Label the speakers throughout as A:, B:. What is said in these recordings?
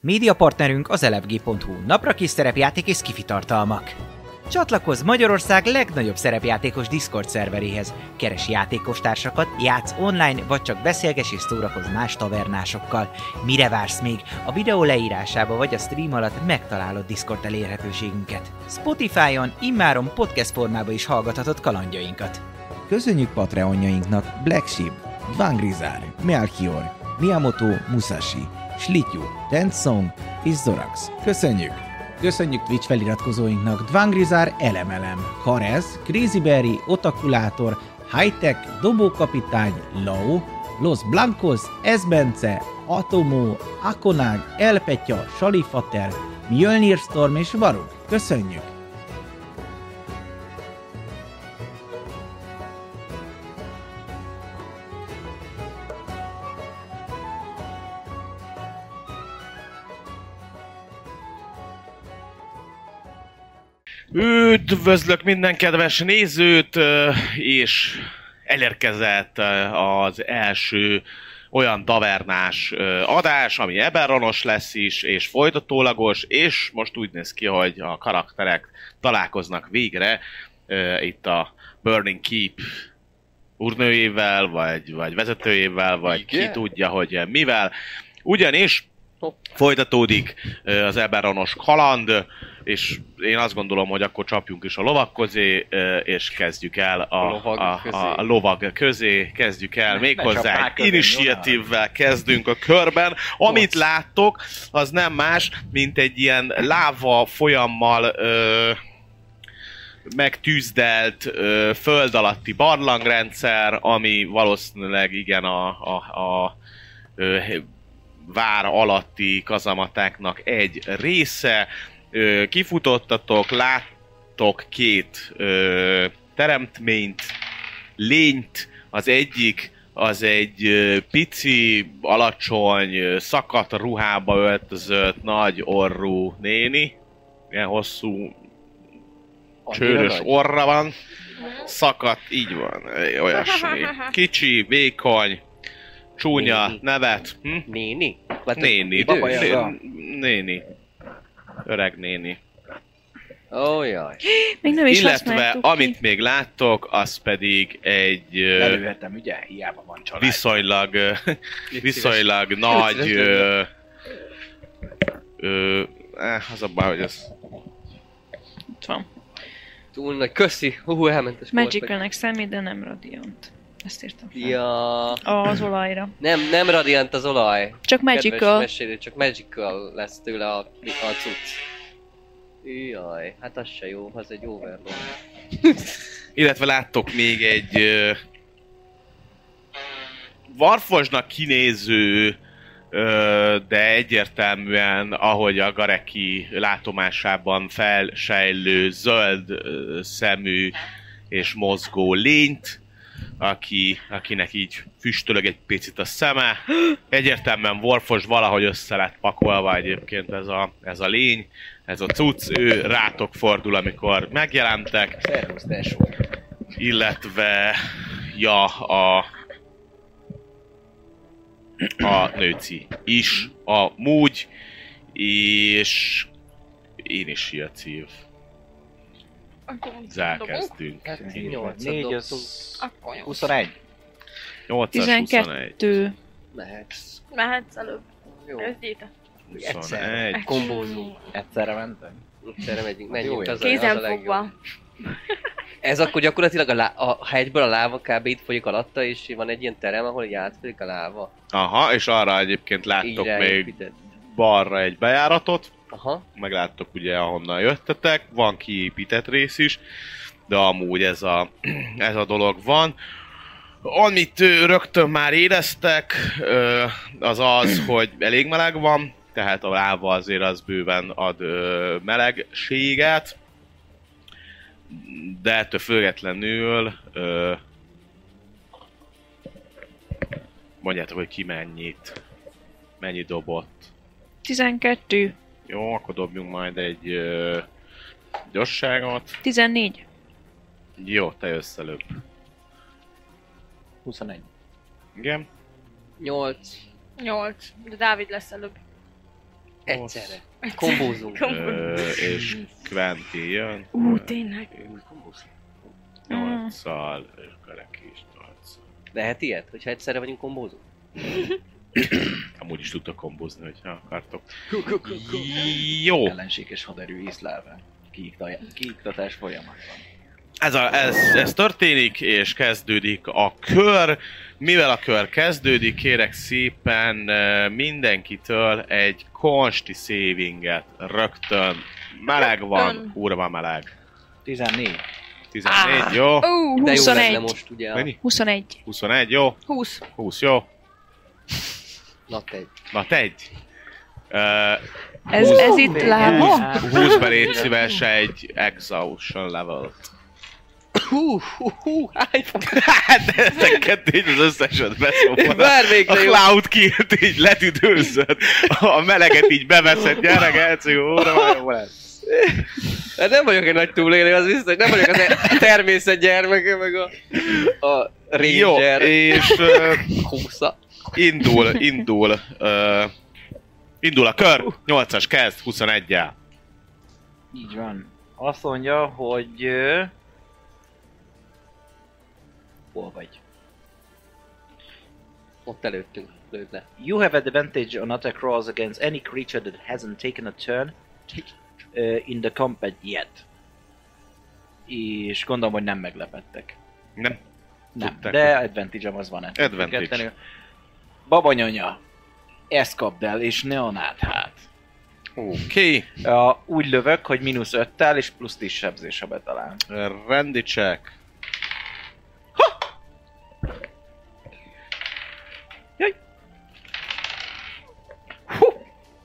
A: Média partnerünk az elefg.hu, napra kis szerepjáték és kifitartalmak. Csatlakozz Magyarország legnagyobb szerepjátékos Discord szerveréhez. Keres játékostársakat, játsz online, vagy csak beszélges és szórakozz más tavernásokkal. Mire vársz még? A videó leírásába vagy a stream alatt megtalálod Discord elérhetőségünket. Spotify-on immáron podcast formában is hallgathatod kalandjainkat.
B: Köszönjük Patreonjainknak Black Sheep, Dvangrizár, Melchior, Miyamoto Musashi, Slityu, Tensong és Zorax. Köszönjük! Köszönjük Twitch feliratkozóinknak Dvangrizár Elemelem, Karez, Crazy Berry, Otakulátor, Hightech, Dobókapitány, Lao, Los Blancos, Esbence, Atomó, Akonág, Elpetya, Salifater, Mjölnir Storm és Varug. Köszönjük!
C: Üdvözlök minden kedves nézőt, és elérkezett az első olyan tavernás adás, ami eberronos lesz is, és folytatólagos, és most úgy néz ki, hogy a karakterek találkoznak végre itt a Burning Keep úrnőjével, vagy, vagy vezetőjével, vagy Igen. ki tudja, hogy mivel. Ugyanis Folytatódik az Eberronos kaland, és én azt gondolom, hogy akkor csapjunk is a lovak közé, és kezdjük el a, a, lovag, a, közé. a, a lovag közé, kezdjük el méghozzá egy initiatívvel kezdünk a körben. Amit láttok, az nem más, mint egy ilyen láva folyammal ö, megtűzdelt ö, föld alatti barlangrendszer, ami valószínűleg igen a, a, a ö, vár alatti kazamatáknak egy része. Ö, kifutottatok, láttok két ö, teremtményt, lényt. Az egyik az egy ö, pici, alacsony, szakadt ruhába öltözött, nagy orrú néni. Ilyen hosszú, csőrös orra van.
D: Mhm.
C: Szakadt, így van, olyasmi. Kicsi, vékony, csúnya néni. nevet. Hm?
E: Néni?
C: Vagy néni. Idős? Néni. néni. Öreg néni.
E: Ó, oh, jaj.
D: Még nem is
C: Illetve, amit ki. még láttok, az pedig egy...
B: Lelőhetem, ugye? Hiába van család.
C: Viszonylag, viszonylag Szíves. nagy... Szíves. Ö, ö, eh, az a baj, hogy ez...
D: Itt van.
E: Túl nagy, köszi! Hú, elment a
D: Magicalnek számít, de nem Radiant. Ezt írtam fel.
E: Ja.
D: Az olajra.
E: Nem, nem radiant az olaj.
D: Csak magical.
E: Mesélő, csak magical lesz tőle a, a cucc. Jaj, hát az se jó, az egy overlord.
C: Illetve láttok még egy... Uh, varfosnak kinéző, uh, de egyértelműen, ahogy a Gareki látomásában felsejlő zöld uh, szemű és mozgó lényt, aki, akinek így füstölög egy picit a szeme. Egyértelműen Warfos valahogy össze lett pakolva egyébként ez a, ez a lény, ez a cucc, ő rátok fordul, amikor megjelentek.
E: Szervusz, tesó.
C: Illetve, ja, a, a nőci is, a múgy, és én is ilyen cív. Zákezdtünk.
E: Hát 4
B: az... Akkor 21.
C: 8
D: 12.
E: Lehet.
F: Mehetsz előbb. Jó. Özdíte.
E: Egyszer. Kombózunk.
B: Egyszerre mentem.
E: Egyszerre megyünk, menjünk. Az
F: Kézenfogva.
E: Ez akkor gyakorlatilag a, lá- a hegyből a láva kb. itt folyik alatta, és van egy ilyen terem, ahol így átfolyik a láva.
C: Aha, és arra egyébként láttok Így még épített. balra egy bejáratot.
E: Aha.
C: Megláttok ugye, ahonnan jöttetek, van kiépített rész is, de amúgy ez a, ez a dolog van. Amit rögtön már éreztek, az az, hogy elég meleg van, tehát a láva azért az bőven ad melegséget, de ettől függetlenül mondjátok, hogy ki mennyit, mennyi dobott.
D: 12.
C: Jó, akkor dobjunk majd egy ö, gyorságot.
D: 14.
C: Jó, te jössz előbb.
B: 21.
C: Igen.
E: 8.
F: 8. De Dávid lesz előbb.
E: Egyszerre. Kombózunk.
C: Ö, és Quentin jön.
F: Ú, tényleg.
C: Én
D: Mm.
C: Nyolccal, és Gareki is nyolccal.
E: Lehet ilyet, hogyha egyszerre vagyunk kombózunk?
C: Amúgy is tudtok kombozni, hogyha akartok. Jó,
B: Ellenséges haderő észlelve. Kiikta- Kiiktatás folyamatban.
C: ez, a, ez, ez történik, és kezdődik a kör. Mivel a kör kezdődik, kérek szépen ö, mindenkitől egy konsti savinget rögtön. Meleg van,
F: Rögtön.
C: kurva meleg.
B: 14.
C: 14, jó?
D: Ah. Ó,
E: Oh, De jó lenne
D: 21.
E: most ugye a
C: Mennyi?
D: 21.
C: 21, jó?
D: 20.
C: 20, jó?
E: nat egy.
C: Na, te egy. Ö,
D: Ez,
E: Oh,
D: ez itt
E: Hát,
D: lába?
C: Húzd- Húzd be légy szíves egy exhaustion level.
E: Hú, hú, hú, hány fog?
C: Hát ezeket így az összeset beszopod. A
E: Bármelyikre jó.
C: cloud kilt így letüdőzöd. A meleget így beveszed, gyere Gelci, óra van, jó lesz.
E: Hát nem vagyok egy nagy túlélő, az biztos. Nem vagyok az e- természet gyermeke, meg a, a
C: Jó,
E: ranger
C: és ö,
E: kósza.
C: indul, indul, ö, indul a kör, 8-as kezd, 21-el.
B: Így van. Azt mondja, hogy... ö, Hol vagy?
E: Ott előttünk, lőd le.
B: You have advantage on attack rolls against any creature that hasn't taken a turn uh, in the combat yet. És gondolom, hogy nem meglepettek.
C: Nem.
B: Nem,
C: Tudták,
B: de advantage az van. ettől
C: Advantage.
B: függetlenül. Babanyanya, ezt kapd el, és ne anád hát.
C: Oké,
B: A, úgy lövök, hogy mínusz öttel, és plusz 10 sebzés, ha betalál.
C: rendi check.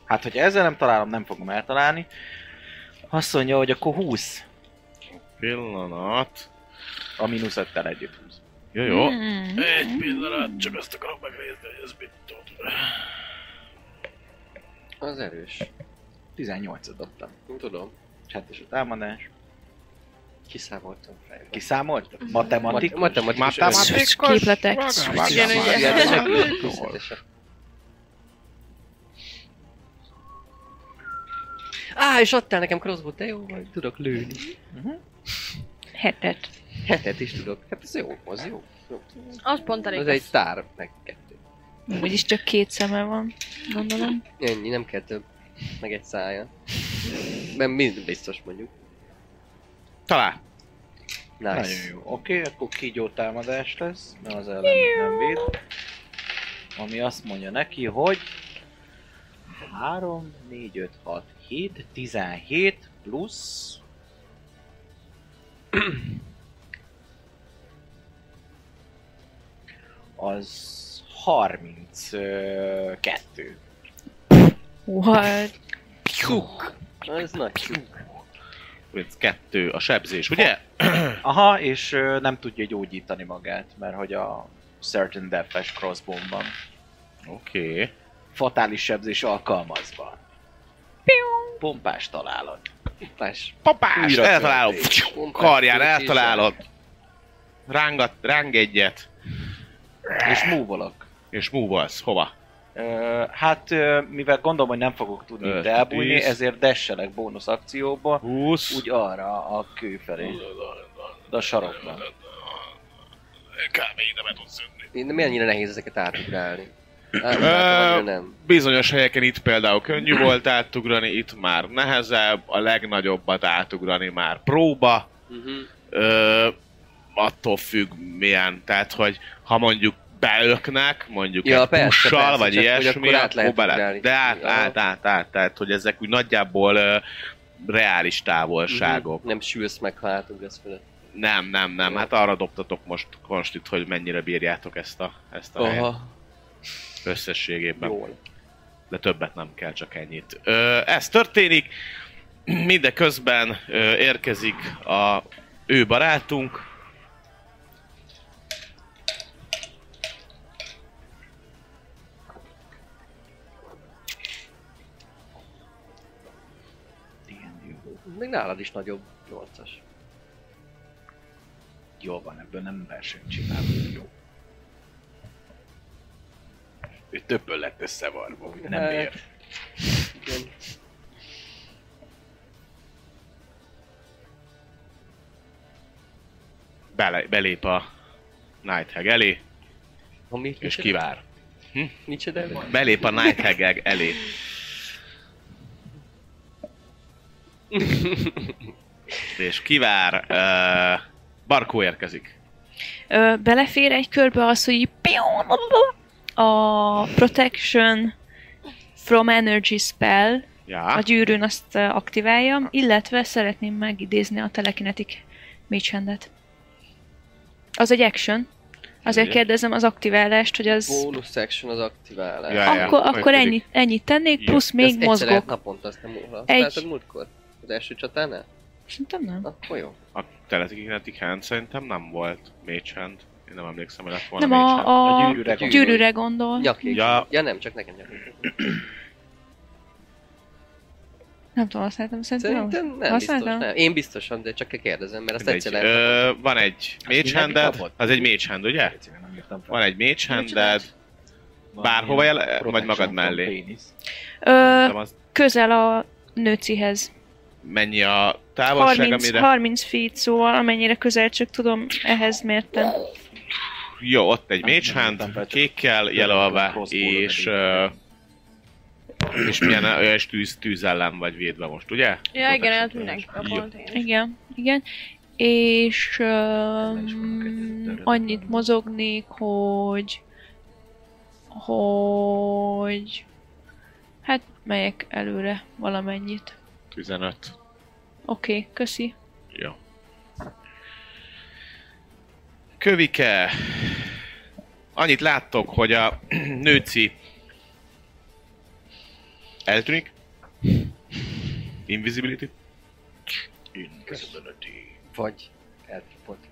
B: Hát, hogyha ezzel nem találom, nem fogom eltalálni. Azt mondja, hogy akkor 20,
C: Pillanat.
B: a mínusz öttel együtt 20.
C: Jó, jó.
E: Hmm.
D: Mm.
C: Egy pillanat, csak ezt akarom megnézni, hogy ez mit tud.
E: Az erős.
B: 18-et dobtam.
E: Nem tudom.
B: Hát és a támadás.
E: Kiszámoltam fejbe.
B: Kiszámolt? Matematik?
E: Mat- matematikus
C: Matematikus.
E: össze-
D: Szűcs képletek.
F: Igen, ugye.
E: Kérdések? Részletesek. Á, és adtál nekem crossbow, te jó vagy, tudok lőni.
D: Hetet.
E: Hetet is tudok. Hát ez jó, az jó. jó.
F: Az pont elég.
E: Az egy tár, meg kettő.
D: Úgyis csak két szeme van, gondolom.
E: Ennyi, nem kell több. Meg egy szája. Nem, mind biztos mondjuk.
C: Talál.
B: Nagyon
E: Nice.
B: jó. Oké, okay, akkor kígyó támadás lesz, mert az ellen nem véd. Ami azt mondja neki, hogy 3, 4, 5, 6, 7, 17 plusz... Az 32.
D: What?
E: Ez nagy.
C: Mint kettő a sebzés, ugye?
B: Aha, és ö, nem tudja gyógyítani magát, mert hogy a certain death-es crossbone van.
C: Oké. Okay.
B: fatális sebzés alkalmazva. Pompás találat.
E: Más.
C: Papás,
B: Újra
C: eltalálod. Karján
E: Pompás,
C: eltalálod. Rángat, ráng egyet.
B: És múvolok.
C: És múvolsz. Hova?
B: Ö, Hát, ö, mivel gondolom, hogy nem fogok tudni
C: Öt,
B: itt elbújni,
C: tíz.
B: ezért desselek bónusz akcióba,
C: 20.
B: úgy arra a kő felé. De a sarokban.
C: Kb. ide be tudsz jönni.
E: Én nem ennyire nehéz ezeket átugrálni. Hát,
C: Ö,
E: annyira nem.
C: Bizonyos helyeken itt például könnyű volt átugrani, itt már nehezebb, a legnagyobbat átugrani már próba.
E: Mhm.
C: Ö, attól függ milyen, tehát hogy ha mondjuk beöknek, mondjuk
E: Ja,
C: egy
E: persze,
C: pussal,
E: persze,
C: vagy
E: csak hogy
C: ilyesmi,
E: akkor át
C: akkor
E: lehet
C: bele.
E: ugrálni.
C: De át,
E: Ja.
C: át, át, át, tehát hogy ezek úgy nagyjából ö, reális távolságok.
E: Mhm. Nem sülsz meg, ha átugrasz fölött.
C: Nem, nem, nem,
E: Jó.
C: hát arra dobtatok most konstit, hogy mennyire bírjátok ezt a, ezt a helyet
E: Aha,
C: összességében
E: jól.
C: de többet nem kell, csak ennyit. Ö, ez történik, mindeközben ö, érkezik a ő barátunk.
E: Még nálad is nagyobb, 8-as.
B: Jól van, ebből nem versenyt csinálunk, jó. Ő többől lett összevarva, úgy nem
E: Hát.
B: ér.
E: igen.
C: Bele, belép a Nighthag elé,
E: Ha mi,
C: és kivár.
E: Nincs ide?
C: Belép a Nighthag eg- elé. és kivár, uh, Barkó érkezik.
D: Ö, belefér egy körbe az, hogy így piu, blablabla. a protection from energy spell
C: Ja.
D: a gyűrűn azt ö, aktiváljam, illetve szeretném megidézni a telekinetic mécsendet. Az egy action. Azért
C: Ugye.
D: kérdezem az aktiválást, hogy az...
E: Bonus section az aktiválás.
C: Ja, ja.
D: Akkor, akkor
C: Működik.
D: ennyit, ennyit tennék,
C: Jó.
D: plusz még
E: Ezt egyszer
D: mozgok.
E: lehet naponta, azt nem használtad
D: Egy.
E: Egy... múltkor? Az első csatánál?
D: Szerintem nem.
E: Akkor jó.
C: A telekinetic hand szerintem nem volt. Mage hand. Én nem emlékszem, hogy lett volna
D: Nem,
C: mage
D: a,
C: hand.
D: a,
B: A gyűrűre
E: gondol.
D: gyűrűre gondol.
E: Nyakék.
C: Ja.
E: Ja. ja. nem, csak nekem nyakék.
D: Nem tudom, használtam, szerintem,
E: Szerintem nem biztos,
D: Használtam?
E: nem. Én biztosan, de csak kérdezem, mert azt
C: Mindegy.
E: egyszer lehet.
C: Ö, van egy mage
B: mindenki
C: handed,
B: kapott?
C: az egy mage hand, ugye?
B: Egyszerűen nem írtam fel.
C: Van egy mage handed, bárhova
B: ilyen
C: jele- vagy
B: protection
C: magad
B: from
C: mellé?
B: penis.
D: Ö,
C: nem az
D: közel a nőcihez.
C: mennyi a távolság,
D: 30,
C: amire...
D: 30 feet, szóval amennyire közel csak tudom, ehhez mértem.
C: Jó, ott egy
B: Nem,
C: mage
B: nem tudtam
C: hand,
B: fel, csak
C: kékkel
B: tudom, hogy
C: jelölve,
B: crossbow
C: és...
B: lövedi.
C: ö, és milyen és tűz, tűz ellen vagy védve most, ugye?
F: Ja, igen,
C: Protection
F: hát
C: damage.
F: mindenki
C: Jó.
F: kapott. én is.
D: Igen, igen. És
B: le is fognak
D: um,
B: egyet
D: annyit mozognék, hogy hogy hát megyek előre valamennyit.
C: 15.
D: Oké, okay, köszi.
C: Jó. Kövike! Annyit láttok, hogy a nőci eltűnik. Invisibility. Invisibility.
E: Vagy elkapott.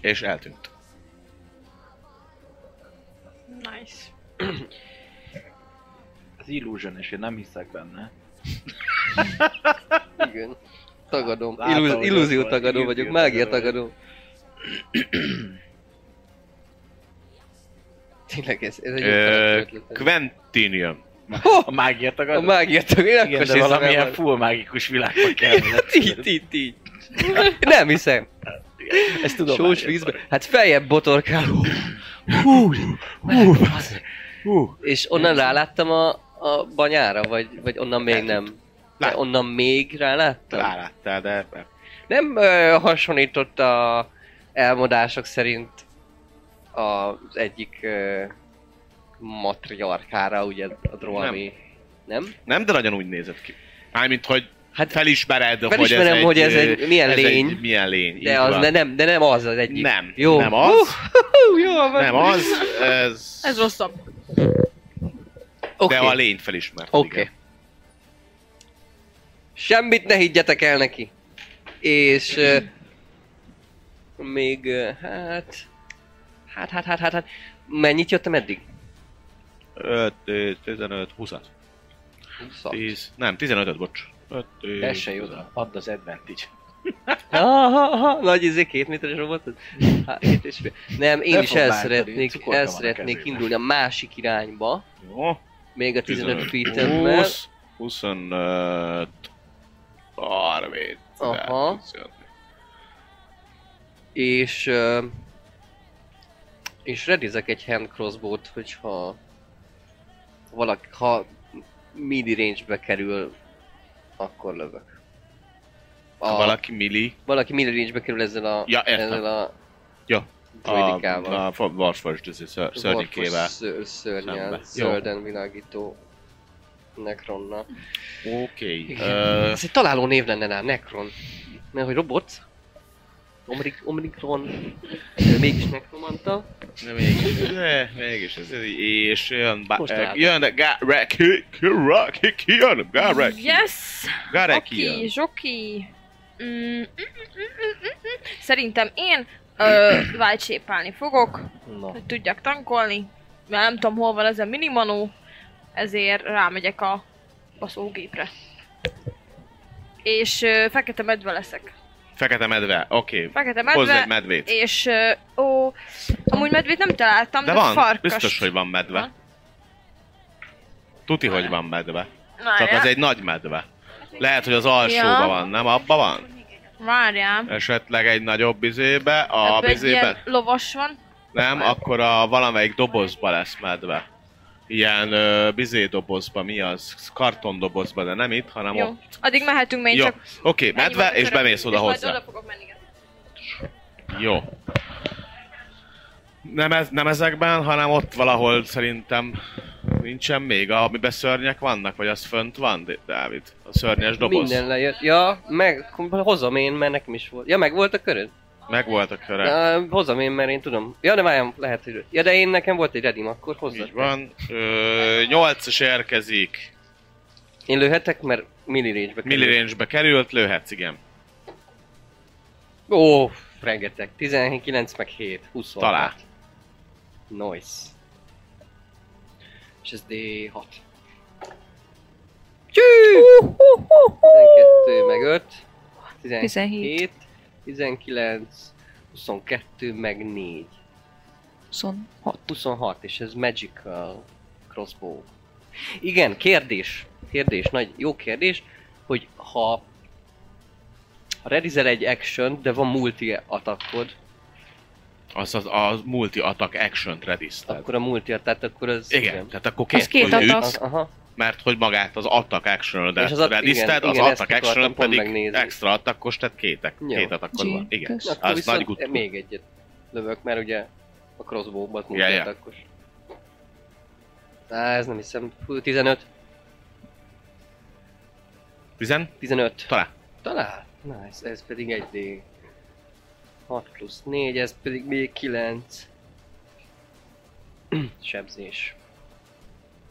C: És eltűnt.
F: Nice.
B: Az illusion, és én nem hiszek benne.
E: Igen. Tagadom.
B: Látom,
E: Illú-
B: hogy
E: illúzió
B: ott van.
E: tagadó
B: Illúzió
E: vagyok, mágia
B: tagadó
E: tagadó. Tényleg ez, ez egy
C: Ö,
E: ötlet, ötlet.
C: Quentinium.
B: A mágia
E: A
B: tagad?
E: mágia tagadó. Én akkor
B: Igen, de
E: sem
B: valamilyen
E: hiszem el.
B: full mágikus világba kell.
E: Így, így, így. Nem hiszem.
B: Ezt tudom.
E: Sós
B: már,
E: vízbe. Hát feljebb botorkál. Hú, hú, hú. És onnan ráláttam a, a banyára, vagy, vagy onnan még nem?
C: Lát.
E: Lát. Onnan még ráláttam?
C: Ráláttál, de
E: Nem ö, hasonlított a elmondások szerint az egyik ö, matriarkára, ugye a droami. Nem? nem?
C: nem, de nagyon úgy nézett ki. Mármint, hogy
E: Hát
C: felismered,
E: felismerem, hogy ez
C: ö,
E: egy- milyen
C: ez
E: lény.
C: Egy, milyen lény. így
E: de, az,
C: van.
E: de, nem, de nem az az egyik.
C: Nem.
E: Jó.
C: Nem az.
E: Hú, jó van.
C: Nem az, ez...
F: Ez rosszabb.
C: De
E: Oké.
C: a lényt felismert,
E: Oké.
C: igen.
E: Semmit ne higgyetek el neki. És... ö, még... ö, hát... Hát, hát, hát, hát, hát... Mennyit jöttem eddig?
C: 5, 15, 20. 10, nem, 15 bocs. 5,
B: Ez se jó, add az advantage.
E: Ha, ha, ha, nagy izé, két méteres robot? Hát, két és fél. Nem, én
B: Ne
E: is
B: fog
E: el
B: bántani,
E: szeretnék,
B: cukorka
E: el
B: van a
E: szeretnék
B: kezében.
E: indulni a másik irányba.
C: Jó.
E: Még a 15 feet-emmel.
C: 20, 25, 30.
E: Aha.
C: 25.
E: És... ö, és redizek egy hand crossbow-t, hogyha... Valaki, ha midi range-be kerül, akkor lövök.
C: Ha
E: A, valaki,
C: valaki milli,
E: valaki midi range-be kerül ezzel a...
C: Ja, értem.
E: ezzel a...
C: Ja. a,
E: Droidikával.
C: a fa- Warforged izé, ször- szörnyikével.
E: Warforged sző-
C: Szembe.
E: Szörnyen,
C: Jó.
E: zölden világító Necronna.
C: Oké.
E: Igen.
C: Ö,
E: Ez egy találó név lenne rá, Necron. Mert hogy robot? Omrik, Omrikron, ö, mégis Necromanta.
C: de mégis, de mégis ez így, és jön, bá,
E: Most
C: ö,
E: találtam.
C: jön, de Gareki, Gareki, jön, Gareki,
F: Yes!
C: Gareki
F: Oké,
C: jön.
F: zsoki. Mm, mm, mm, mm, mm, mm. Szerintem én ö, white shape-álni fogok,
E: Na,
F: hogy tudjak tankolni, mert nem tudom hol van ez a minimanó, ezért rámegyek a baszógépre. És ö, fekete medve leszek.
C: Fekete medve, oké. Okay.
F: Fekete
C: Hozz egy
F: medve,
C: medvét.
F: és ö, ó, amúgy medvét nem találtam, de,
C: De van,
F: farkas.
C: biztos, hogy van medve.
F: Van.
C: Tuti, hogy van medve. Csak
F: Várjál,
C: az egy nagy medve. Lehet, hogy az alsóban
F: Ja.
C: van, nem? Abba van?
F: várjál.
C: Esetleg egy nagyobb izébe, a
F: Ebből egy ilyen
C: bizébe?
F: lovas van.
C: Nem, akkor a valamelyik dobozba lesz medve. Ilyen ö, bizé dobozba, mi az? Kartondobozba, de nem itt, hanem
F: Jó.
C: ott.
F: Addig mehetünk, mert én
C: Jó,
F: csak...
C: oké,
F: ennyi
C: medve,
F: volt a
C: és
F: köröm.
C: bemész oda
F: és majd
C: hozzá.
F: oda fogok menni, igen.
C: Jó. Nem, ez, nem ezekben, hanem ott valahol szerintem nincsen még, amiben szörnyek vannak, vagy az fönt van, D- Dávid? A szörnyes doboz.
E: Minden lejött. Ja, meg akkor hozom én, mert nekem is volt. Ja, meg volt a köröd?
C: Meg volt a köre.
E: Ja, hozom én, mert én tudom. Ja, de várjam, lehet, hogy... Ja, de én nekem volt egy redim, akkor hozzad.
C: Így van. Ö, 8-as érkezik.
E: Én lőhetek, mert milli range-be kerül.
C: Milli range-be került, lőhetsz, igen.
E: Ó, rengeteg. 19 meg 7, 20.
C: Talál.
E: Nice. És ez D6. Csű! 12 meg 5. 17.
D: 17.
E: 19. 22 meg 4.
D: 26.
E: 26, és ez Magical Crossbow. Igen, kérdés. Kérdés, nagy jó kérdés, hogy ha ha redizel egy action, de van multi attackod,
C: Az, az a multi-attack action-t rediszted.
E: akkor a multi attack, akkor az...
C: Igen, tehát akkor két,
D: Az két
C: hogy
D: attack.
C: ütsz,
E: Az, aha.
C: mert hogy magát az attack action
E: És az
C: az
E: att-
C: rediszted,
E: igen,
C: az
E: igen, ezt
C: attack action
E: akartam pont
C: pedig
E: megnézni.
C: extra attackos, tehát két,
E: Jó.
C: két attackod van. Igen.
D: Jékes.
E: Akkor
C: Az nagy
E: viszont
C: gut.
E: még egyet lövök, mert ugye a crossbow-ban az multi
C: Ja, ja.
E: attackos. Á, ez nem hiszem. Hú, 15.
C: Tizen?
E: 15.
C: Talán.
E: Talál? Nice, ez pedig 1D. 6 plusz 4, ez pedig még 9. Sebzés.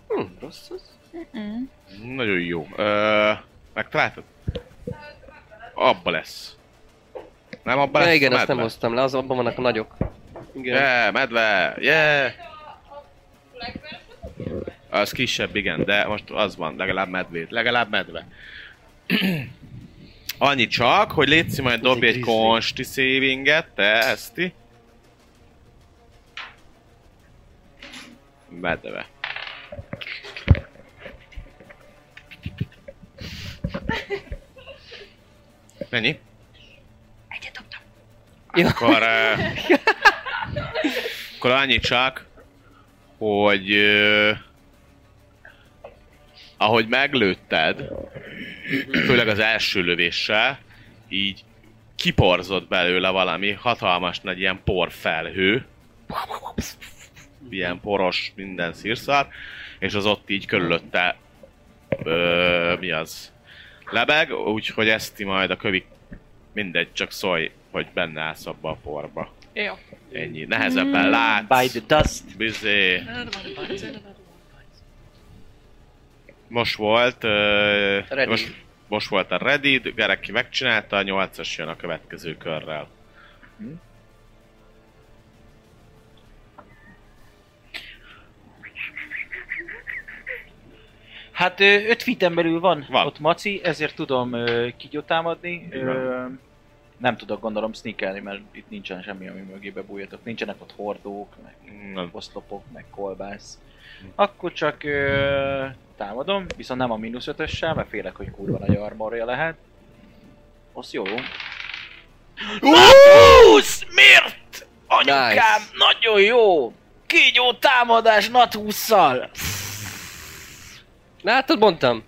E: Hm, rossz az?
D: Mm.
C: Nagyon jó. Ö, megtaláltad? Abba lesz. Nem abba
E: Ja,
C: lesz?
E: igen,
C: a
E: azt nem
C: medve.
E: hoztam le, az abban vannak a nagyok. Igen.
C: Yeah, medve! Yeah! Az kisebb, igen, de most az van, legalább medvét, legalább medve. Annyi csak, hogy létszi majd dobj egy
E: grizzly.
C: konsti savinget, te Eszti. Medve. Mennyi?
E: Ja.
C: Akkor... eh, ö, akkor annyi csak, hogy... ö, ahogy meglőtted, főleg az első lövéssel, így kiporzott belőle valami hatalmas nagy ilyen porfelhő, ilyen poros minden szírszar, és az ott így körülötte ö, mi az lebeg, úgyhogy ezt ti majd a kövik mindegy, csak szólj, hogy benne állsz abba a porba.
F: Jó.
C: Ennyi. Nehezebben látsz.
B: By the dust.
C: Bizé. Most volt, ö,
E: Ready.
C: most, most volt a Reddit, Gereki megcsinálta, a 8-as jön a következő körrel.
B: Hát 5 feeten belül van,
C: Van.
B: van ott Maci, ezért tudom ö, kigyót támadni.
C: Így van.
B: Ö, nem tudok gondolom sneakelni, mert itt nincsen semmi, ami mögébe bújjatok. Nincsenek ott hordók, meg
C: Nem.
B: oszlopok, meg kolbász. Akkor csak ö, támadom, viszont nem a mínusz ötössel, mert félek, hogy kurva nagy armorja lehet. Az jó. Húsz! Miért? Anyukám,
E: Nice.
B: nagyon jó! Kígyó támadás nat 20
E: Látod, mondtam.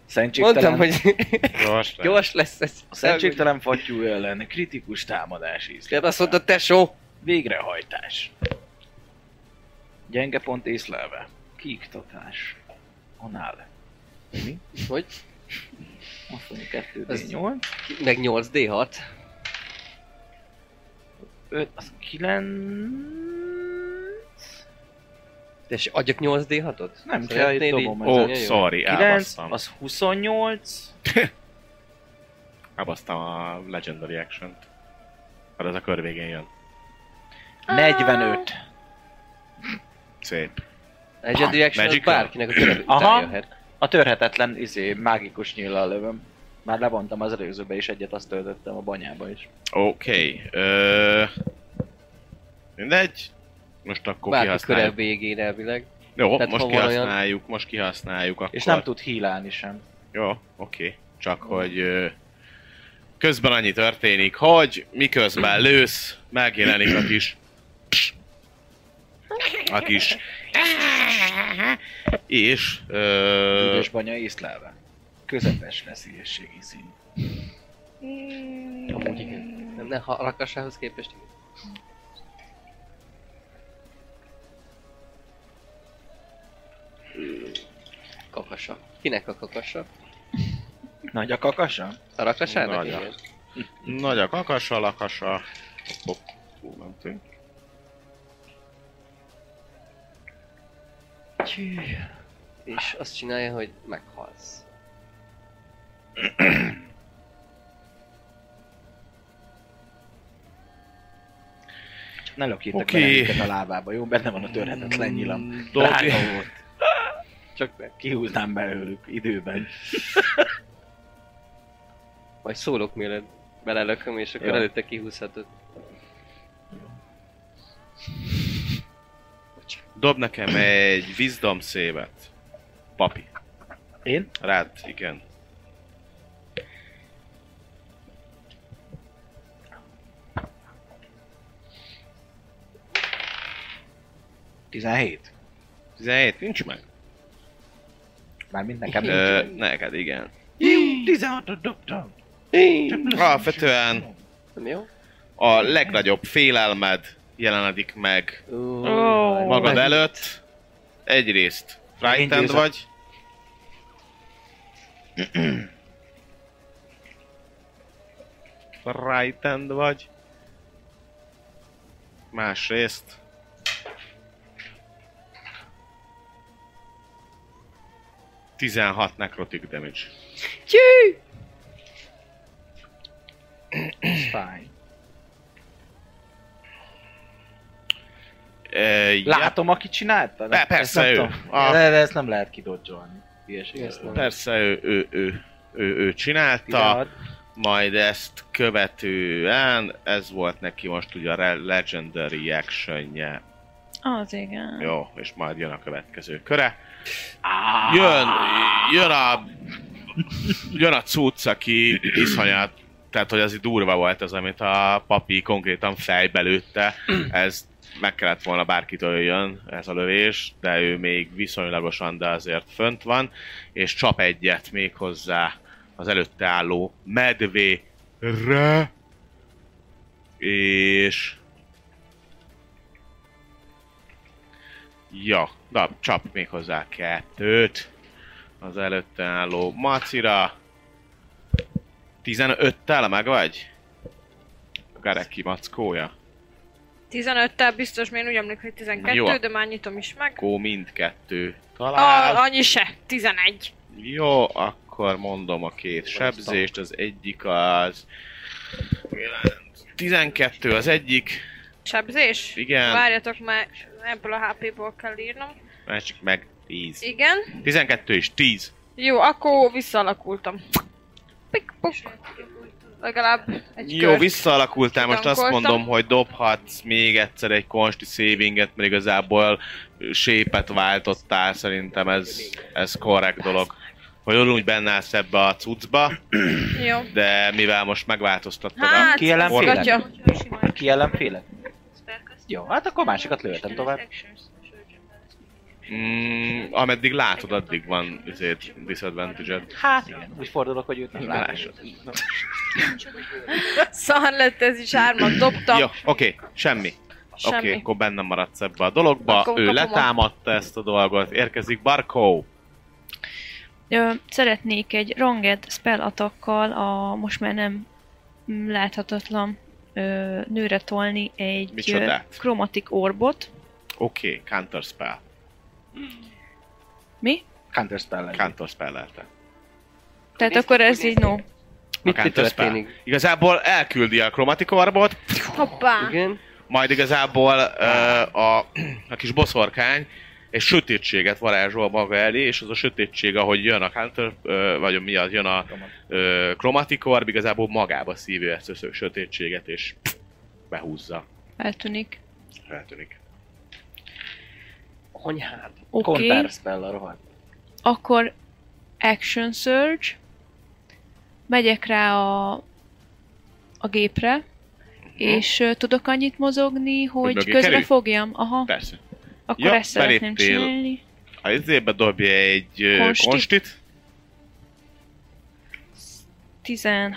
E: Mondtam,
B: Szentségtelen,
E: hogy
C: Gyors lesz.
E: gyors lesz ez.
B: A szentségtelen fattyú ellen kritikus támadás ízlet.
E: Tehát azt mondta, tesó.
B: Végrehajtás. Gyenge pont észlelve. Kiiktatás. Anál. Mi?
E: Hogy?
B: Azt mondja 2
E: Ez-
B: d 8
E: Meg 8 D6.
B: 5, az 9...
E: És adjak 8 D6-ot?
B: Nem kell, itt dobom
C: Ó,
B: Nagyon
C: oh, sorry,
B: 9,
C: elbasztam.
B: az 28.
C: Elbasztam a Legendary Action-t. Mert az a kör végén jön.
B: 45.
C: Szép.
E: Egyedül action az
C: Magical?
E: bárkinek a körül
B: Aha.
E: jöhet.
B: A törhetetlen, izé, mágikus nyíllal lövöm. Már levontam az előzőbe is egyet, azt töltöttem a banyába is.
C: Oké. Ö, Mindegy. Most akkor
E: Bárki köre
C: kihasználjuk.
E: végén elvileg.
C: Jó,
E: Tehát
C: most
E: ha van olyan-
C: kihasználjuk, most kihasználjuk akkor.
B: És nem tud hílálni sem.
C: Jó, oké. Csak hogy ö, közben annyi történik, hogy miközben lősz, megjelenik a kis a kis és ö,
B: Üdös banya észlelve. Közepes veszélyességi szint.
E: Amúgy igen. Nem, ne, ha a rakassához képest igen. Kakasa. Kinek a kakasa?
B: Nagy a kakasa?
E: A rakasának?
C: Nagyon.
E: Igen.
C: nagy a kakasa, lakasa. Hopp, hú, nem tűnt.
E: És azt csinálja, hogy meghalsz.
B: Csak ne lökjétek
C: Oké.
B: okay. a lábába, jó? Benne van a törhetetlen nyilam.
C: Dobj,
B: Drága volt. Csak kihúznám belőlük időben.
E: Majd szólok, mielőtt belelököm, és akkor
B: Jó.
E: előtte kihúzhatod.
C: dob nekem egy wisdom szévet. Papi.
B: Én?
C: Rád, igen.
B: Tizenhét.
C: 17, nincs meg.
B: Mármint nekem
C: Ö,
B: nincs.
C: neked, igen.
B: 16-ot dobtam.
C: Alapvetően
E: Nem jó?
C: a legnagyobb félelmed jelenedik meg
D: Ó.
C: magad előtt. Egyrészt frightened
B: Megint
C: vagy, frightened vagy, másrészt ...16 necrotic damage.
B: Fáj.
C: E,
B: Látom, aki csinálta?
C: Ne, persze,
B: Ezt nem
C: ő.
B: tudom.
C: A-
B: De, de ezt nem lehet kidodzsolni.
E: Ezt nem.
B: Ilyesmi.
C: Persze, ő, ő, ő, ő, ő csinálta, majd ezt követően, ez volt neki most ugye a re- Legendary actionje.
D: Az igen.
C: Jó, és majd jön a következő köre. Jön, jön a... Jön a cucc, aki iszonyat... Tehát, hogy az itt durva volt az, amit a papi konkrétan fejbe lőtte. Ez meg kellett volna bárkitől jön ez a lövés, de ő még viszonylagosan, de azért fönt van, és csap egyet még hozzá az előtte álló medvére, és Ja, na, csap még hozzá kettőt. Az előtte álló macira. 15-tel meg vagy? A Gareki mackója.
F: 15-tel biztos, még én úgy emlékszem, hogy 12,
C: Jó.
F: de már nyitom is meg.
C: Kó mindkettő talál.
F: A, annyi se, 11.
C: Jó, akkor mondom a két sebzést. Az egyik az... 12 az egyik,
F: Sebzés?
C: igen,
F: Várjatok, már ebből a HP-ból kell írnom.
C: másik meg 10.
F: Igen.
C: 12 és 10.
F: Jó, akkor visszaalakultam. Pik, puk. Legalább egy
C: Jó,
F: kört.
C: visszaalakultál, most azt
F: Tankoltam.
C: mondom, hogy dobhatsz még egyszer egy konsti savinget, mert igazából sépet váltottál, szerintem ez, ez korrekt dolog. Hogy úgy benne állsz ebbe a cuccba,
F: Jó.
C: de mivel most megváltoztattad a...
F: Hát,
B: Ki ellen
F: az
C: félek?
F: gatya.
B: Ki ellen félek? Jó, hát akkor másikat lőhetem tovább.
C: Mm, ameddig látod, addig van izét, disadvantage
B: Hát igen, úgy fordulok, hogy őt nem
C: Látod.
B: látom.
F: Szar lett ez is, hármat dobtam.
C: Jó, oké, semmi. Oké,
F: Semmi.
C: akkor benne maradsz ebbe a dologba.
F: Akkor
C: ő
F: kapom a-
C: letámadta ezt a dolgot. Érkezik Barkó.
D: Ö, szeretnék egy ranged spell attackkal a most már nem mm, láthatatlan ö, nőre tolni egy
C: Micsodát?
D: ö, kromatik orbot.
C: Oké, okay, counterspell.
D: Mi?
B: Counterspell
C: Counterspell-elte.
D: Tehát
E: néztük,
D: akkor ez
E: hogy
D: így no.
E: Mit
C: Akár
E: történik?
C: közben. Igazából elküldi a kromatikorbot,
F: Hoppá.
E: Igen.
C: majd igazából ö, a, a kis boszorkány egy sötétséget varázsol maga elé, és az a sötétség, ahogy jön a Counter, ö, vagy mi az, jön a ö, Chromatic Orb, igazából magába szívja ezt a szö- sötétséget, és behúzza.
D: Eltűnik.
C: Feltűnik.
E: Anyád.
D: Oké.
E: Counter spell a rohadt.
D: Akkor Action Surge. Megyek rá a, a gépre,
E: Mhm.
D: és ö, tudok annyit mozogni, hogy,
C: mögé
D: közbe
C: kerülj?
D: fogjam. Aha,
C: Persze.
D: akkor
C: Ja,
D: ezt szeretném
C: beléptél.
D: csinálni.
C: A izébe dobja egy ö,
D: Konstit.
C: konstit.
D: 13,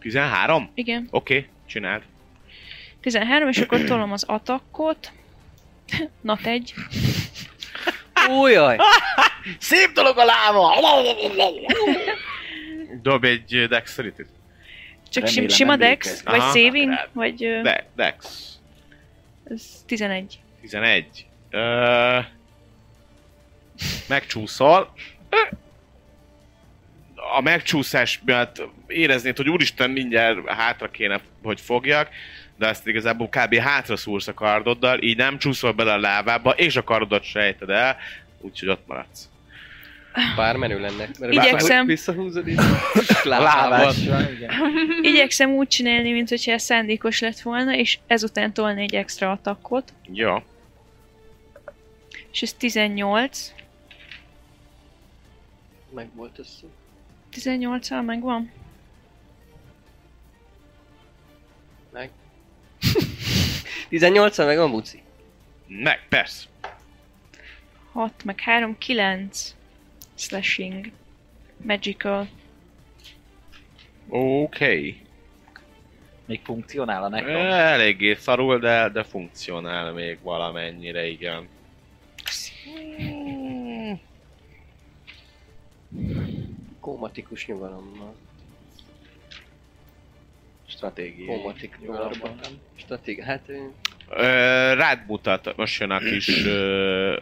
C: 13?
D: igen,
C: Oké, okay, csináld.
D: 13, és
E: Mhm.
D: akkor tolom az atakot. Na egy.
E: Újjaj!
B: Szép dolog a láma!
C: Dobj egy ö, dexterity
D: Csak
B: Remélem
D: sim, sima dex,
B: emlékeznek.
D: vagy
C: Aha,
D: saving,
C: akár.
D: vagy ö,
C: De, dex.
D: ez 11.
C: 11. Ö... Megcsúszol. Ö. A megcsúszás miatt éreznéd, hogy úristen, mindjárt hátra kéne, hogy fogjak, de azt igazából kb. hátra szúrsz a kardoddal, így nem csúszol bele a lávába, és a kardodat sejted el, úgyhogy ott maradsz.
E: Bár menő lenne. Mert
D: Igyekszem.
E: Visszahúzod így.
B: Lávás.
E: Lávás.
F: Mhm.
D: Igyekszem úgy csinálni, mint hogyha ez szándékos lett volna, és ezután tolni egy extra atakot,
C: Jó.
D: és ez 18.
E: Meg volt ez.
D: 18-al megvan?
E: Meg. 18 meg van buci.
C: Meg, persze.
D: 6, meg 3, 9. Slashing. Magical.
C: Oké. Okay.
B: Még funkcionál a nekom.
C: Eléggé szarul, de, de funkcionál még valamennyire, igen.
E: Kómatikus nyugalommal.
B: Stratégia.
E: Kómatikus nyugalommal. Stratégia. Hát ö,
C: Ö, rád mutat, most jön a kis ö,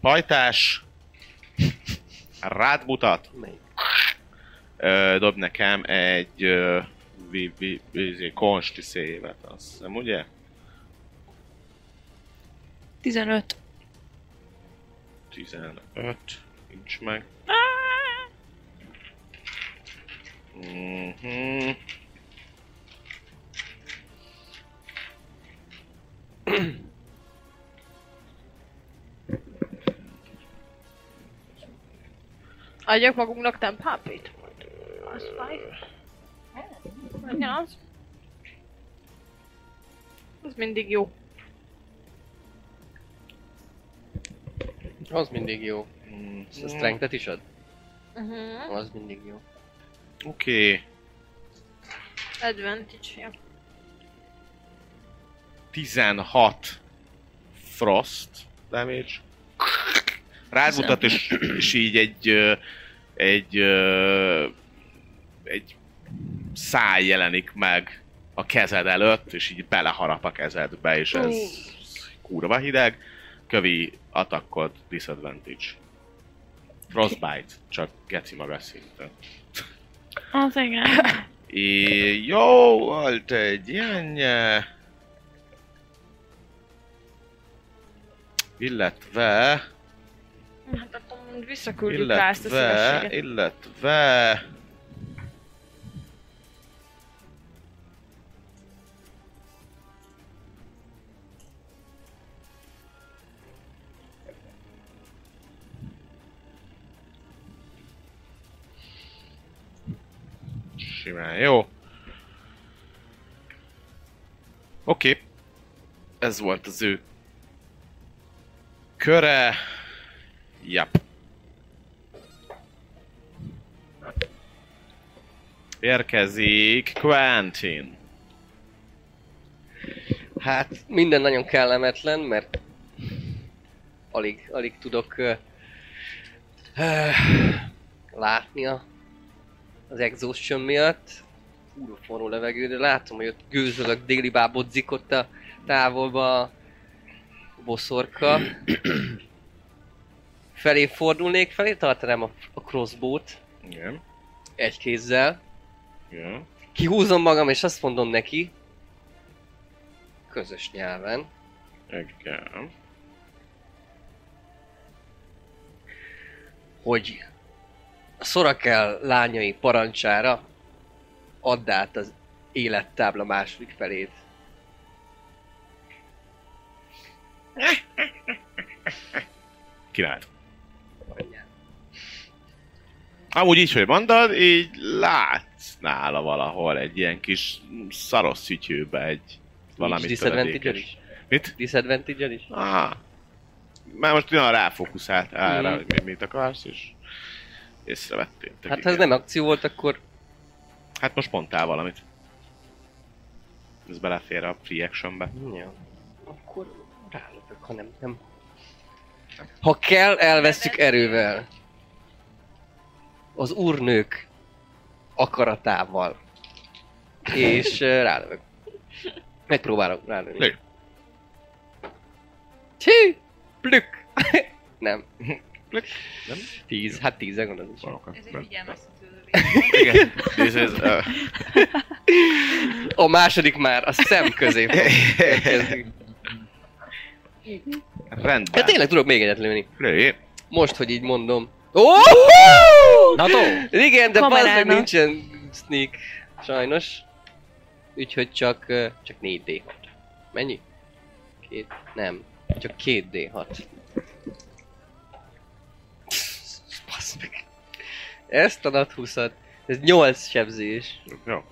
C: pajtás. Rád mutat.
E: melyik?
C: Ö, dob nekem egy ö, vi, vi, vi, izé, konsti szévet, azt hiszem, ugye?
D: 15.
C: 15. Nincs meg. Mhm.
F: Adjak magunknak tempápét? Az fáj. Vagy ne az? Az mindig jó.
E: Az mindig jó.
C: Mhm.
E: Hmm, Ezt a strength is ad?
F: Uh-huh.
E: Az mindig jó.
C: Oké.
F: Advantage, ja.
C: 16 frost damage. Rád mutat, és, és így egy, ö, egy, ö, egy száj jelenik meg a kezed előtt, és így beleharap a kezedbe, és ez kurva hideg. Kövi attackod disadvantage. Frostbite, csak geci magas szinten.
D: Az igen.
C: I, jó, volt egy ilyen... eh, Illetve...
F: Hát akkor mond visszaküldjük rá ezt a
C: Illetve...
F: szívességet.
C: Illetve... Simán, jó. Oké. Okay. Ez volt az ő köre. Jap. Érkezik Quentin.
E: Hát minden nagyon kellemetlen, mert alig, alig tudok ö, ö, látni a, az exhaustion miatt. Fúró forró levegő, de látom, hogy ott gőzölök déli bábodzik ott a távolba a boszorka. Felé fordulnék, felé tartanám a, a crossbow-t
C: Igen.
E: egy kézzel.
C: Igen.
E: Kihúzom magam és azt mondom neki, közös nyelven,
C: Igen.
E: hogy Szorakel lányai parancsára add át az élettábla második felét.
C: Király. Amúgy így, hogy mondod, így látsz nála valahol egy ilyen kis szaros szütyőbe egy valami
E: Nincs disadvantage
C: töredékes-
E: is?
C: Mit?
E: Disadvantage is?
C: Ah, már most olyan ráfókuszált arra,
E: Mhm.
C: hogy mi- mit akarsz, és észrevettél. Tök
E: Hát ha
C: igen.
E: ez nem akció volt, akkor
C: Hát most mondtál valamit. Ez belefér a free actionbe.
E: Ja. Akkor rálövök, ha nem, nem. Ha kell, elvesztjük erővel. Az úrnők akaratával. És ö, rálövök. Megpróbálok rálövni.
C: Lő.
E: Tű! Plük! nem.
C: Plük.
E: Nem? Tíz, hát tíz, gondolom is.
C: Varokat.
F: Ez egy figyelmeztető
C: Igen. This is, uh,
E: A második már a szem közé fog érkezni.
C: rendben.
E: Hát tényleg tudok még egyet lőni.
C: Lőjél.
E: Most, hogy így mondom. Oh!
B: Na tó!
E: Igen, de
D: Kamerának.
E: bazd meg nincsen sneak, sajnos. Úgyhogy csak, ö, csak 4D6. Mennyi? Két, nem. Csak 2D6. Basz meg. Ezt a nat 20 ez 8 sebzés.
C: Jó.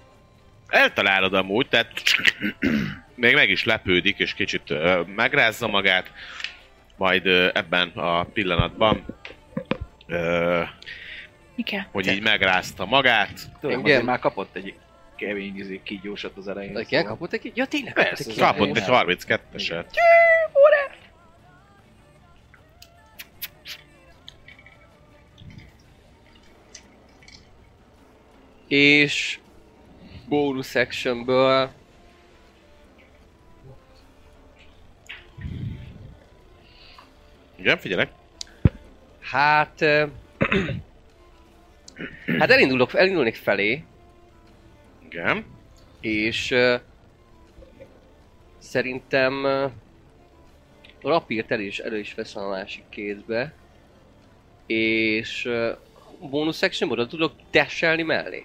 C: Eltalálod amúgy, tehát még meg is lepődik, és kicsit ö, megrázza magát, majd ö, ebben a pillanatban, ö,
D: Mi kell?
C: hogy így megrázta magát,
B: Tudom,
E: Igen.
B: azért már kapott egy kemény izé, kígyósat az elején.
E: Aki elkapott egy... Ja tényleg
B: Persze,
E: kapott egy-
C: kapott egy 32-eset.
E: És... Bonus actionből...
C: Igen, figyelek.
E: Hát... ö, hát elindulok, elindulnék felé,
C: Igen.
E: És uh, szerintem uh, rapírt el is, elő is veszem a másik kézbe. És uh, bonus action oda tudok dashelni mellé.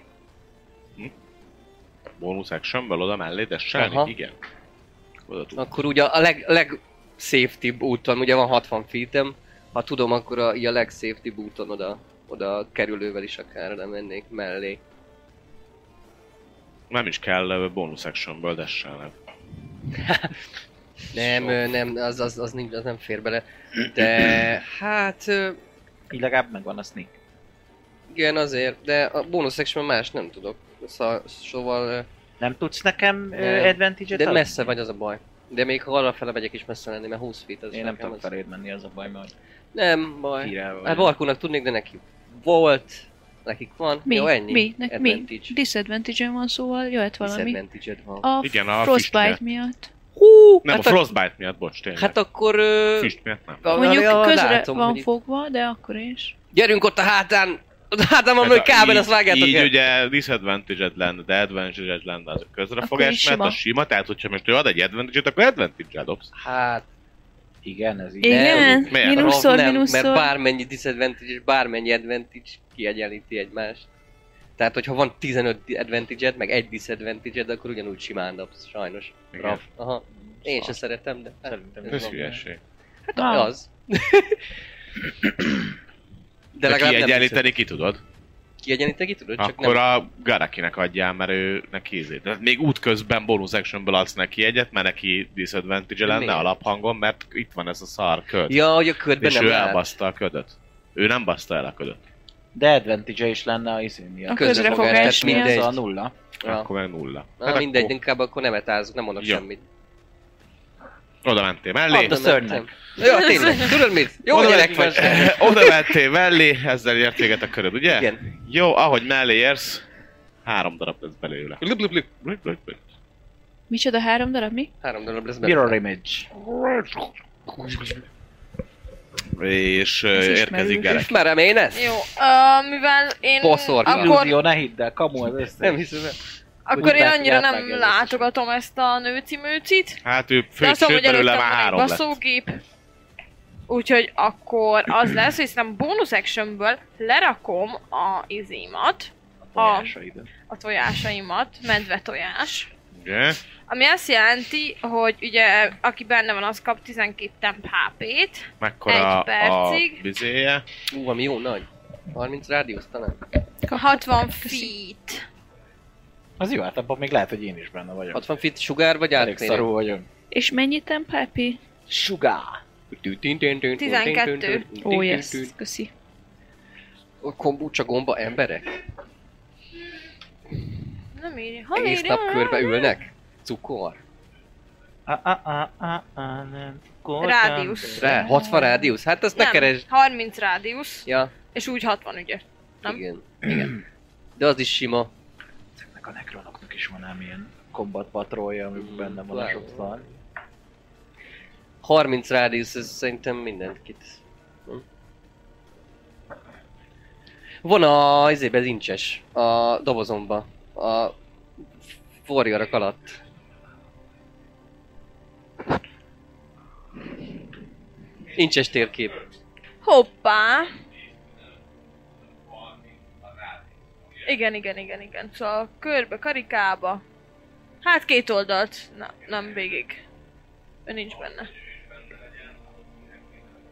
C: Bonus actionből oda mellé, de selni,
E: Aha.
C: igen. Oda tud.
E: Akkor ugye a leg, leg safety úton, ugye van 60 feetem, ha tudom, akkor a, így a leg safety úton oda, oda kerülővel is akár oda mennék mellé.
C: Nem is kell ö, bonus actionből desselned.
E: Nem, ö, nem, az, az, az, nincs, az nem fér bele. De hát ö,
B: Így legalább megvan a sneak.
E: igen azért, de a bonus action más nem tudok. Szóval, szóval ö,
B: Nem tudsz nekem
E: Nem.
B: uh, advantage-et
E: De
B: adni?
E: messze vagy az a baj. De még ha arra fele megyek is messze lenni, mert 20 feet az
B: Én nem tudok
E: az...
B: feléd menni, az a baj, mert
E: Nem baj.
B: hírával.
E: Hát Barkónak tudnék, de neki volt, nekik van.
D: Mi?
E: Jó, ennyi.
D: Mi? Ne, mi?
E: Advantage.
D: disadvantage van, szóval jöhet valami.
E: Disadvantage-ed van.
D: A
C: Igen, a
D: Frostbite
C: füst
D: miatt.
E: Hú,
C: Nem,
E: hát
C: a frostbite miatt, bocs, tényleg.
E: Hát akkor... Ö...
C: Füst miatt nem.
E: a-
D: Mondjuk
E: a- a-
D: közre
E: látom,
D: van
E: hogy itt-
D: fogva, de akkor is.
E: Gyerünk ott a hátán! Ott a hátán van, hogy
C: Tehát
E: kábel,
C: így-
E: azt vágjátok
C: Így
E: el.
C: ugye disadvantage-ed lenne, de advantage-ed lenne az a közrefogás,
D: is
C: mert
D: sima.
C: a sima, tehát hogyha most ő ad egy advantage-et, akkor advantage-el dobsz.
E: Hát,
B: Igen, ez így.
D: Igen,
C: miért?
D: minuszor,
E: Rob, Hát nem, mert
D: minuszor.
E: bármennyi disadvantage és bármennyi advantage kiegyenlíti egymást. Tehát, hogyha van 15 advantage meg egy disadvantage akkor ugyanúgy simán dobsz, sajnos.
C: Igen. Ah.
E: Raf. Aha. Én se szeretem, de hát,
B: Szerintem
E: ez
C: Ez
E: van.
C: hülyeség.
E: Hát
D: Ah.
E: az. de
C: De
E: legalább nem
C: kiegyenlíteni ki tudod.
E: disadvantage. Kiegyenlíteni ki tudod, csak
C: Akkor
E: nem.
C: a Garakinek adjál, mert ő neki ízét. Tehát még útközben bonus actionből adsz neki egyet, mert neki disadvantage
E: De
C: lenne
E: miért?
C: alaphangon, mert itt van ez a szar köd.
E: Ja, hogy a ködben
C: és
E: nem
C: ő
E: lát.
C: elbaszta a ködöt. Ő nem baszta el a ködöt.
B: De advantage is lenne a izé miatt.
D: A
E: közrefogás
D: közrefogás
E: miatt.
B: Ez
D: miatt.
B: a nulla.
E: Ja.
C: Akkor meg nulla.
E: Na,
C: Hát
E: mindegy,
C: akkor
E: inkább akkor nem etázok, nem mondok
C: Jó.
E: semmit.
C: Oda mentél mellé.
B: Add a szörnynek.
E: Jó, tényleg, tudod mit? Jó
C: oda,
E: gyerek vagy.
C: ment- oda mentél mellé, ezzel ért téged a köröd, ugye?
E: Igen.
C: Jó, ahogy mellé érsz, három darab lesz belőle. Blip, blip, blip, blip, blip, blip.
D: Micsoda, három darab mi?
E: Három darab lesz belőle.
B: Mirror image.
C: És ö,
D: Ez
C: érkezik
D: ismerős.
C: Gerek.
E: Ismerem én ezt?
F: Jó, uh, mivel én
E: Baszor,
F: akkor,
B: Illúzió, ne hidd el, kamu ez össze.
E: Nem hiszem el.
B: Úgy
F: akkor én
B: látni,
F: annyira nem
B: átvágja az
F: látogatom ezt a nőcimőcit.
C: Hát ő
F: De
C: fő,
F: azt mondom,
C: sőt,
F: hogy
C: belőle
F: előttem
C: már
F: van egy
C: három lett.
F: baszógép. Úgyhogy akkor az lesz, hogy szerintem bonus actionből lerakom a izémat, a,
B: Tojásaidat.
F: a tojásaimat, medve tojás.
C: Ugye?
F: Ami azt jelenti, hogy ugye aki benne van, az kap 12 temp HP-t.
C: Mekkora
F: Egy
C: a
F: percig.
C: bizéje.
E: Ú, ami jó nagy. 30 rádiusz talán?
F: 60 feet.
B: Az jó, hát abban még lehet, hogy én is benne vagyok.
E: 60 fit sugár vagy
B: Elég
E: átlérő?
B: szarú vagyok.
D: És mennyit temp happy?
B: Sugá!
F: 12.
D: Ó, oh, yes, köszi.
E: Kombúcsa gomba emberek?
F: Nem írja. Ha
E: Egész
F: írja?
E: nap körbe ülnek? Cukor?
F: Rádiusz.
E: Rá, 60 rádiusz? Hát azt ne
F: Nem,
E: keresd.
F: 30 rádiusz,
E: Ja,
F: és úgy 60 ugye. Nem?
E: igen. igen. De az is sima.
B: Ezeknek a nekronoknak is van ám ilyen combat patrolja, amiben benne van a
E: Lehet.
B: sokszor.
E: 30 rádiusz, ez szerintem mindenkit. Hm? Van a izébe az incses, a dobozomba, a forjarok alatt. Incses térkép.
F: Hoppá! Igen, igen, igen, igen. Szóval körbe, karikába. Hát két oldalt. Na, nem végig. Ő nincs benne.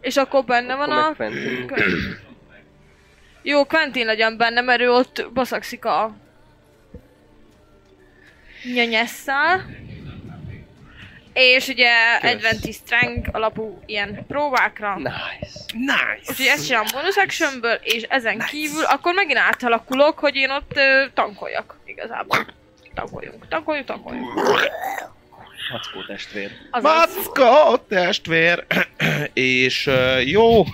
F: És akkor benne van
E: Akkor
F: a...
E: meg Quentin.
F: Quentin. Jó, Quentin legyen benne, mert ő ott baszakszik a... Nyanyesszal. És ugye
E: Kösz.
F: Adventi Strength alapú ilyen próbákra.
E: Nice.
F: Úgyhogy ezt csinálom bonus actionből, és ezen kívül akkor megint átalakulok, hogy én ott ö, tankoljak igazából. Tankoljunk, tankoljunk, tankoljunk.
B: Mackó testvér.
F: Azaz.
C: Macka testvér! És ö, jó,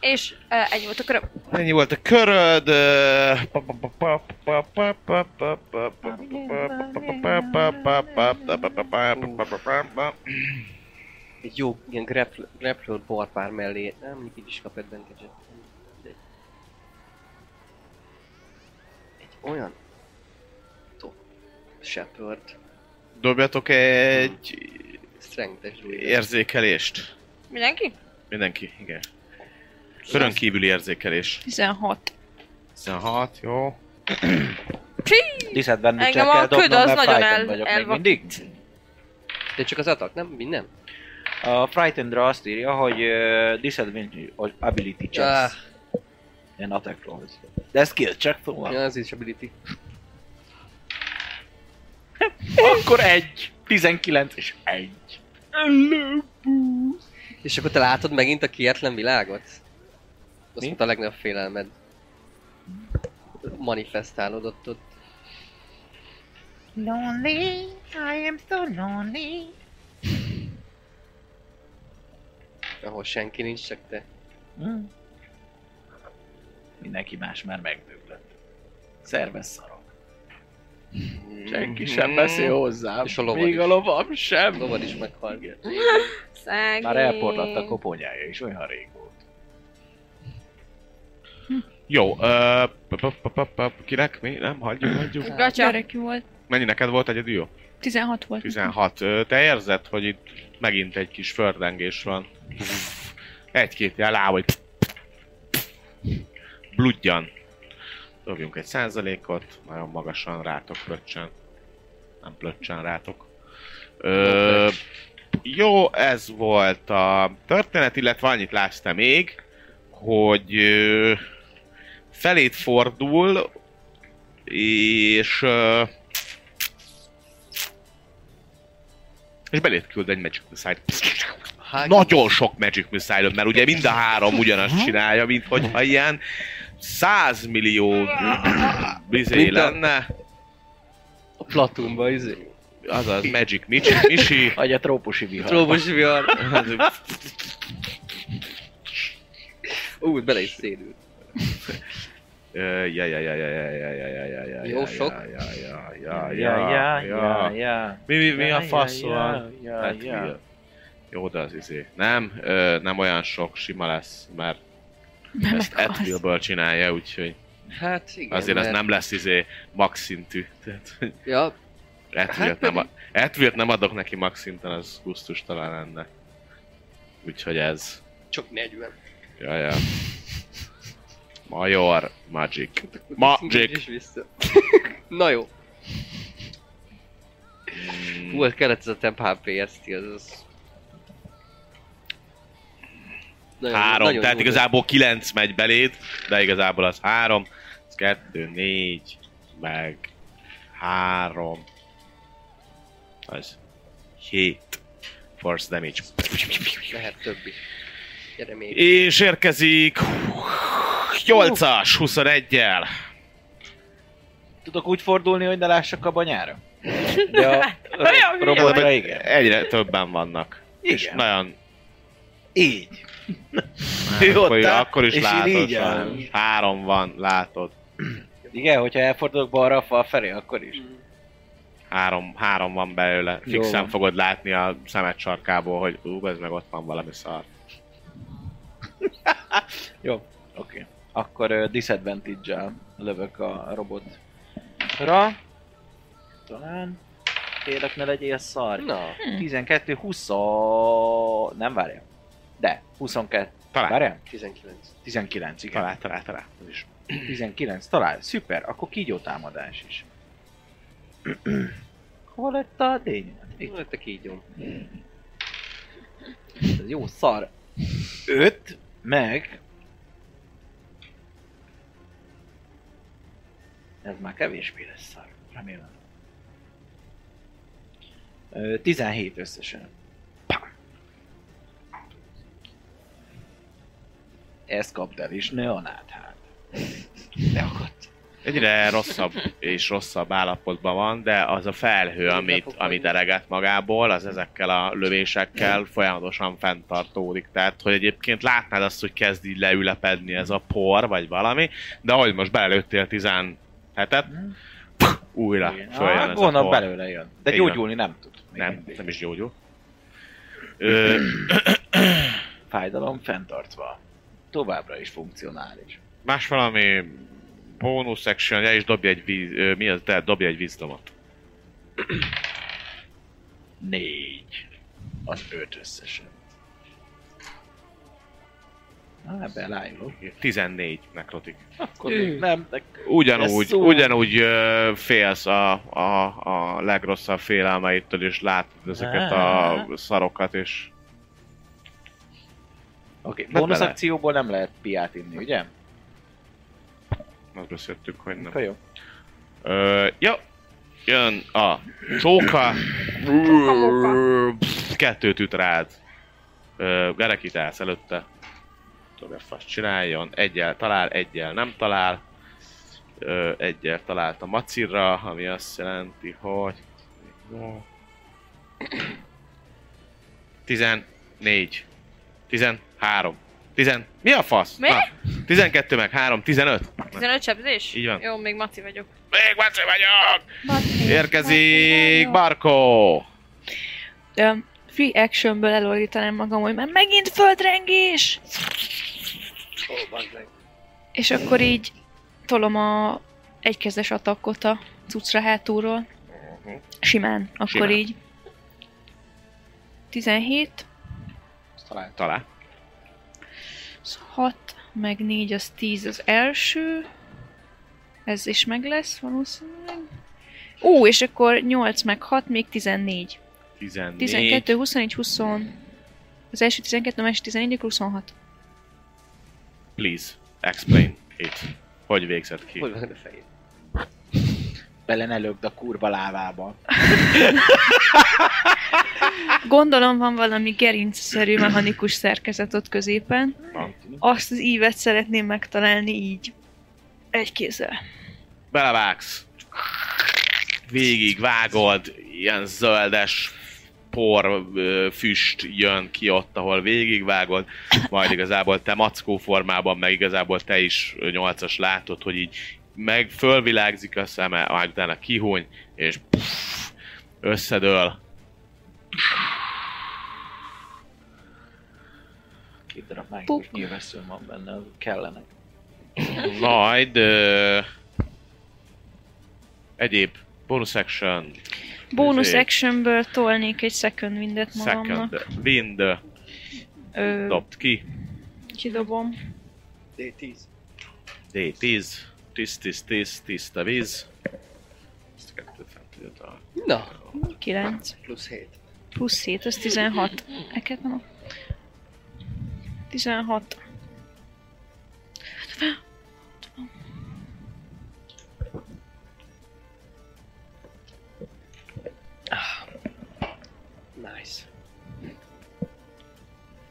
F: És ö, ennyi volt a köröm.
C: Ennyi volt a köröd. ö, pa, pa, pa, pa, pa, pa, pa, pa, pa, pa, pa, pa, pa, pa, pa, pa, pa, pa, pa, pa, pa, pa, pa.
E: Egy jó ilyen grapple- grappler barbár mellé. Nem, mindig is kap advantage Egy olyan... Top. Shepherd.
C: Dobjatok egy
E: Strength-es védelem.
C: érzékelést.
F: Mindenki?
C: Mindenki, igen. Körön kívüli érzékelés.
D: 16.
C: 16, jó.
B: Disadvantage-el
F: Engem a
B: kell
F: köd
B: dobnom,
F: az nagyon
B: mert frightened
F: el-
B: vagyok még
F: elvak-
B: mindig.
E: De csak az atak, nem? Mi nem?
B: A Frightened-ra azt írja, hogy uh, disadvantage or ability
E: Ah,
B: checks. Ilyen attack rolls. De ez skill check, szóval.
E: ja, az is ability.
B: Akkor egy. 19 és egy.
E: És akkor te látod megint a kietlen világot? Azt
B: Mi?
E: mondta a legnagyobb félelmed. Manifestálódott ott.
A: Lonely, I am so lonely.
E: ahol senki nincs, csak te.
B: Mm. Mindenki más már megdöglött. Szerves szarok. Senki sem beszél hozzám.
E: Mhm. És a lovad
B: Még
E: is.
B: a lovam sem.
E: Lovad is meghalt.
F: Szegény.
B: Már elporladt a koponyája is, olyan rég volt.
C: Jó, ö, pa, pa, pa, pa, pa, kinek? Mi? Nem, hagyjuk, hagyjuk.
F: Gacsa.
D: Gyerek volt.
C: Mennyi neked volt egyedül? Jó.
D: 16 volt.
C: 16. Ö, Te érzed, hogy itt megint egy kis fördengés van. Egy-két jel láb, hogy bludjan. Dobjunk egy százalékot, nagyon magasan rátok plöccsen. Nem plöccsen rátok. Ö, jó, ez volt a történet, illetve annyit látsz te még, hogy ö, felét fordul, és ö, és belét küld egy Magic Missile. Nagyon sok Magic missile mert ugye mind a három ugyanazt csinálja, mint hogyha ilyen 100 millió bizé
E: Mint a-
C: lenne.
E: A Platumba, izé.
C: Azaz Magic Misi, Misi
B: Vagy a trópusi vihar.
E: Tróbos vihar. Ú, bele is szédült.
C: Ö, ja, ja, ja, ja, ja, ja, ja, ja, ja, ja,
E: Jó
C: ja,
E: sok.
C: ja, ja,
B: Ja,
C: ja,
B: ja, ja,
C: ja.
B: ja, ja.
C: Mi, mi, mi
B: Ja,
C: a fasz
B: ja,
C: van?
B: ja,
C: Hát,
B: ja.
C: hülye. Jó, de az izé. Nem, ö, nem olyan sok, sima lesz, mert
D: Mert
C: ezt
D: meghalsz.
C: Etville-ből csinálja, úgyhogy
E: Hát igen,
C: azért ez
E: mert-
C: nem lesz izé max szintű. Tehát, hogy
E: Ja,
B: Hát,
C: Etvilt nem, a- Etvilt nem adok neki max szinten, az gusztus talán lenne. Úgyhogy ez.
E: Csak 40.
C: Ja, ja. Major Magic. Magic.
E: És vissza. Na jó. Hú, ez kellett ez a temp HP, ez ti, ez az... Nagyon-
C: Három,
E: nagyon
C: tehát
E: jó
C: igazából kilenc megy beléd, de igazából az három, az kettő, négy, meg három, az hét force damage.
E: volt. Lehet több is. Gyere még.
C: És érkezik 8-as, 21-el.
B: Tudok úgy fordulni, hogy ne lássak a banyára? De a
F: Olyan
B: ro-
F: hülye
B: robotra
F: vagy.
B: igen.
C: Egyre többen vannak. És
B: Igen.
C: nagyon...
B: Így. Ő ott
C: Akkor,
B: áll,
C: akkor is
B: és én
C: látod.
B: így állom.
C: sajnos. Három van, látod.
B: Igen, hogyha elfordulok balra a fal felé, akkor is.
C: Három, három van belőle.
B: Jó
C: Fixen
B: van.
C: fogod látni a szemed sarkából, hogy ú, ez meg ott van valami szar.
B: Jó, oké. Okay. Akkor uh, disadvantage-el lövök a robotra. Talán. Kérlek, ne legyél szar.
E: Na,
B: 12, 20... Nem várjál. De, 22.
C: Talán.
B: Várjál?
E: 19.
B: 19, igen.
C: Talál, talál, talál. Ez is.
B: 19, talál. Szuper, akkor kígyó támadás is. Hol lett a dény? Itt,
E: Itt lett a kígyom.
B: ez jó szar. 5, meg... Ez már kevésbé lesz szar, remélem. Ö, 17 összesen. Pá. Ezt kapd el, és ne anád hát. Beakadt.
C: Egyre rosszabb és rosszabb állapotban van, de az a felhő, amit, amit ereget magából, az ezekkel a lövésekkel folyamatosan fenntartódik. Tehát, hogy egyébként látnád azt, hogy kezd így leülepedni ez a por, vagy valami, de ahogy most belelőttél 17-et, újra
B: Mhm. Igen.
C: följön
B: Ah,
C: ez a
B: gondolom
C: por.
B: belőle jön. De
C: Igen.
B: gyógyulni nem tud. Még
C: Nem,
B: mindig.
C: nem is gyógyul. Ö,
B: Fájdalom fenntartva. Továbbra is funkcionális.
C: más valami bónusz action, ja, és dobj egy víz, ö, mi az, de dobj egy vízdomot.
B: Négy. Az öt összesen. Na, ebben rájulok.
C: 14 nekrotik.
B: Akkor még nem, de
C: Ugyanúgy,
B: Ez szó.
C: ugyanúgy ö, félsz a, a, a legrosszabb félelmeittől, és látod ezeket a szarokat, és
B: Oké, okay.
C: Nem
B: bónusz
C: Hát bele.
B: akcióból nem lehet piát inni, ugye?
C: azt beszéltük, hogy nem.
B: Akkor jó.
C: Ö, jó, jön a csóka, kettőt üt rád. Ö, Gerekit állsz előtte. Tudom, hogy fast csináljon. Egyel talál, egyel nem talál. Ö, egyel talált a macira, ami azt jelenti, hogy... 14. 13. 10. Mi a fasz?
F: Mi?
C: 12 meg 3, 15.
F: 15 sebzés?
C: Így van.
F: Jó, még Maci vagyok.
C: Még maci vagyok!
D: Maci,
C: Érkezik
D: Maci,
C: Barkó!
D: Ö, Free actionből elordítanám magam, hogy már megint földrengés!
E: Hol van meg?
D: És akkor így tolom a egykezdes atakot a cuccra hátulról. Simán, akkor
C: Simán.
D: így. 17,
B: Azt talán
C: Talál.
D: az 6, meg 4, az 10 az első. Ez is meg lesz valószínűleg. Ú, és akkor 8 meg 6, még 14.
C: 14.
D: 12, 24, 20. Az első 12, a másik 14, akkor 26.
C: Please, explain it. Hogy végzed ki?
E: Hol van a fején?
B: bele ne lögd a kurva lávába.
D: Gondolom van valami gerincszerű mechanikus szerkezet ott középen.
C: Van.
D: Azt az ívet szeretném megtalálni így. Egy kézzel.
C: Belevágsz. Végig vágod, ilyen zöldes por ö, füst jön ki ott, ahol végigvágod, majd igazából te mackó formában, meg igazából te is ö, nyolcas látod, hogy így meg fölvilágzik a szeme, majd utána kihúny, és pff, összedől,
B: Két darab mágikus nyilvesszőm van benne, azok kellenek.
C: Majd ö, egyéb bonus action,
D: Bónusz
C: Izé.
D: actionből tolnék egy second windet magamnak.
C: second, wind,
D: Ö,
C: Dobt ki.
D: kidobom.
E: D10.
C: D10. 10, 10, 10, tiszta víz. Ezt a kettőt fent tudja találni.
E: Na,
D: 9
E: plusz 7.
D: plusz 7, az 16. Eket nem. a- 16.
E: Nice.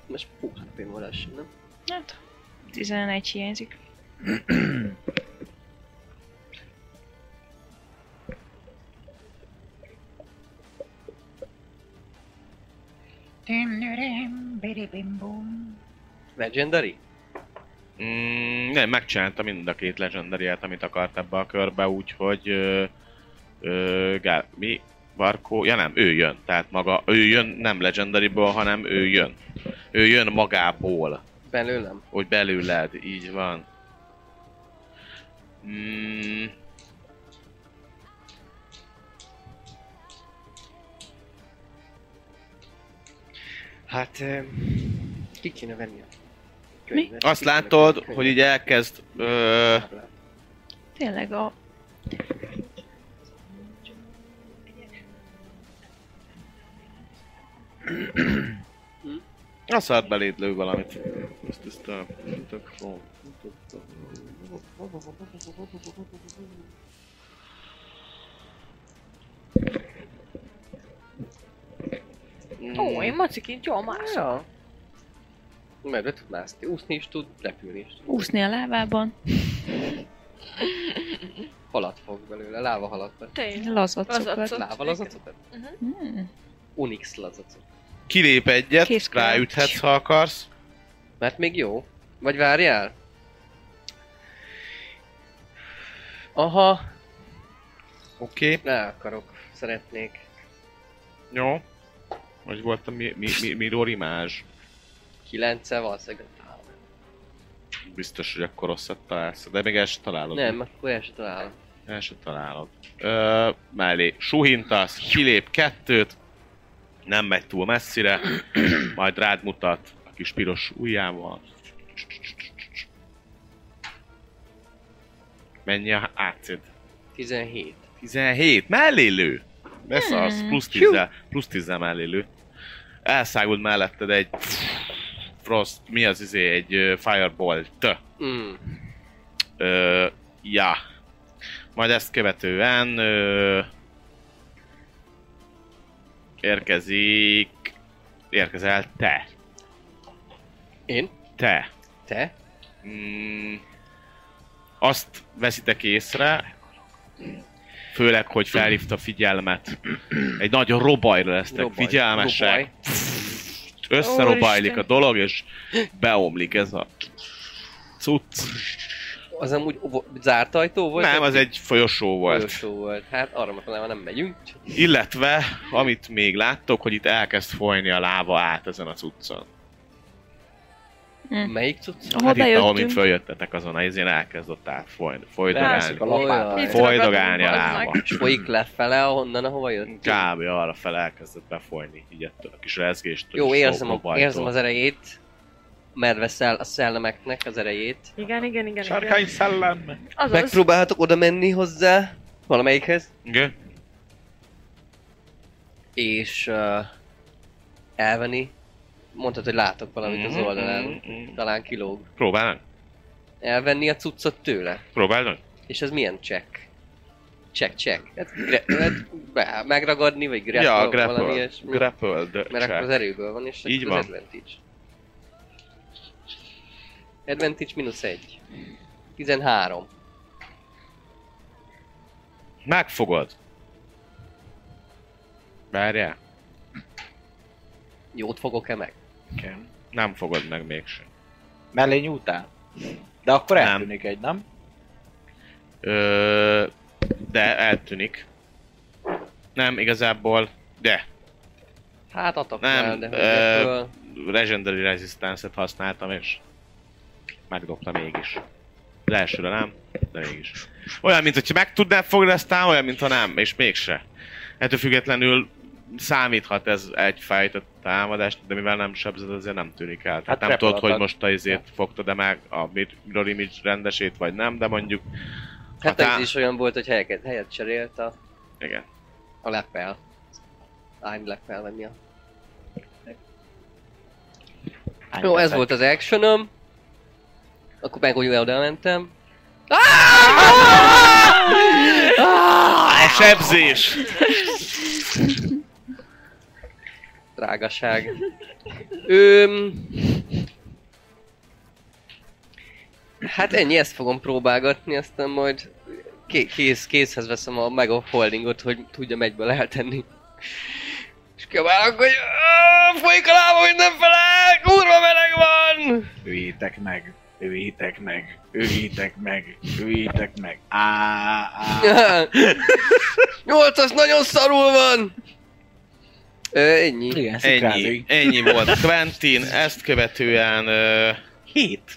E: Most hú, hát én valássan, nem?
D: Hát, 11 hiányzik.
E: Legendary?
C: Mm, nem, megcsinálta mind a két legendariát, amit akart ebbe a körbe, úgyhogy... Ö, ö, Gál, mi? Barkó? Ja nem, ő jön. Tehát maga, ő jön nem legendaryből, hanem ő jön. Ő jön magából.
E: Belőlem.
C: Hogy belőled, így van. Mm.
E: Hát... em, Ki kéne venni a könyvet?
C: Azt
E: Ki kéne
C: látod,
E: venni a
C: hogy így
E: könyvet?
C: elkezd ö,
E: Táblát.
D: Tényleg a...
C: eh, A szart beléd lő valamit. Ezt ezt a...
F: Ó, én macikint jól mászok.
E: Ja. Mert ő tud mászni, úszni is tud, repülni is tud.
D: Úszni a lávában.
E: Halat fog belőle, láva halat. vagy
F: Tényleg.
D: Lazacokat.
F: Lazacok.
E: Láva lazacot?
D: Hmm.
E: Onyx lazacot.
C: Kilép egyet,
D: Kézkör.
C: ráüthetsz, ha akarsz.
E: Mert még jó. Vagy várjál? Aha,
C: Oké. Okay.
E: ne akarok, szeretnék.
C: Jó. Hogy volt a mi, mi, mi, mi rorimázs?
E: Kilence valószínűleg találom.
C: Biztos, hogy akkor rosszat találsz, de még el sem találod.
E: Nem, akkor el sem találom.
C: El sem találod. Ö, mellé suhintasz, kilép kettőt, nem megy túl messzire, majd rád mutat a kis piros ujjával. Mennyi a ac
E: 17.
C: 17, mellélő! Beszarsz,
D: Hmm.
C: plusz 10, plusz 10 mellélő. Elszágult melletted egy frost, mi az izé, egy ö, firebolt.
E: Mm.
C: Ö, ja. Majd ezt követően ö, érkezik, érkezel te.
E: Én?
C: Te.
E: Te?
C: Mm, azt veszitek észre, főleg, hogy felhívta figyelmet. Egy nagy robajra lesztek
E: Robaj.
C: figyelmesek.
E: Robaj.
C: Összerobajlik a
D: Úristen.
C: dolog, és beomlik ez a cucc.
E: Az amúgy ovo- zárt ajtó volt?
C: Nem, az egy folyosó volt.
E: Folyosó volt. Hát arra mondanám, nem megyünk. csak-
C: Illetve, amit még láttok, hogy itt elkezd folyni a láva át ezen a cuccon.
D: Hm.
E: Melyik cucc?
D: Ahol
C: hát itt, ahol mint
D: bejöttünk,
C: följöttetek azon a izén, elkezdott át folyni, folydogálni.
E: Bemászik a lapát.
F: Olyan.
C: Folydogálni a
F: Bazd
C: láva.
F: meg.
E: És folyik lefele, ahonnan, ahova jött.
C: Kb. arra fel elkezdett befolyni, így ettől a kis rezgéstől.
E: Jó,
C: és
E: érzem, a,
C: robbantótól.
E: érzem az erejét. Merve szel, a szellemeknek az erejét.
F: Igen, igen, igen, igen.
C: Sárkány szellem!
F: Azaz.
E: Megpróbálhatok oda menni hozzá valamelyikhez,
C: Igen?
E: és uh, elvenni. Mondtad, hogy látok valamit az
C: Mhm,
E: oldalán.
C: mhm, mhm.
E: Talán kilóg.
C: Próbálnak?
E: Elvenni a cuccot tőle.
C: Próbálnak?
E: És ez milyen check? Check, check. Hát, gre- hát be- megragadni, vagy grapple,
C: ja,
E: valami
C: grapple.
E: ilyesmi.
C: Grapple, de
E: Mert akkor az
C: check.
E: erőből van, és
C: Így
E: akkor az
C: van.
E: advantage. Advantage mínusz egy. 13.
C: Megfogod. Várjál.
E: Jót fogok-e meg?
B: Igen.
C: Nem fogod meg mégsem.
B: Mellé nyúltál? De akkor
C: Nem.
B: eltűnik egy, nem?
C: Ö, de eltűnik. Nem, igazából, de.
E: Hát atak
C: Nem,
E: el, de hogy
C: ö,
E: ebből-
C: Legendary Resistance-et használtam, és megdobta mégis. Az elsőre nem, de mégis. Olyan, mint hogyha meg tudnál fogni, aztán olyan, mintha nem, és mégse. Ettől függetlenül számíthat ez egyfajta támadást, de mivel nem sebzed, azért nem tűnik el. Tehát
B: Hát
C: nem tudod, hogy
B: repel attack.
C: most a izét fogtad-e meg a mirror image rendesét, vagy nem, de mondjuk... ha
E: Hát ez is olyan volt, hogy helyet, helyet cserélt a,
C: Igen.
E: a leppel. Ein leppel, vagy mi a... Jó, ez volt az actionöm. Akkor meg úgy oda mentem.
C: A sebzés!
E: Drágaság. Öm... Hát ennyi, ezt fogom próbálgatni, aztán majd ké- kész, készhez veszem a mega holdingot, hogy tudjam egyből eltenni. És kiabálok, hogy "Áh, folyik a lába mindenfele, kurva meleg van!
B: Üljétek meg, üljétek meg, üljétek meg, üljétek meg. Á, á.
E: Nyolcas nagyon szarul van! Ö, ennyi.
B: Igen,
C: Ennyi,
B: szikrálni.
C: ennyi volt Quentin, ezt követően ö,
B: Hét.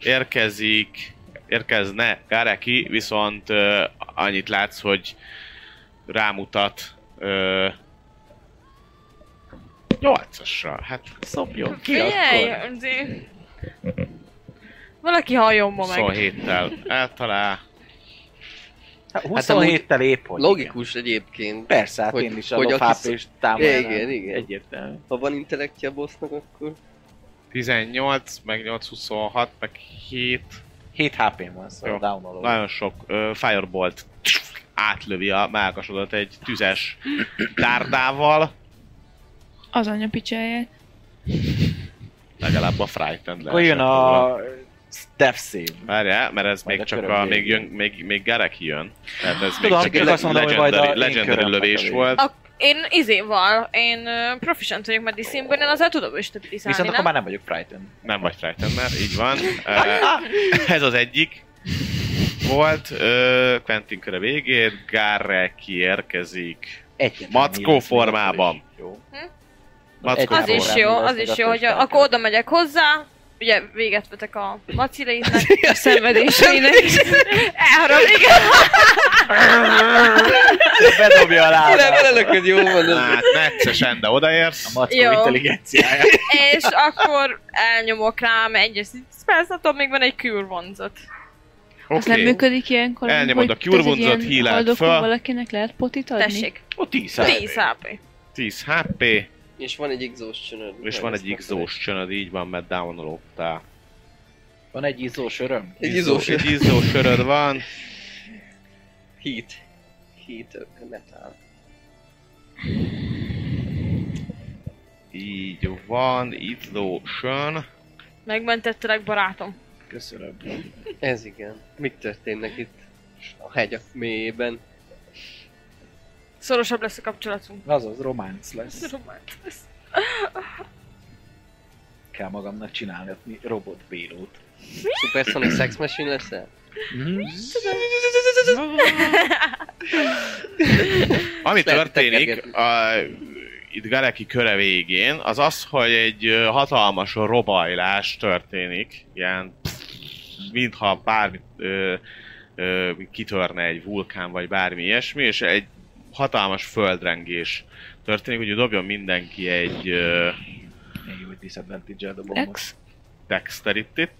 C: érkezik, érkezne Gareki, viszont ö, annyit látsz, hogy rámutat ö, 8-asra. Hát szopjon ki akkor.
F: Figyelj, Zé. Valaki halljon ma meg.
C: 27-tel eltalál.
B: Hát
E: amúgy
B: 27-tel épp hogy. igen.
E: Logikus egyébként.
B: Persze, hát
E: Hogy-
B: én is
E: hogy
B: adok
E: aki
B: HP és támadnám.
E: Igen, igen.
B: Egyértelmű.
E: Ha van intellektja a bossnak, akkor...
C: 18, meg 8, 26, meg 7.
B: 7 HP-n van, szóval
C: Jó.
B: down
C: Nagyon sok ö, firebolt átlövi a melkasodat egy tüzes dárdával.
D: Az anya picsáját.
C: Legalább a frightened
B: Akkor jön
C: leesett
B: a Death Save.
C: Várjál, mert ez
B: Majd
C: még
B: a
C: csak
B: köröm
C: a, még,
B: végén.
C: jön, még, még Garek jön. Tehát ez még
B: Tudom, csak
C: csak egy
B: azt mondom, hogy majd a
C: legendary,
B: én
C: legendary
B: köröm
C: lövés
B: fog a
C: volt.
F: A, én izéval, én ö, proficient vagyok medicine-ben, én azzal tudom is stabilizálni,
B: Viszont
F: nem?
B: akkor már nem vagyok frightened.
C: Nem vagy Frightened, így van. Eh, ez az egyik volt. Ö, Quentin köre végén, Garek érkezik.
B: Egyetlen
C: Mackó
B: nyilván,
C: formában.
B: Jó.
C: Mackó
F: Az
B: Egyetlen
F: is
C: volt.
F: jó,
B: Korábban
F: az is jó,
B: igazgatás
F: hogy a- akkor oda megyek hozzá, ugye véget vetek a macilétnek,
D: A szenvedéseinek.
F: elharom, igen,
B: Bedobja
E: Nem,
B: a lábát.
E: belelököd, jó van. az-
C: Hát neccesen, de
B: A
C: odaérsz.
B: mackó
F: Jó.
B: intelligenciája.
F: és akkor elnyomok rám egyes persze, attól még van egy kürvonzat.
D: Az nem
C: Oké.
D: működik ilyenkor,
C: Elnyomod a Cure Wounds-ot, healed
D: haldokon
C: föl.
D: valakinek lehet potit adni?
F: Tessék,
B: Ó, 10
F: 10 HP.
C: 10 HP,
E: És van egy igzós csönöd.
C: és van egy igzós csönöd, így van, mert downloadtál.
B: Van egy izzós öröm.
E: Egy izós
C: Egy izzós köröd van.
E: hit. Hit metal.
C: Így van, izzósön.
F: Megmentettelek, barátom.
B: Köszönöm.
E: Ez igen. Mit történnek itt? A hegyek mélyében.
F: Szorosabb lesz a kapcsolatunk.
B: Azaz, románc lesz.
F: Románc lesz.
B: Kell magamnak csinálni robotbírót.
E: Supersonic Sex Machine leszel?
C: Ami
E: Ezt lehet
C: történik
E: tekergetni.
C: a, itt Gareki köre végén, az az, hogy egy ö, hatalmas robajlás történik, ilyen mintha bármi ö, ö, kitörne egy vulkán, vagy bármi ilyesmi, és egy hatalmas földrengés történik, hogy dobjon mindenki egy ö,
B: Én jó, hogy disadvantage dobom most.
D: Ex?
C: dexteritit.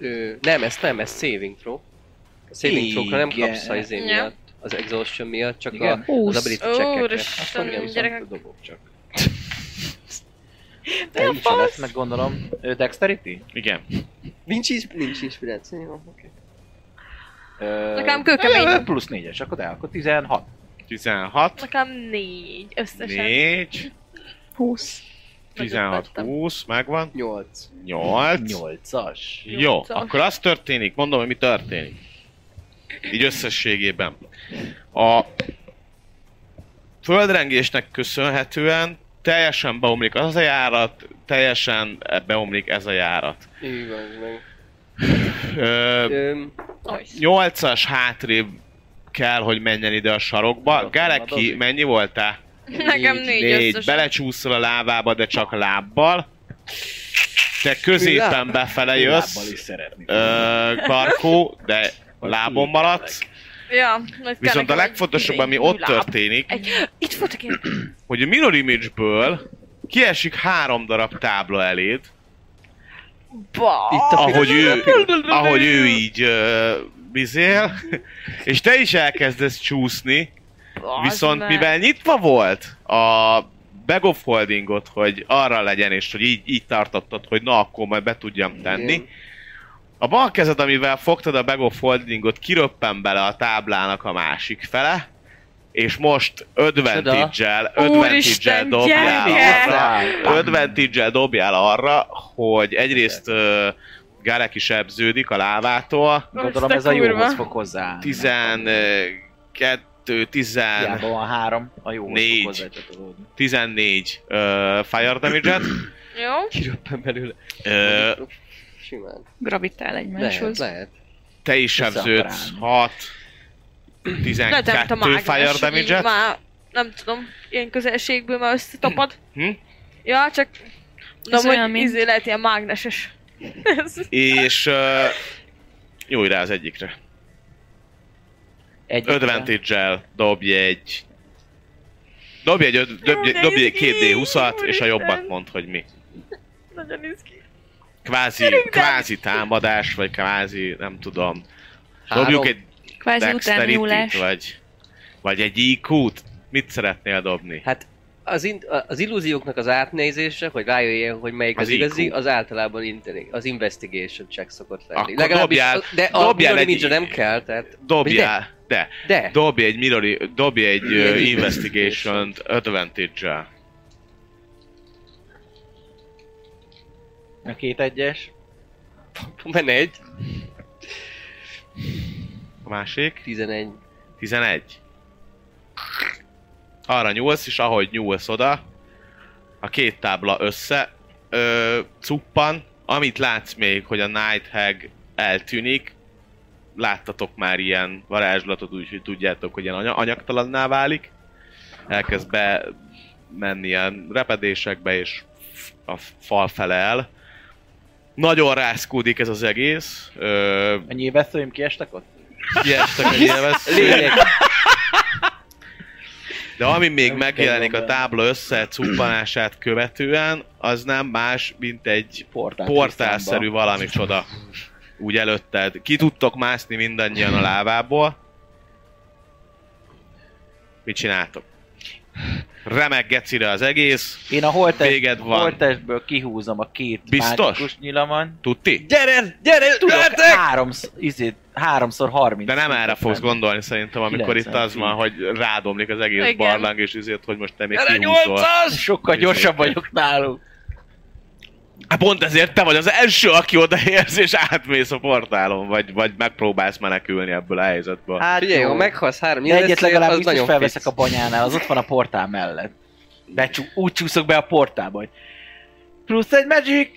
E: Ö, nem, ez nem, ez saving throw. A saving throw nem
B: Igen.
E: kapsz a izé
F: Ja.
E: miatt. Az exhaustion miatt, csak
B: Igen.
E: a, az
D: Húsz.
E: ability check
F: Úristen,
E: Igen,
F: gyerekek.
B: Viszont dobok csak. De nincs lesz, meg gondolom. Ö, Dexterity?
C: Igen.
E: Nincs, is, nincs inspiráció, jó, oké.
B: Ö,
F: Nekem kőkemény.
B: ö, Plusz 4-es, akkor de, akkor 16.
C: 16,
F: Nekem négy összesen.
C: 4,
D: 20.
C: 16,
F: vettem.
C: 20, megvan,
E: Nyolc.
C: 8,
B: 8-as.
C: Jó,
F: Nyolcas.
C: akkor az történik, mondom, hogy mi történik. Így összességében. A földrengésnek köszönhetően teljesen beomlik az a járat, teljesen beomlik ez a járat.
E: Így van, meg.
C: Ö,
E: Öm,
F: Nice.
C: nyolcas hátrébb kell, hogy menjen ide a sarokba.
B: Adott,
C: Gareki,
B: adott.
C: mennyi voltál?
F: Nekem négy,
C: Négy.
F: összesen.
C: Belecsúszol a lábába, de csak lábbal. Te középen befele
B: Lábbal
C: jössz.
B: is szeretni.
C: Ö, Barkó, de lábon maradsz.
F: Ja, majd kell
C: Viszont a
F: nekem egy
C: legfontosabb,
F: izé,
C: ami ott
F: láb.
C: történik,
F: Egy, itt voltak én.
C: hogy a Mirror Image-ből kiesik három darab tábla eléd,
F: Ba.
E: Itt a-
C: ahogy ő, ahogy ő így ö, bizél, és te is elkezdesz csúszni,
F: Bazd
C: Viszont
F: meg.
C: mivel nyitva volt a bag of holdingot, hogy arra legyen, és hogy így, így tartottad, hogy na akkor majd be tudjam tenni.
E: Igen.
C: A bal kezed, amivel fogtad a bag of holdingot, kiröppen bele a táblának a másik fele, és most advantage-el, advantage-el
F: Úristen,
C: dobjál
F: gyereke!
C: arra, advantage-el dobjál arra, hogy egyrészt uh, Garek is ebződik a lávától,
B: Gondolom
F: Azt a
B: ez a
F: kurva.
B: jóhoz fog hozzá.
C: 12, 10,
B: Hiába van három, a jóhoz
C: Négy.
B: fog hozzácsatolódni.
C: 14 uh, fire damage-et.
F: Jó?
E: Kiröppen belőle.
C: Ö,
E: Simán.
D: Gravitál
E: Lehet,
D: egymáshoz.
E: lehet.
C: te is
B: Összeakar
C: sebződsz
B: állni.
C: 6,
F: Lehet, mint a
C: 12
F: mágnes,
C: fire
F: így
C: damage-et.
F: Már, nem tudom, ilyen közelségből már összetapad.
C: Hm?
F: Ja, csak... Na,
D: Ez olyan,
F: hogy
D: mint-
F: izé lehet ilyen mágneses. Ez-
C: És ö, jó rá az egyikre.
B: Egy
C: Advantage-el dobj egy... Dobj egy, öd, dobj,
F: de
C: dobj egy
F: izgi,
C: 2D20-at, és a jobbat
F: úristen.
C: mond, hogy mi.
F: Nagyon néz ki.
C: Kvázi, kvázi támadás, vagy kvázi, nem tudom.
E: Három.
C: Dobjuk egy
D: Kvázi
C: dexterity
D: utánnyúlás.
C: vagy, vagy egy IQ-t. Mit szeretnél dobni?
E: Hát az, in- az illúzióknak az átnézése, hogy rájöjjön, hogy melyik az,
C: Az
E: az igazi,
C: IQ.
E: az általában interi- az investigation check szokott lenni.
C: Akkor dobjál-
E: de a
C: dobjál
E: dobjál
C: egy-
E: egy... nem kell, tehát...
C: Dobjál, de.
E: De, de.
C: Dobj egy, mirror, dobj egy
E: Igen,
C: uh, investigation advantage-el.
B: A két egyes.
E: Menne egy.
C: A másik,
E: 11.
C: 11. Arra nyúlsz, és ahogy nyúlsz oda, a két tábla össze ö, cuppan. Amit látsz még, hogy a Nighthag eltűnik, láttatok már ilyen varázslatot, úgyhogy tudjátok, hogy ilyen anya- anyagtalanná válik. Elkezd be menni ilyen repedésekbe, és a fal fele el. Nagyon rászkódik ez az egész. Ö,
B: A nyilvesszőim kiestek ott?
C: Kiestek a nyilvesszők.
E: Lélek.
C: De ami még
B: Nem
C: megjelenik a
B: tudom, de-
C: tábla összecuppanását követően, az nem más, mint egy
B: Portál.
C: portálszerű valami csoda. Úgy előtted. Ki tudtok mászni mindannyian a lávából. Mit csináltok? Remek gecire az egész.
B: Én a holtest,
C: Véged van.
B: holtestből kihúzom a két
C: Biztos?
B: mágikus nyilaman.
C: Tuti?
B: Gyere, gyere, tudok háromszor, izé, háromszor harminc.
C: De nem erre fogsz gondolni szerintem, amikor itt az van, hogy rádomlik az egész
F: Igen.
C: barlang, és ezért, hogy most te még kihúzol.
B: Sokkal gyorsabb vagyok náluk.
C: Hát pont ezért te vagy az első, aki odaérsz és átmész a portálon, vagy, vagy megpróbálsz menekülni ebből a helyzetből.
B: Hát
E: Figyelj,
B: jó.
E: ha meghalsz három
B: De egyet
E: nyilvesszőjel,
B: legalább
E: az
B: biztos
E: nagyon
B: felveszek
E: felveszek
B: a banyánál, az ott van a portál mellett. Becsú, úgy csúszok be a portálba, hogy plusz egy magic,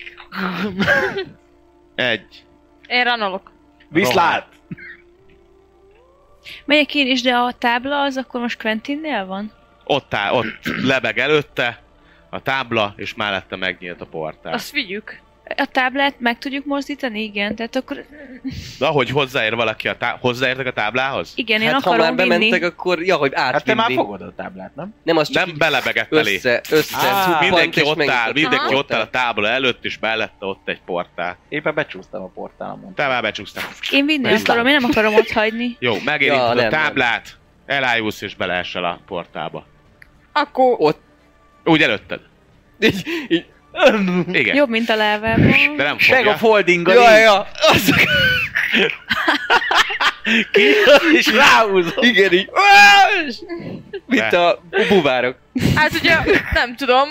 C: Egy.
F: Én ranolok.
B: viszlát!
D: Megyek én is, de a tábla az akkor most Quentinnél van?
C: Ott áll, ott lebeg előtte a tábla, és mellette megnyílt a portál.
F: Azt vigyük.
D: A táblát meg tudjuk mozdítani? Igen, tehát akkor
C: De ahogy hozzáér valaki a tá- hozzáértek a táblához?
D: igen, én
E: Hát ha már
D: akarom
E: bementek,
D: vinni.
E: akkor ja, hogy átvinni.
B: Hát te már fogod a táblát, nem?
E: Nem, az csak
C: Nem
E: így
C: belebegett elé.
E: össze, össze.
B: Á,
E: cuppant,
C: Mindenki
E: és
C: ott
E: megint
C: áll, mindenki
F: Aha.
C: ott áll a tábla előtt, és mellette ott egy portál.
B: Éppen becsúsztam a portálon.
C: Te már becsúsztál.
D: Én vinni
B: Viszlát.
D: akarom, én nem akarom ott hagyni.
C: Jó,
E: Ja,
C: megérintod
E: nem,
C: a
E: nem.
C: táblát, elájulsz és beleesel a portálba.
F: Akkor...
C: Úgy előtted.
E: Így, így.
C: Igen.
D: Jobb, mint a lávában.
C: De nem
B: Meg a
C: fogja.
B: foldingon
E: Ja,
B: így,
E: ja, az,
B: és ráhúzom.
E: igen, így. Á, és- Mint
C: Ne.
E: a buvárok.
F: Hát ugye, nem tudom,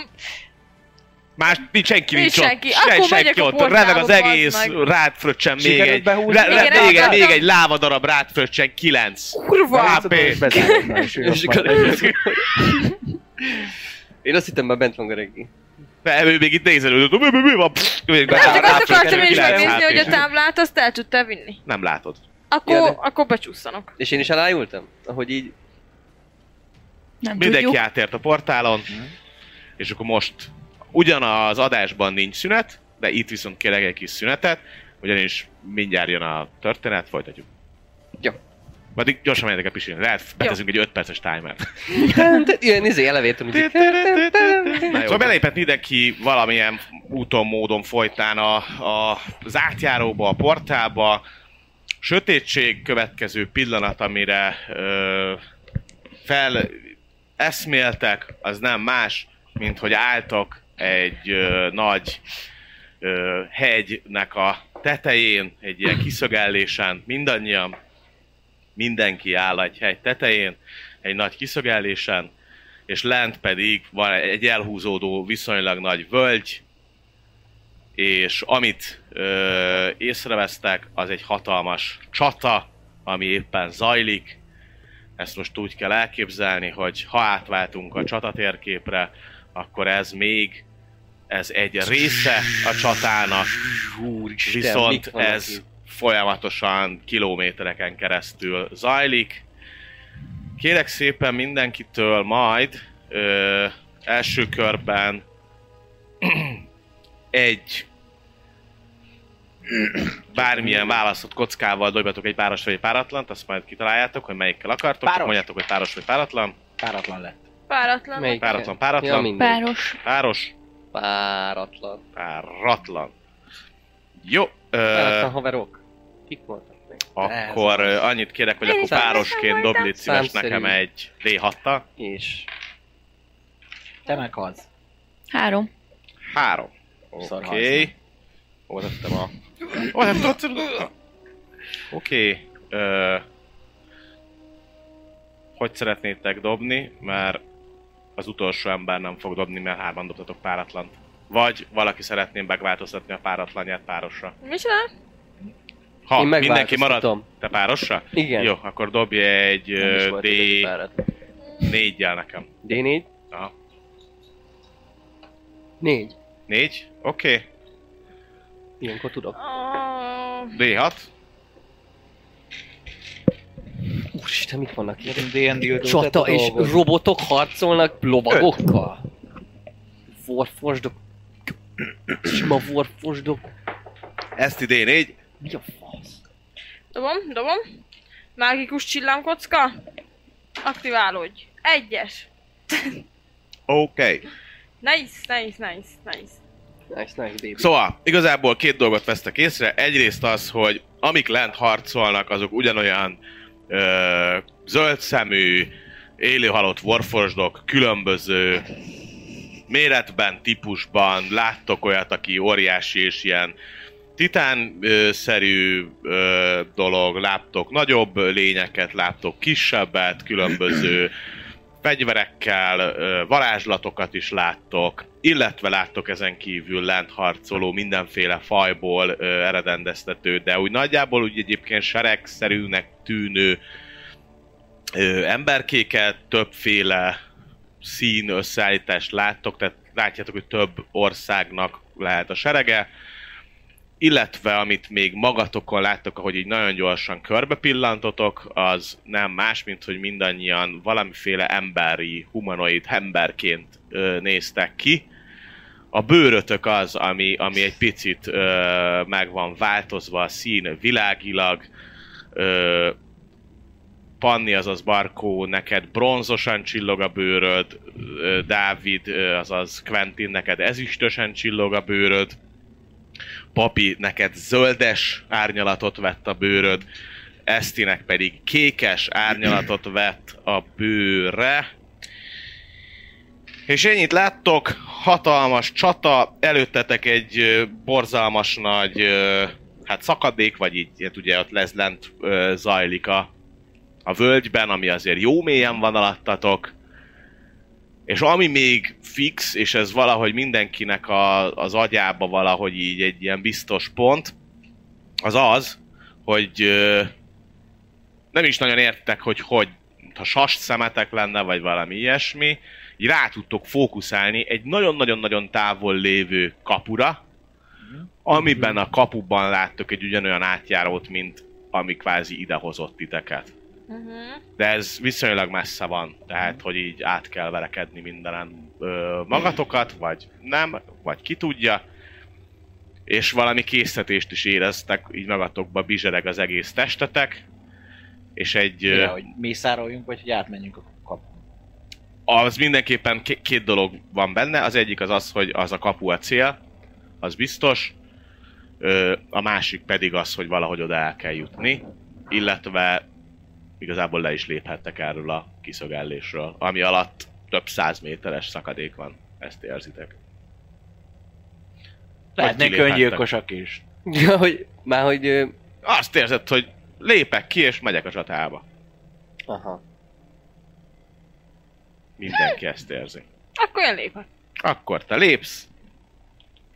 C: Más nincs senki
F: Nincs
C: nincs ott.
F: senki. Akkor megyek a portálba,
C: Remeg az
F: bazd
C: egész,
F: meg.
C: rátfröccsen még
B: Sikerült
C: egy.
B: behúzni?
C: Re, re,
F: Igen,
C: még, egy
F: elkaptam.
C: még egy lávadarab rátfröccsen, kilenc.
F: kurva!
C: Rápi.
E: És akkor- Én azt hittem, már bent van Geregi.
C: De ő még itt nézelődött. Mi, mi, mi van? Pff, még be-
F: Nem, csak azt
C: rátfröccsen,
F: akartam én is
C: kilenc
F: megnézni, hogy
C: HP-s.
F: a táblát azt el tudta vinni.
C: Nem látod.
F: Akkor,
E: Ja, de-
F: akkor becsúszanak.
E: És én is elájultam? Ahogy így...
D: Nem
C: Mindenki
D: tudjuk.
C: átért a portálon. És akkor most ugyanaz adásban nincs szünet, de itt viszont kérek egy kis szünetet, ugyanis mindjárt jön a történet, folytatjuk.
E: Jó.
C: Vagy így gyorsan menjetek el pisilni. Lehet, betezünk egy 5 perces timert.
E: Ilyen izé elevator music.
C: Szóval belépett mindenki valamilyen úton, módon folytán a, a, az átjáróba, a portálba. Sötétség következő pillanat, amire ö, fel eszméltek, az nem más, mint hogy álltok egy ö, nagy ö, hegynek a tetején, egy ilyen kiszögellésen, mindannyian, mindenki áll egy hegy tetején, egy nagy kiszögellésen, és lent pedig van egy elhúzódó, viszonylag nagy völgy, és amit ö, észrevesztek, az egy hatalmas csata, ami éppen zajlik. Ezt most úgy kell elképzelni, hogy ha átváltunk a csatatérképre, akkor ez még ez egy része a csatának,
E: Úristen,
C: viszont
E: mik vannak
C: ez
E: itt?
C: folyamatosan kilométereken keresztül zajlik. Kérek szépen mindenkitől majd ö, első körben egy bármilyen választott kockával dobjatok egy páros vagy egy páratlant, azt majd kitaláljátok, hogy melyikkel akartok,
B: Páros.
C: csak mondjátok, hogy páros vagy páratlan,
B: Páratlan lett.
F: Páratlan.
E: Melyik?
C: Páratlan, páratlan.
E: Ja, mindegy.
D: Páros.
C: páros,
E: Páratlan.
C: páratlan. Jó, ö,
E: Páratlan haverok. Kik voltak még?
C: Akkor ö, annyit kérek, hogy
F: Én
C: akkor
F: is emlékszem
C: párosként
F: rajta.
C: dob légy szíves
E: Számszerű.
C: nekem egy d 6
E: És
B: Te meghalsz.
D: Három.
C: Három.
B: Szar
C: Oké. Óvatettem a... Óvatettem a... Oké. ö, Hogy szeretnétek dobni, mert az utolsó ember nem fog dobni, mert hárman dobtatok páratlant. Vagy valaki szeretné megváltoztatni a páratlanját párosra.
F: Mi csinál?
C: Ha
E: Én
C: mindenki marad,
E: megváltoztatom.
C: te párosra?
E: igen.
C: Jó, akkor dobj egy
E: Nem is volt igazi
C: D4-jel
E: párat.
C: nekem.
E: D4?
C: Aha.
E: Négy.
C: Négy? Oké.
E: Ilyenkor tudok.
F: Ah,
C: D6.
E: Úristen, mit vannak itt?
B: D&D
E: Csata és robotok harcolnak lovagokkal? Warforgedok... Sima warforgedok...
C: Ezt idén négy.
E: Mi a fasz?
F: dobom, dobom. Mágikus csillámkocka. Aktiválódj. Egyes.
C: Oké. Okay.
F: Nice, nice, nice, nice.
E: Nice, nice baby.
C: Szóval, igazából két dolgot vesztek észre. Egyrészt az, hogy amik lent harcolnak, azok ugyanolyan ö, zöldszemű, élőhalott warforsdok, különböző méretben, típusban. Láttok olyat, aki óriási és ilyen titán-szerű dolog, láttok nagyobb lényeket, láttok kisebbet, különböző fegyverekkel, ö, varázslatokat is láttok, illetve láttok ezen kívül lent harcoló mindenféle fajból ö, eredendeztető, de úgy nagyjából úgy egyébként seregszerűnek tűnő ö, emberkéket, többféle szín összeállítást láttok, tehát látjátok, hogy több országnak lehet a serege, illetve amit még magatokon láttok, ahogy így nagyon gyorsan körbe pillantotok, az nem más, mint hogy mindannyian valamiféle emberi, humanoid emberként ö, néztek ki. A bőrötök az, ami, ami egy picit ö, meg van változva, a szín világilag, ö, Panni, azaz Barkó, neked bronzosan csillog a bőröd, ö, Dávid, ö, azaz Quentin, neked ezüstösen csillog a bőröd, Papi, neked zöldes árnyalatot vett a bőröd, Esztinek pedig kékes árnyalatot vett a bőre. És ennyit láttok, hatalmas csata, előttetek egy ö, borzalmas nagy ö, hát szakadék, vagy így hát ugye ott lesz lent ö, zajlik a, a völgyben, ami azért jó mélyen van alattatok. És ami még fix, és ez valahogy mindenkinek a, az agyába valahogy így egy ilyen biztos pont, az az, hogy ö, nem is nagyon értek, hogy hogy, ha sas szemetek lenne, vagy valami ilyesmi, így rá tudtok fókuszálni egy nagyon-nagyon-nagyon távol lévő kapura, amiben a kapuban láttok egy ugyanolyan átjárót, mint ami kvázi idehozott titeket
D: Mhm.
F: Uh-huh.
C: de ez viszonylag messze van, tehát hogy így át kell verekedni mindenen ö, magatokat, vagy nem, vagy ki tudja, és valami késztetést is éreztek, így magatokba bizsereg az egész testetek, és egy... ö,
B: Ja, hogy mészároljunk, vagy hogy átmenjünk a kapun.
C: az mindenképpen ké- két dolog van benne. Az egyik az az, hogy az a kapu a cél, az biztos. Ö, a másik pedig az, hogy valahogy oda el kell jutni, illetve igazából le is léphettek erről a kiszögellésről, ami alatt több száz méteres szakadék van. Ezt érzitek.
B: Lehetnek
C: kiléphettek.
B: öngyilkosak is.
E: Ja, hogy, már hogy... ö,
C: Azt érzed, hogy lépek ki és megyek a csatába.
E: Aha.
C: Mindenki ezt érzi.
F: Akkor én lépek.
C: Akkor te lépsz,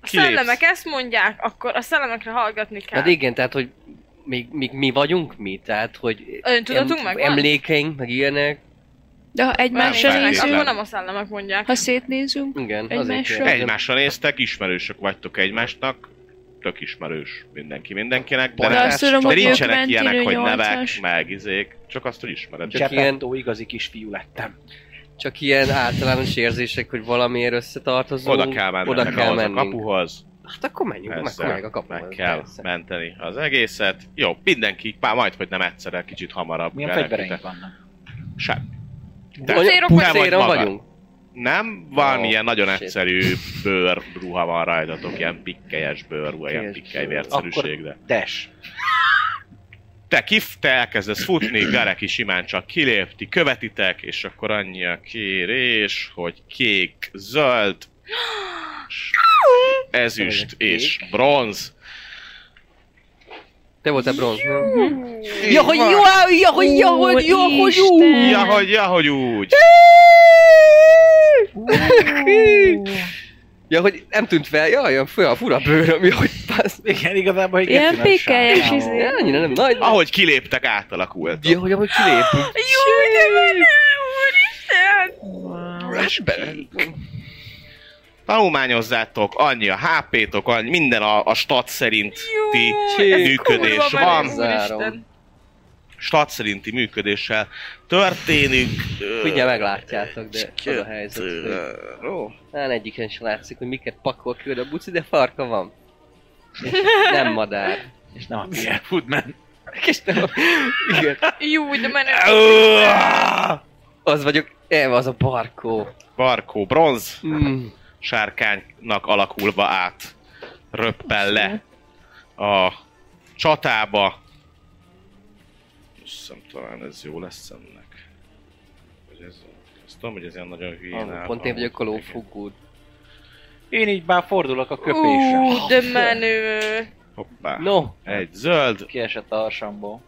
F: A
C: Kilépsz.
F: szellemek ezt mondják, akkor a szellemekre hallgatni kell.
E: Hát igen, tehát hogy még, még mi vagyunk mi, tehát hogy...
F: Öntudatunk
E: em-
F: megvan?
E: Emlékeink, meg ilyenek.
D: De ha egymásra
C: Nem, feltétlen.
F: Szellemek,
D: nézünk,
F: Akkor nem a szellemek mondják.
D: ha szétnézünk,
E: Igen,
D: Egymásra.
E: azért.
C: Egymásra néztek, ismerősök vagytok egymásnak, tök ismerős mindenki mindenkinek, de,
D: De
C: nem,
D: azt tudom,
C: de
D: hogy ők
C: nincsenek
D: bent
C: ilyenek,
D: ülő
C: hogy nevek,
D: 80-as.
C: meg izék, csak azt, hogy ismered.
E: Csak
B: Csepettó igazi kisfiú lettem.
E: Csak ilyen általános érzések, hogy valamiért összetartozunk.
C: Oda kell mennünk,
E: Oda kell
C: ahhoz
E: mennünk.
C: a kapuhoz,
E: Hát akkor menjünk, meg,
C: ezzel
E: meg a kapuhoz.
C: meg kell
E: persze.
C: menteni az egészet. Jó, mindenki, már majd, hogy nem egyszerre, kicsit hamarabb.
B: Milyen
C: kell
B: fegyvereink
C: nektek.
B: vannak?
C: Sem.
F: Pucérok
E: Pucéron
C: vagy maga?
E: vagyunk.
C: Nem, van
E: Ó,
C: ilyen nagyon
E: shit.
C: egyszerű bőrruha van rajtatok, ilyen pikkelyes bőrruha, ilyen
E: Pikkelyes
C: pikkely
E: bőr.
C: vérszerűség, de...
B: Des.
C: te kif, te elkezdesz futni, Gareki simán csak kilép, ti követitek, és akkor annyi a kérés, hogy kék, zöld, s- ezüst és bronz.
E: Te voltál bronz. nem?
C: Ja,
E: hogy jó, ja, hogy jó, hogy jó, hogy jó.
D: Isten!
C: Ja, hogy, ja, hogy úgy.
E: Ja, hogy nem tűnt fel, ja, olyan fő a fura bőröm, ja, hogy pász.
B: Igen, Ah. igazából, hogy
D: Ilyen
B: Gettinen
D: pikkelyes
B: sávon.
D: izé.
E: Ja, annyira nem nagy.
C: Ahogy kiléptek, átalakult.
E: Ja, hogy ahogy kilépünk.
F: Jó, de menő, úristen!
E: És bele.
C: Tanulmányozzátok, annyi a HP-tok, annyi, minden a, a stat szerinti,
F: Jó, ez
C: működés
F: kurva menő,
C: van.
F: Úristen.
C: stat szerinti működéssel történik. Ö,
E: Mindjárt meglátjátok, de az a helyzet, hogy
C: Ö, Jó.
E: hát egyiken sem látszik, hogy miket pakol külön a buci, de farka van. Nem madár.
B: És nem a Pierre Foodman.
E: És nem, igen,
F: Jó, de menő.
E: az vagyok, én az a barkó.
C: Barkó bronz
E: Mm.
C: sárkánynak alakulva át röppel le a csatába. Hiszem talán ez jó lesz ennek. Vagy Ez, azt tudom, hogy ez ilyen nagyon hülyén áll.
E: Pont én vagyok a
C: Amúgy igen.
E: lófogód.
B: Én így már fordulok a köpésre.
F: Ú, de menő.
C: Hoppá.
E: No,
C: Egy zöld,
B: Kiesett a harsamból.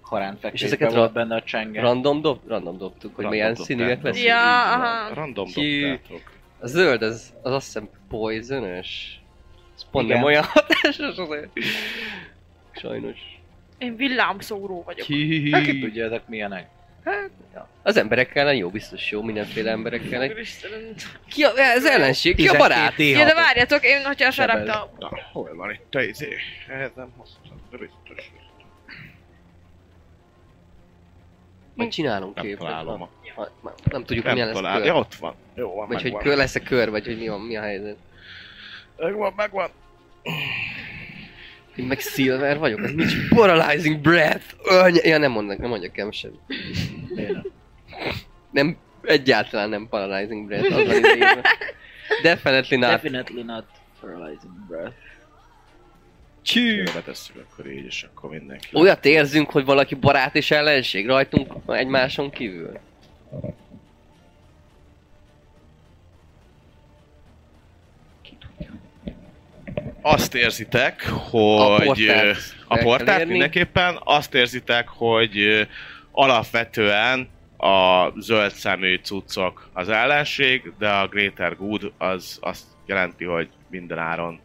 B: Harán
E: És
B: fekvésben
E: ezeket
B: volt
E: ra-
B: benne a csenge.
E: random, dob, random dobtuk, hogy
C: Random
E: milyen
C: dobták.
E: színűek leszünk. így
F: Ja,
E: van.
F: aha.
C: random
E: Ki-
C: dobtátok.
E: A zöld az, az azt hiszem poisonös. Ez pont
B: Igen.
E: nem olyan hatásos azért. Sajnos.
F: Én villámszóró vagyok.
B: Hát ki tudja ezek milyenek?
E: Az emberek ellen jó, biztos jó, mindenféle emberek ellen.
F: Úristen.
E: Ki a, az ellenség, ki a barát?
B: 12
F: Ja, de
B: D6-ot.
F: várjatok, én hogyha
B: Sebel.
F: saraptam.
C: Na, hol van itt a izé? Ehhez nem hoztam, de biztos.
E: Majd csinálunk
C: Nem
E: képet.
C: találom.
E: ha-
C: a-
E: ha- már Nem tudjuk, hogy milyen
C: Nem
E: lesz
C: talál.
E: a
C: Ja,
E: kör.
C: ott van. Jó, van,
E: Vagy hogy
C: megvan.
E: kör lesz a kör, vagy hogy mi, van, mi a helyzet.
C: Megvan, megvan.
E: Én meg Silver vagyok, az nincs paralyzing breath. Öny- ja, nem mondnak, nem mondjak el sem. Nem, egyáltalán nem paralyzing breath, az van ideírva. Definitely not.
B: Definitely not paralyzing breath.
E: Csű.
C: Jó, betesszük akkor így, és akkor mindenki.
E: Olyat érzünk, hogy valaki barát és ellenség rajtunk egymáson kívül.
C: Azt érzitek,
E: A
C: hogy... ö,
E: portát
C: A
E: el kell
C: portát
E: érni.
C: mindenképpen azt érzitek, hogy ö, alapvetően a zöld szemű cuccok az ellenség, de a Greater Good az azt jelenti, hogy minden áron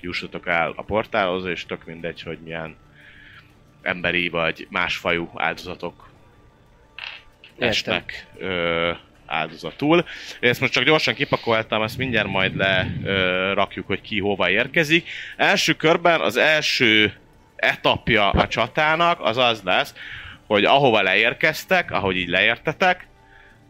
C: jussatok el a portálhoz, és tök mindegy, hogy milyen emberi vagy másfajú áldozatok
E: Értem.
C: esnek ö, áldozatul. Én ezt most csak gyorsan kipakoltam, ezt mindjárt majd le ö, rakjuk, hogy ki hova érkezik. Első körben az első etapja a csatának az az lesz, hogy ahova leérkeztek, ahogy így leértetek,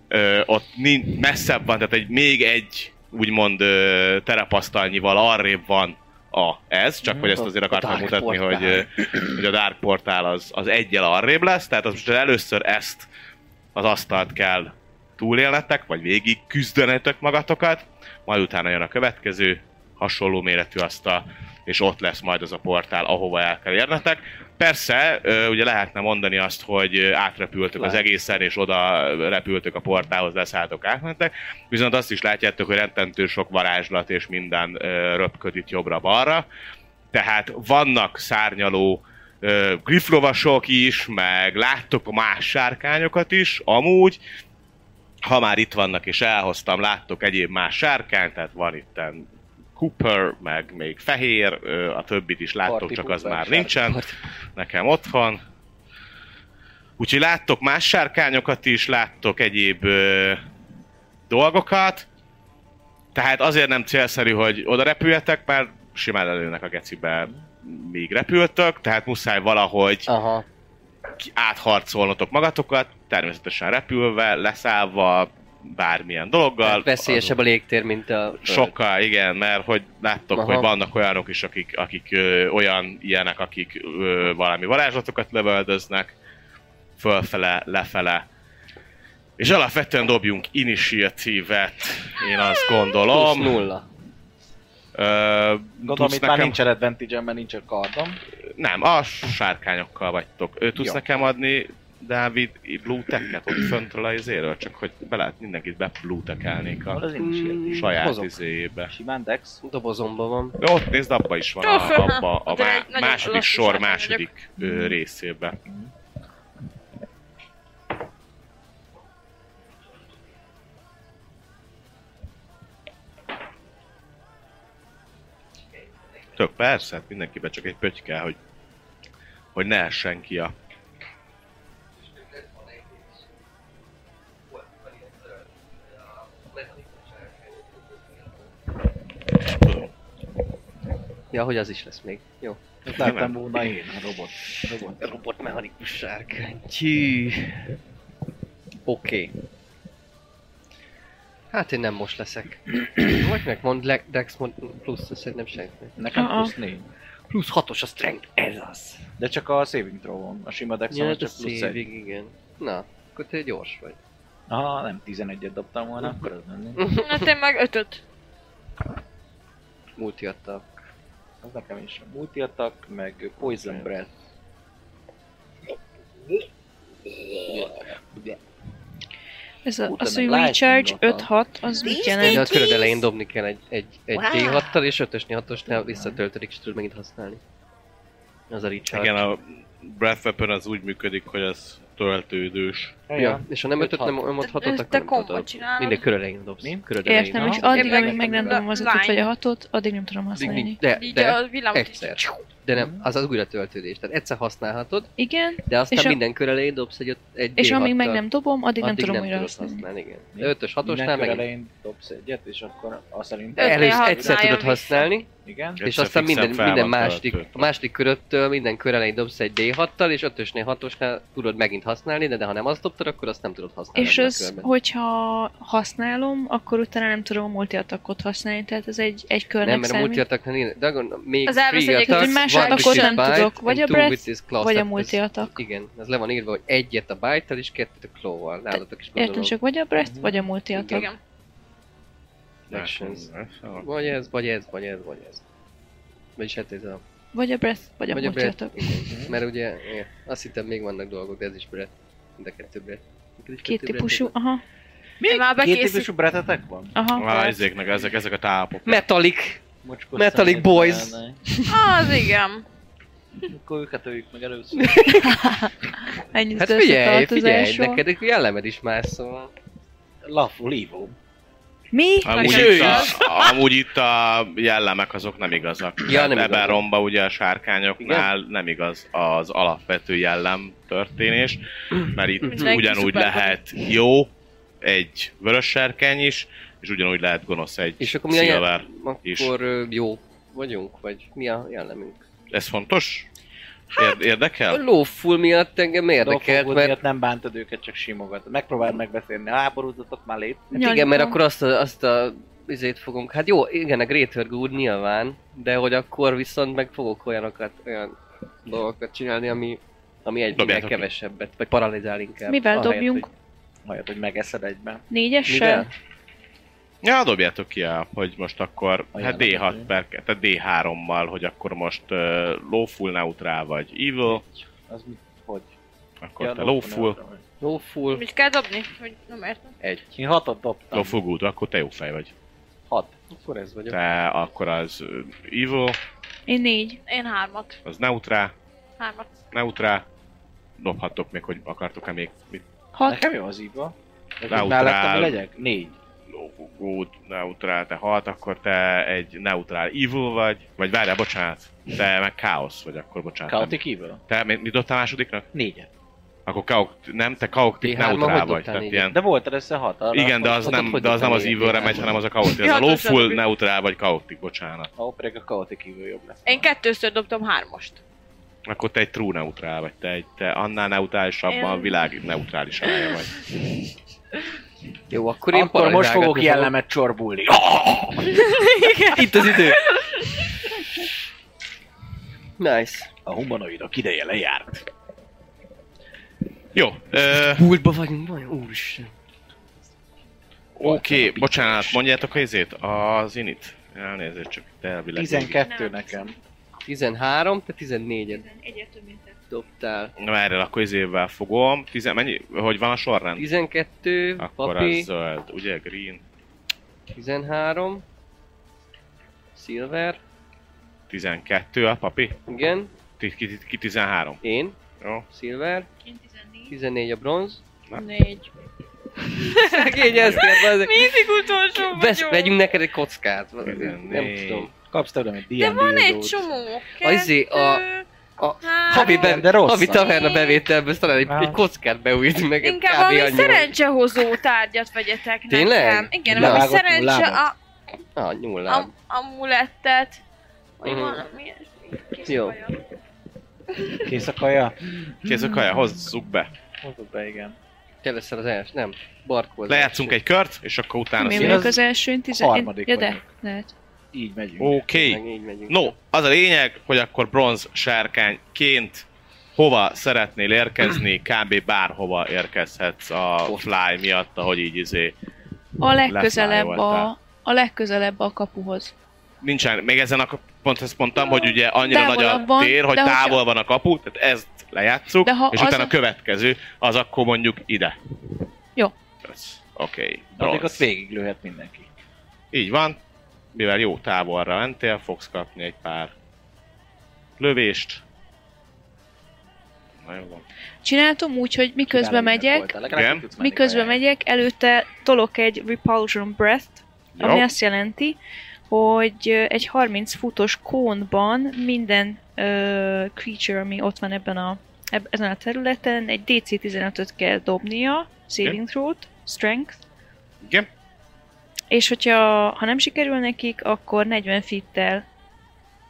C: ö, ott nin- messzebb van, tehát egy, még egy úgymond ö, terepasztalnyival arrébb van a ez, csak hogy ezt azért
E: Mhm. A
C: akartam
E: Dark
C: mutatni,
E: Portál.
C: hogy, ö, hogy a Dark Portál az, az egyel arrébb lesz, tehát az most először ezt az asztalt kell túlélnetek, vagy végig küzdenetek magatokat, majd utána jön a következő hasonló méretű asztal, és ott lesz majd az a portál, ahova el kell érnetek. Persze, ö, ugye lehetne mondani azt, hogy ö, átrepültök az
E: Lehet.
C: egészen, és oda repültök a portálhoz, leszálltok, átmentek, viszont azt is látjátok, hogy rettentő sok varázslat és minden ö, röpköd itt jobbra-balra, tehát vannak szárnyaló ö, griflovasok is, meg láttok a más sárkányokat is, amúgy, ha már itt vannak és elhoztam, láttok egyéb más sárkány, tehát van itten Cooper, meg még fehér, ö, a többit is láttok,
E: Parti
C: csak az
E: Cooper,
C: már
E: sárga
C: nincsen,
E: parti.
C: nekem otthon. Úgyhogy láttok más sárkányokat is, láttok egyéb ö, dolgokat, tehát azért nem célszerű, hogy oda repüljetek, mert simán előnek a gecibe még repültök, tehát muszáj valahogy
E: Aha.
C: ki- átharcolnotok magatokat, természetesen repülve, leszállva, bármilyen dologgal.
E: Hát veszélyesebb a légtér, mint a...
C: Az- Sokkal, igen, mert hogy láttok,
E: Aha.
C: Aha. hogy vannak olyanok is, akik, akik ö, olyan ilyenek, akik ö, valami varázslatokat lövöldöznek, fölfele, lefele. És alapvetően dobjunk initiatívet, én azt
E: Plusz
C: gondolom.
E: nulla.
C: Ö,
B: Gondolom,
C: tudsz
B: itt már
C: nekem...
B: nincsen advantage mert nincs a kardom.
C: Nem, a sárkányokkal vagytok. Ő tudsz
B: Jó.
C: nekem adni, Dávid, blue tech ott föntről a izéről, csak hogy be lehet mindenkit be blue tekelnék
B: Hát
C: a
B: az én is
E: Mm.
B: érti.
C: Hmm. saját
E: hozok.
C: izéjébe.
B: Simán Dex.
E: Dobozomban van.
C: De ott nézd, abba is van,
F: Öf,
C: a, abba a
F: de
C: má-
F: nagyon
C: második
F: lassú
C: sor
F: sárkány
C: második ö, részébe. Tök persze, hát mindenkiben csak egy pöty kell, hogy, hogy ne essen ki a
E: Ja, hogy az is lesz még. Jó.
B: Ezt
C: Nem,
B: láttam
C: nem.
B: volna én, a robot. robot.
E: Robotmechanikus sárkány. Tű. Oké. Okay. Hát én nem most leszek. Vagy megmond Le- Dex mond plusz, azt szerintem senki.
B: Nekem
D: Ah,
B: plusz négy.
E: Plusz hatos a strength, ez az. Szóval
B: De csak a saving throw van. A sima dex
E: Ja, hát
B: ja,
E: a
B: csak plusz egy.
E: saving, igen. Na, akkor te gyors vagy.
B: Ah, nem, 11-et dobtam volna, akkor az nem.
F: Hát én meg ötöt.
E: Multi adta.
B: Az nekem is. Multi attack, meg poison breath.
D: Ez a,
B: Utána
D: az, hogy
B: lightning
D: recharge
B: attack.
D: 5-6, az mit
E: Ugye
D: jelent?
E: a köröd elején dobni kell egy, egy, egy D6-tal, és 5-ös D6-osnál visszatöltödik, és tudod megint használni. Az a recharge.
C: Igen, a Breath Weapon az úgy működik, hogy az töltődős.
E: Ja, és ha nem
B: Öt,
E: ötöt, nem, nem ott
F: Te-
E: hatot,
F: te
E: akkor nem
F: komban
E: tudod.
F: csinálod.
E: Minden kör elején dobsz.
B: Mi?
E: Köröd elején.
D: Értem,
B: Aha.
D: és addig,
F: Én meg
D: amíg meg nem
F: nekem
D: dobom az
F: a
D: ötöt
F: lány.
D: vagy a hatot, addig nem tudom
E: Addig
D: használni.
E: nincs- De,
F: Így
E: de,
F: a villámot is.
E: egyszer. de nem, az az újra töltődés. Tehát egyszer használhatod,
D: Igen,
E: de aztán
D: És
E: és
D: a-
E: minden kör elején dobsz egy, öt- egy
D: és
E: D6-tal.
D: amíg meg nem dobom, addig nem
E: Addig
D: tudom újra
E: tudod
D: használni.
E: használni. igen.
B: Mi?
E: 5-ös, 6-osnál
B: Mindenkor
E: meg
B: elején dobsz egyet, és akkor azt szerint...
F: Öt.
E: Elősz,
F: hatnál
E: egyszer
F: jön
E: tudod
F: vissza.
E: használni,
B: Igen.
E: és
C: Egyszer
E: aztán minden,
C: fixen fel
E: minden
C: van
E: második,
C: töltve.
E: a második köröttől minden kör elején dobsz egy D6-tal, és 5-ösnél, 6-osnál tudod megint használni, de, de ha nem azt dobtad, akkor azt nem tudod használni.
D: És
E: ebben a
D: az,
E: körben.
D: hogyha használom, akkor utána nem tudom a multiattackot használni, tehát ez egy, egy körnek
E: Nem, mert a
D: számít.
E: multiataknál ilyen, de akkor még
F: Az elvesz
E: free
F: egy-
E: attack,
D: egy más
E: one
D: attackot
E: with
D: nem
E: bite,
D: tudok, vagy
E: and
D: a
E: two
D: breath,
E: with this claw,
D: vagy a
E: tehát ez-
D: multiattack.
E: Igen, ez le van írva, hogy egyet a bite és kettőt a claw-val. Nálatok is
D: Értem,
E: gondolom.
D: csak vagy a breath,
B: Mhm.
D: vagy a multiattack.
F: Igen.
E: Actions. Vagy ez, vagy ez, vagy ez, vagy ez. Vagyis hát ez a...
D: Vagy a breath, vagy a
E: Vagy a breath.
D: multiattack. Mhm.
E: igen. Mert ugye, igen, azt hittem még vannak dolgok, de ez is breath. Mind a kettő breath. Neked is
D: Két
E: kettő breath
D: típusú,
E: van?
D: aha,
B: Még
F: Már
B: két
F: bekészít-
B: típusú bretetek van?
D: aha.
C: Á, ezeknek, ezek, ezek a tápok.
E: Metallic!
B: Mocskos
E: Metallic
B: szemét
E: Boys.
B: csinálnánk.
F: Ah, Az igen.
B: Akkor őket öljük meg először.
D: Ennyi
E: Hát
D: az
E: figyelj, figyelj,
D: összetartozásról.
E: neked egy jellemed is más, szóval...
B: Lafu, lívó.
D: Mi?
C: Amúgy
F: Nekem
C: itt, a,
F: is.
C: amúgy itt a jellemek azok nem igazak.
E: Ja, nem
C: Ebben
E: igazak.
C: romba ugye a sárkányoknál nem igaz az alapvető jellem történés, mert itt
F: Mindenki
C: ugyanúgy
F: szuper
C: lehet jó egy vörös sárkány is, és ugyanúgy lehet gonosz egy
E: És akkor mi a jel...
C: szilver. is.
E: Akkor ö, jó vagyunk, vagy mi a jellemünk?
C: Ez fontos?
F: Hát,
C: Ér-
E: A
C: érdekel?
E: lófull miatt engem érdekelt,
B: Érdekelt,
E: mert
B: mert... nem bántod őket, csak simogat. Megpróbáld megbeszélni. Háborúzatok már lét.
E: Hát igen, mert
D: Nyalika.
E: akkor azt a, azt a izét fogunk, hát jó, igen, a Greater Good nyilván, de hogy akkor viszont meg fogok olyanokat, olyan dolgokat csinálni, ami, ami egyben
C: Dobjátok ki.
E: kevesebbet, vagy paralizál inkább.
D: Mivel
E: ahelyett,
D: dobjunk?
E: hogy-
B: Majd, hogy megeszed egyben.
D: Négyessel?
E: Mivel?
C: Ja, dobjátok ki, el, hogy most akkor,
B: Ajánlom,
C: hát D6
B: hogy-
C: per, tehát D3-mal, hogy akkor most uh, lawful, neutral vagy evil,
B: Az mit, hogy?
C: akkor
B: Ja,
C: te lawful,
B: neutral.
E: No full,
F: Mit kell dobni? Hogy nem értem.
E: egy,
B: Én hatot dobtam.
C: lawful good, akkor te jó fej vagy.
B: Hat.
E: akkor ez vagyok.
C: Te akkor az ö, evil,
D: Én négy.
F: Én hármat.
C: az neutral,
F: Hármat.
C: neutral, dobhattok még, hogy akartok-e még mit
D: Hat.
B: Nekem jó az íva.
C: Neutrál.
B: Mellettem mi legyek? Négy.
C: lawful good, neutral, te halt, akkor te egy neutral evil vagy, vagy várjál, bocsánat, te meg káosz vagy, akkor bocsánat. nem.
B: Chaotic Evil?
C: Te mi- mit dobtál másodiknak?
B: Négyet.
C: Akkor kaok, nem, te kaoktik
E: T3-mal
C: neutrál
E: hogy
C: vagy,
E: dobtál
C: tehát
E: négyet?
C: ilyen
B: De volt össze hat. Arra
C: Igen, de az
E: ott
C: nem,
E: hogy
C: de az nem az
E: dobtál
C: evil-re
E: négyet?
C: megy, hanem az a kaotik. Ez a
F: Ja,
C: lawful,
F: tudtam.
C: neutral vagy kaotik, bocsánat.
B: Ó, pedig a Chaotic Evil jobb lesz.
F: Én kettőször dobtam hármast.
C: Akkor te egy true neutral vagy, te, egy, te annál neutrálisabban
F: Én-
C: a világ neutrális eleje vagy.
E: Jó, akkor én
B: Akkor most
E: paralizálgatni
B: fogok jellemet csorbulni.
E: Itt az idő! Nice.
B: A humanoidok ideje lejárt.
C: Jó, ö,
E: Pultba vagyunk, van? Úristen.
C: oké, bocsánat, mondjátok a izét, az init. Elnézést csak, itt elvileg.
B: 12
F: Nem.
B: nekem.
E: 13, te 14-et
F: Egyet több, mint te.
E: dobtál.
C: Na erre, akkor izével fogom. Tizen, mennyi, hogy van a sorrend?
E: 12,
C: Akkor
E: papi,
C: az zöld, ugye green?
E: 13, silver,
C: 12 a papi?
E: igen,
C: Ti- Ki, ki, ki 13?
E: én,
C: Jó.
E: silver,
F: Én 14.
E: 14 a bronz.
F: Négy.
E: Szegény ezt kérdezik.
F: Mindig utolsó
E: Vesz,
F: vagyok.
E: vegyünk neked egy kockát. Nem
C: 14.
E: tudom.
B: Kapsz tőlem egy D&D
F: De van egy
B: dildót.
F: csomó.
E: A izé, a-
F: Kettő,
E: a-
F: három.
E: Havi, be,
B: de rossz.
E: havi taverna bevételből talán egy,
B: Ah.
E: egy kockát beújít meg. egy
F: Inkább
E: kb.
F: valami
E: annyi.
F: szerencsehozó tárgyat vegyetek
E: Tényleg?
F: nekem. Igen,
E: Na,
F: valami
B: vágott
F: szerencse a,
B: hullámot?
E: Ah,
F: a,
E: nyúlám.
F: amulettet. Vagy
E: Mhm.
F: valami ilyesmi. Kész
E: Jó.
F: vagyok.
B: Kész a kaja?
C: Kész a kaja, hozzuk be.
B: Hozzuk be, igen.
E: Te leszel az első, nem. Barkó az
C: Lejátszunk egy kört, és akkor utána
D: Mi
B: szín-
D: vagyok
B: az
D: az első? Én tizen...
B: harmadik
D: ja, de.
B: vagyok.
D: Lehet.
B: Így megyünk.
C: Oké.
E: első.
C: Okay.
E: Meg így megyünk.
C: No, az a lényeg, hogy akkor bronz sárkányként hova szeretnél érkezni, kb. bárhova érkezhetsz a fly miatt, ahogy így izé.
D: A legközelebb a,
C: Lefájoltál.
D: a legközelebb a kapuhoz.
C: Nincsen, még ezen a kap- pont ezt mondtam, hogy ugye annyira nagy a
D: Távolabb van,
C: tér, hogy
D: de hogyha-
C: távol van a kapu, tehát ezt lejátszuk,
D: De ha
C: és
D: az
C: utána
D: a-
C: a következő, az akkor mondjuk ide.
D: Jó.
C: Ez- Oké, okay,
B: Addig ott
C: bronz.
B: végig lőhet mindenki.
C: Így van, mivel jó távolra mentél, fogsz kapni egy pár lövést. Na jó van.
D: Csináltam úgy, hogy miközben
B: Kiváló ügynök
D: megyek,
B: voltál. Legalább
C: Igen.
B: ki tudsz menni
D: miközben
B: kajára.
D: megyek, előtte tolok egy repulsion breath
C: Jó.
D: Ami azt jelenti, hogy ö, egy 30 futos kónban minden ö, creature, ami ott van ebben a, eb- ezen a területen, egy DC-15-öt kell dobnia, saving throw-t, strength,
C: Igen.
D: és hogyha ha nem sikerül nekik, akkor 40 fittel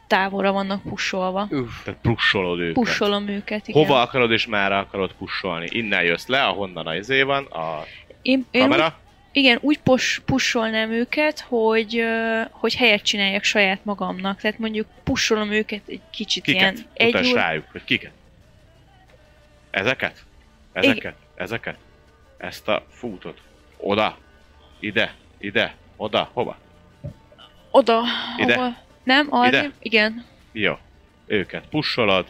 D: távolra vannak pusolva.
E: Uff.
C: Tehát pussolod őket.
D: Pusolom őket, igen.
C: Hova akarod és merre akarod pussolni? Innen jössz le, ahonnan a izé van, a
D: Én, én úgy,
C: kamera.
D: igen, úgy pus, pusolnám őket, hogy, ö, hogy helyet csináljak saját magamnak. Tehát mondjuk pusolom őket egy kicsit
C: Kiket?
D: ilyen
C: Utass
D: óra-
C: rájuk, hogy kiket. Ezeket? Ezeket? Ezeket? Ezt a fútot. Oda. Ide. Ide. Oda. Hova?
D: Oda.
C: Ide?
D: Ahol... Nem, arra?
C: Ide?
D: Igen.
C: Jó. Őket pussolod.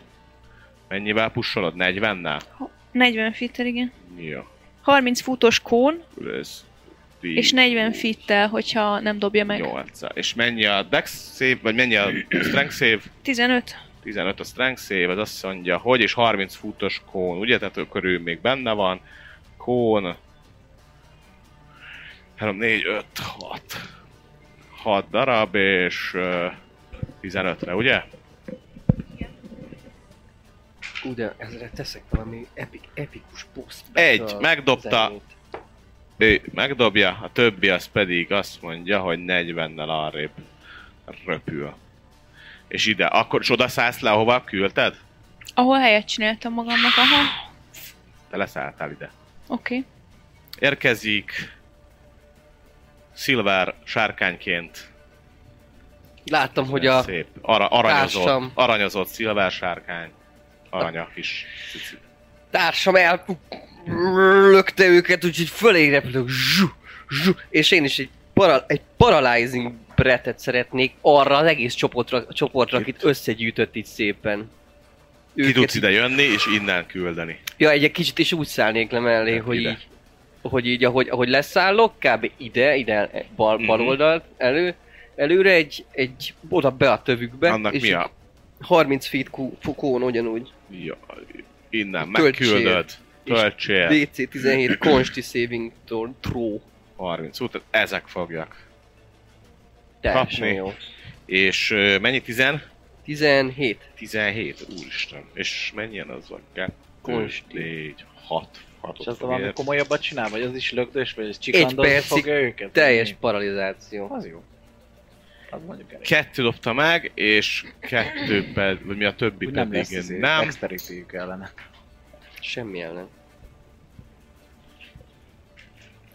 C: Mennyivel pussolod? 40-nel?
D: 40 fittel, igen.
C: Jó.
D: 30 futos kón,
C: Ez
D: és 40 fittel, hogyha nem dobja meg.
C: 8 És mennyi a dex save, vagy mennyi a strength save?
D: 15.
C: 15 a strength save, az azt mondja, hogy, és 30 futos kón, ugye? Tehát akkor ő még benne van. Kón... 3, 4, 5, 6. 6 darab, és... ö, 15-re, ugye?
E: Ú, de ezre teszek valami epik, epikus boss.
C: Egy,
E: a
C: megdobta.
E: zenét.
C: Ő megdobja, a többi az pedig azt mondja, hogy 40-nel arrébb röpül. És ide, akkor, és oda szállsz le, ahova küldted?
D: Ahol helyet csináltam magamnak, aha.
C: Te leszálltál ide.
D: Oké.
C: Érkezik Silver sárkányként
E: Láttam, hogy a...
C: szép, ara, aranyozott,
E: társam-
C: aranyozott Silver sárkány, aranya kis cici.
E: társam el lökte őket, úgyhogy fölé repülök, zsú, zsú, és én is egy, para, egy paralyzing bretet szeretnék arra az egész csoportra, csoportra akit összegyűjtött itt szépen.
C: Ki tudsz ide jönni és innen küldeni.
E: Ja, egy egy kicsit is úgy szállnék le mellé,
C: Ide.
E: hogy így, hogy így, ahogy, ahogy leszállok, kb. ide, ide, bal,
C: Mhm.
E: bal oldalt elő, előre egy, egy oda be a tövükbe,
C: Annak mi a...
E: 30 feet kú- fu- kón ugyanúgy.
C: Jaj, innen
E: Töltsél.
C: megküldöd.
E: És
C: Töltsél.
E: DC 17 Consti Saving Throw- Throw.
C: 30 út, ezek fogjak.
E: Teljesen
C: Kapni.
E: jó.
C: És ö, mennyi? 10?
E: 17.
C: 17? Úristen. És mennyien az a 2,
E: Konsti.
C: 4, 6.
A: És azt valami komolyabbat csinál, vagy az is lögdös, vagy az
E: Egy
A: csikandozni
E: percig
A: fogja őket?
E: Teljes
A: Mi?
C: Mhm.
E: paralizáció.
A: Az jó. Az mondjuk elég.
C: Kettő dobta meg, és kettő pedig, vagy mi a többi
A: Úgy nem
C: pedig
A: lesz izé,
C: nem.
A: dexterityjük ellene.
E: Semmi ellen.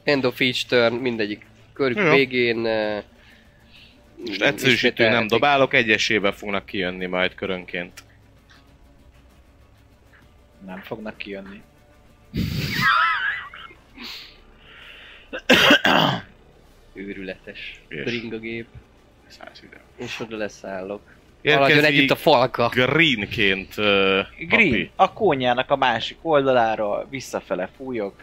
E: End of each turn, mindegyik körük
C: Jó.
E: végén... eh,
C: Most
E: ismételhetik.
C: egyszerűsítő nem dobálok, egyesével fognak kijönni majd körönként.
A: Nem fognak kijönni.
E: Őrületes.
C: És?
E: Ring a gép.
C: Szállsz ide.
E: És oda leszállok. Maradjon együtt
C: Érkezik
E: a falka.
C: Greenként ö,
A: Green,
C: Papi.
A: a kónyának a másik oldalára visszafele fújok.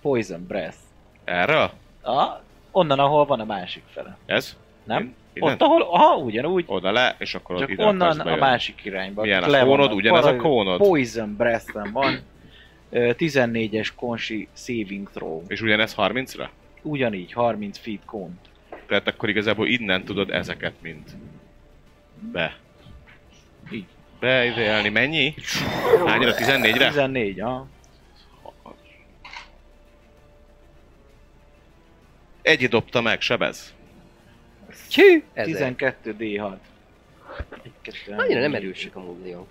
A: Poison breath.
C: Erre?
A: A, onnan, ahol van a másik fele.
C: Ez?
A: Nem?
C: Én- innen?
A: Ott, ahol, aha, ugyanúgy.
C: Oda le, és akkor
A: Csak
C: ide akarsz
A: onnan a
C: bejönni.
A: másik irányba.
C: Milyen a
A: Le
C: kónod?
A: vannak
C: Ugyanez a
A: paralyzálva.
C: kónod?
A: Poison breath van. Ö, 14-es konsi saving throw.
C: És ugyanez 30-ra?
A: Ugyanígy, 30 feet kón.
C: Tehát akkor igazából innen tudod ezeket mind. Be.
A: Így.
C: Beideálni mennyi? Hányra? 14-re?
A: 14, aha.
C: Egy dobta meg, sebez.
E: Csű! Ezer.
A: 12 D6. Egy, kettő,
E: Annyira nem
A: négy.
E: erősek a múzeum.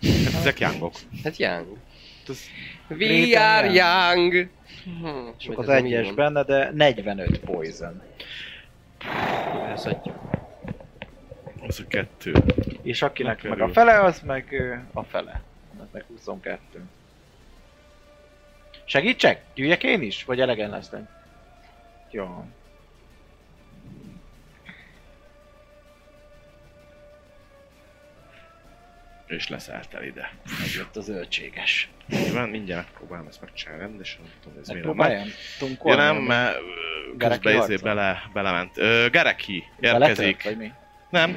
C: Hát Ezek jángok.
E: Hát Young.
A: Ez-
E: We
A: Réten
E: are
A: Young.
E: Young! Hm,
A: Csak
E: vagy
A: az
E: ez nem így
A: egyes
E: van.
A: benne, de 45 poison.
E: Ez egy-
C: Az a kettő.
A: És akinek
C: Na,
A: meg a
C: kerül.
A: fele, az meg ö, a fele. Annak meg 22. Segítsek? Gyűjjek én is? Vagy elegen lesznek? Jó.
C: És leszálltál ide.
A: Megjött az zöldséges.
C: Így Van, mindjárt megpróbálom ezt megcsinálni rendesen, nem tudom,
A: Hát
C: ez miért nem megy.
A: Megpróbáljam?
C: Ja
A: Tunkolni?
C: nem,
A: ami
C: mert ö,
A: Gareki
C: közben izé
A: harcol.
C: bele, belement. Ö, Gareki
A: beletört,
C: érkezik.
A: Vagy mi?
C: Nem,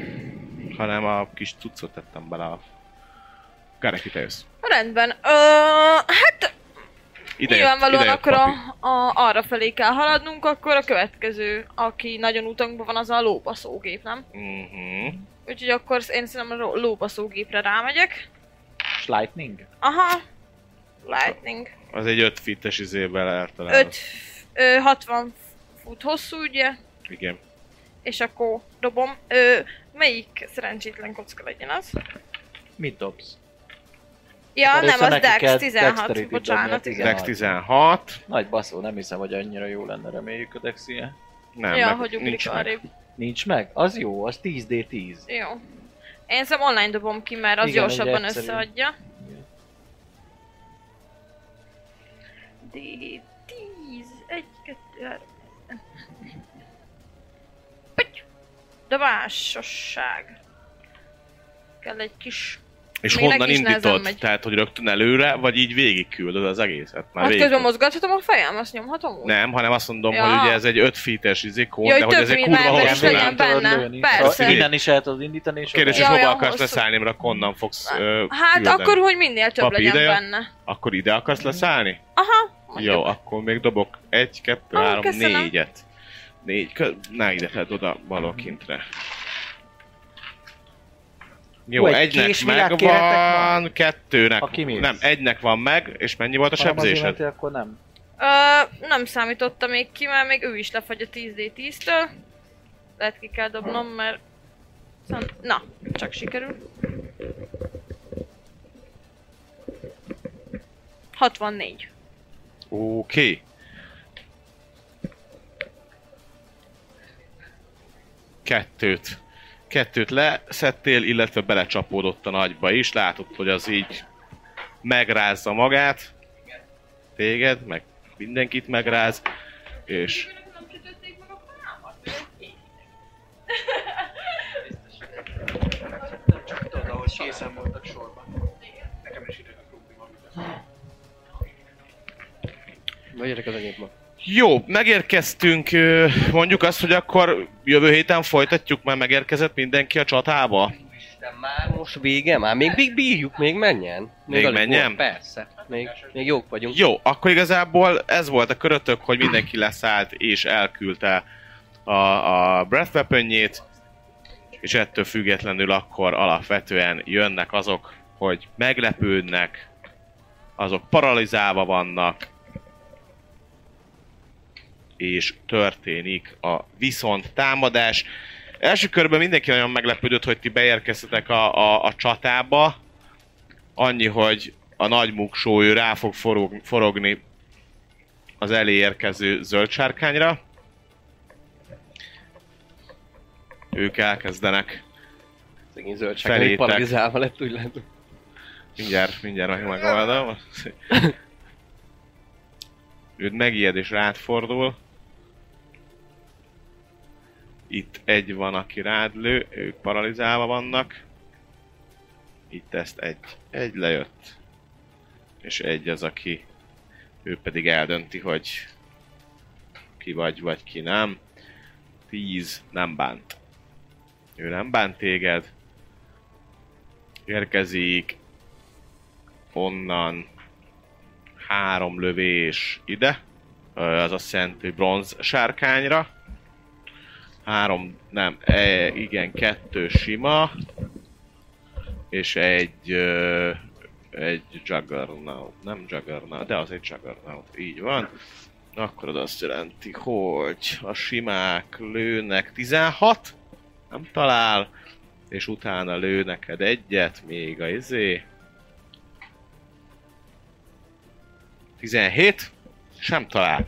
C: hanem a kis cuccot tettem bele a... Gareki, te jössz.
F: Rendben. Ö, hát
C: Ide jött,
F: nyilvánvalóan
C: ide jött
F: akkor a,
C: papi.
F: a, arra felé kell haladnunk, akkor a következő, aki nagyon utunkban van, az a lóbaszógép, nem?
C: Mhm.
F: Úgyhogy akkor én szerintem a ló- lóbaszógépre rámegyek.
A: Lightning?
F: Aha. Lightning.
C: Az egy 5 fites izével eltalálod.
F: 5, 60 fut hosszú, ugye?
C: Igen.
F: És akkor dobom. Ö, melyik szerencsétlen kocka legyen az?
A: Mit dobsz?
F: Ja,
A: Először
F: nem, az
A: neki kell
F: Dex 16,
A: dexterity
F: bocsánat,
A: dobni,
F: igen.
C: Dex 16.
A: Nagy baszó, nem hiszem, hogy annyira jó lenne, reméljük a dexie.
C: Nem,
F: ja,
C: meg,
F: hogy ugrik
C: nincs meg.
F: arrébb.
A: Nincs meg? Az jó, az 10d10.
F: Jó. Én szerintem online dobom ki, mert az
A: Igen, ugye
F: gyorsabban
A: egyszerű.
F: összeadja.
A: Igen.
F: D10, 1, 2, 3. Pitty! Dobásosság. Kell egy kis...
C: És
F: Még neki
C: honnan
F: is nehezen
C: indítod?
F: megy.
C: Tehát, hogy rögtön előre, vagy így végigküldöd az egészet? Már
F: hát
C: végig.
F: közben mozgathatom a fejem, azt nyomhatom úgy.
C: Nem, hanem azt mondom,
F: Ja.
C: hogy ugye ez egy 5 fites izé, kód,
F: Ja,
C: de hogy
F: hogy több
C: ez egy
F: mint
C: kurva
F: ember is
C: hosszú.
F: legyen.
C: nem?
A: tudod
F: benne.
A: lőni.
F: Persze.
A: Ha Innen is el tudod indítani, és
C: Kérdés,
A: akkor-
C: hogy
F: Ja,
C: hova
F: olyan
C: akarsz
F: hosszú.
C: leszállni, mert akkor onnan fogsz ö,
F: Hát
C: küldeni.
F: akkor, hogy minél több
C: Papi
F: legyen
C: ide jön.
F: benne.
C: Akkor ide akarsz leszállni?
F: Aha.
C: Jó, akkor még dobok 1, 2,
F: Ó,
C: 3,
F: köszönöm.
C: 4-et. 4, ne ide, tehát oda balokintre. Jó,
A: Hú, egy
C: egynek
A: késvilág kéretek
C: megvan, kettőnek,
A: Ha kimész.
C: nem, egynek van meg, és mennyi volt a
A: Ha nem azért
C: sebzésed?
A: mentél, akkor nem.
F: Ö, nem számította még ki, mert még ő is lefagy a 10D10-től. Lehet ki kell dobnom, mert... Szóval- Na, csak sikerül. 64.
C: Oké. kettőt. Kettőt leszettél, illetve belecsapódott a nagyba is. Látod, hogy az így megrázza magát. Téged, meg mindenkit megráz. És
G: Tudod, ahogy készen voltak sorban. Nekem is ide kell rúgni valamit.
E: Vagy az enyém ma.
C: Jó, megérkeztünk, ö, mondjuk azt, hogy akkor jövő héten folytatjuk, mert megérkezett mindenki a csatába.
E: De már most vége? Már még, még bírjuk, még menjen. Még,
C: Még
E: alig volt,
C: menjen?
E: Persze. Még, még jók vagyunk.
C: Jó, akkor igazából ez volt a körötök, hogy mindenki leszállt és elküldte a, a breath weaponjét, és ettől függetlenül akkor alapvetően jönnek azok, hogy meglepődnek, azok paralizálva vannak, és történik a viszont támadás. Első körben mindenki nagyon meglepődött, hogy ti beérkeztetek a, a, a csatába. Annyi, hogy a nagy muksó ő rá fog forog, forogni az elé érkező zöld sárkányra. Ők elkezdenek.
E: Szegény zöldság, ami
C: Felétek.
E: paralizálva lett, úgy látom.
C: Mindjárt, mindjárt meg- megoldom. Ő megijed és rád fordul. Itt egy van, aki rád lő, ők paralizálva vannak. Itt ezt egy. Egy lejött. És egy az, aki ő pedig eldönti, hogy ki vagy, vagy ki nem. Tíz nem bánt. Ő nem bánt téged. Érkezik onnan három lövés ide, Ö, az azt jelenti, hogy bronz sárkányra. Három, nem, e, igen, kettő sima, és egy, ö, egy juggernaut, nem juggernaut, de az egy juggernaut, így van. Akkor az azt jelenti, hogy a simák lőnek 16, nem talál, és utána lő neked egyet, még a izé, 17, sem talál.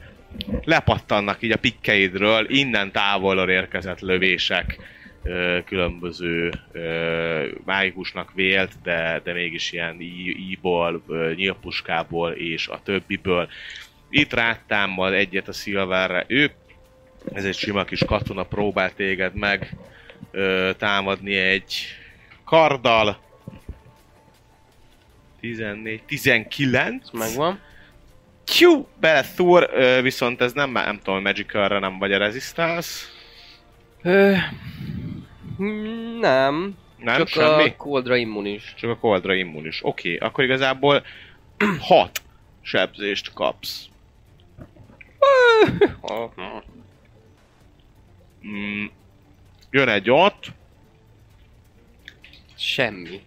C: Lepattannak így a pikkeidről, innen távolról érkezett lövések, ö, különböző ö, mágikusnak vélt, de, de mégis ilyen í- íból, ö, nyílpuskából és a többiből. Itt ráttámmal egyet a Silverre ő, ez egy sima kis katona próbál téged meg ö, támadni egy karddal. 14, 19.
E: Ez megvan.
C: Tyú, beleszúr, ö, viszont ez nem, nem tudom, magical nem vagy a resistance.
E: Ö, mm, nem.
C: Nem,
E: Csak
C: semmi?
E: a koldra immunis.
C: Csak a koldra immunis. Oké, okay, akkor igazából 6 sebzést kapsz. Mm, jön egy ott,
E: Semmi.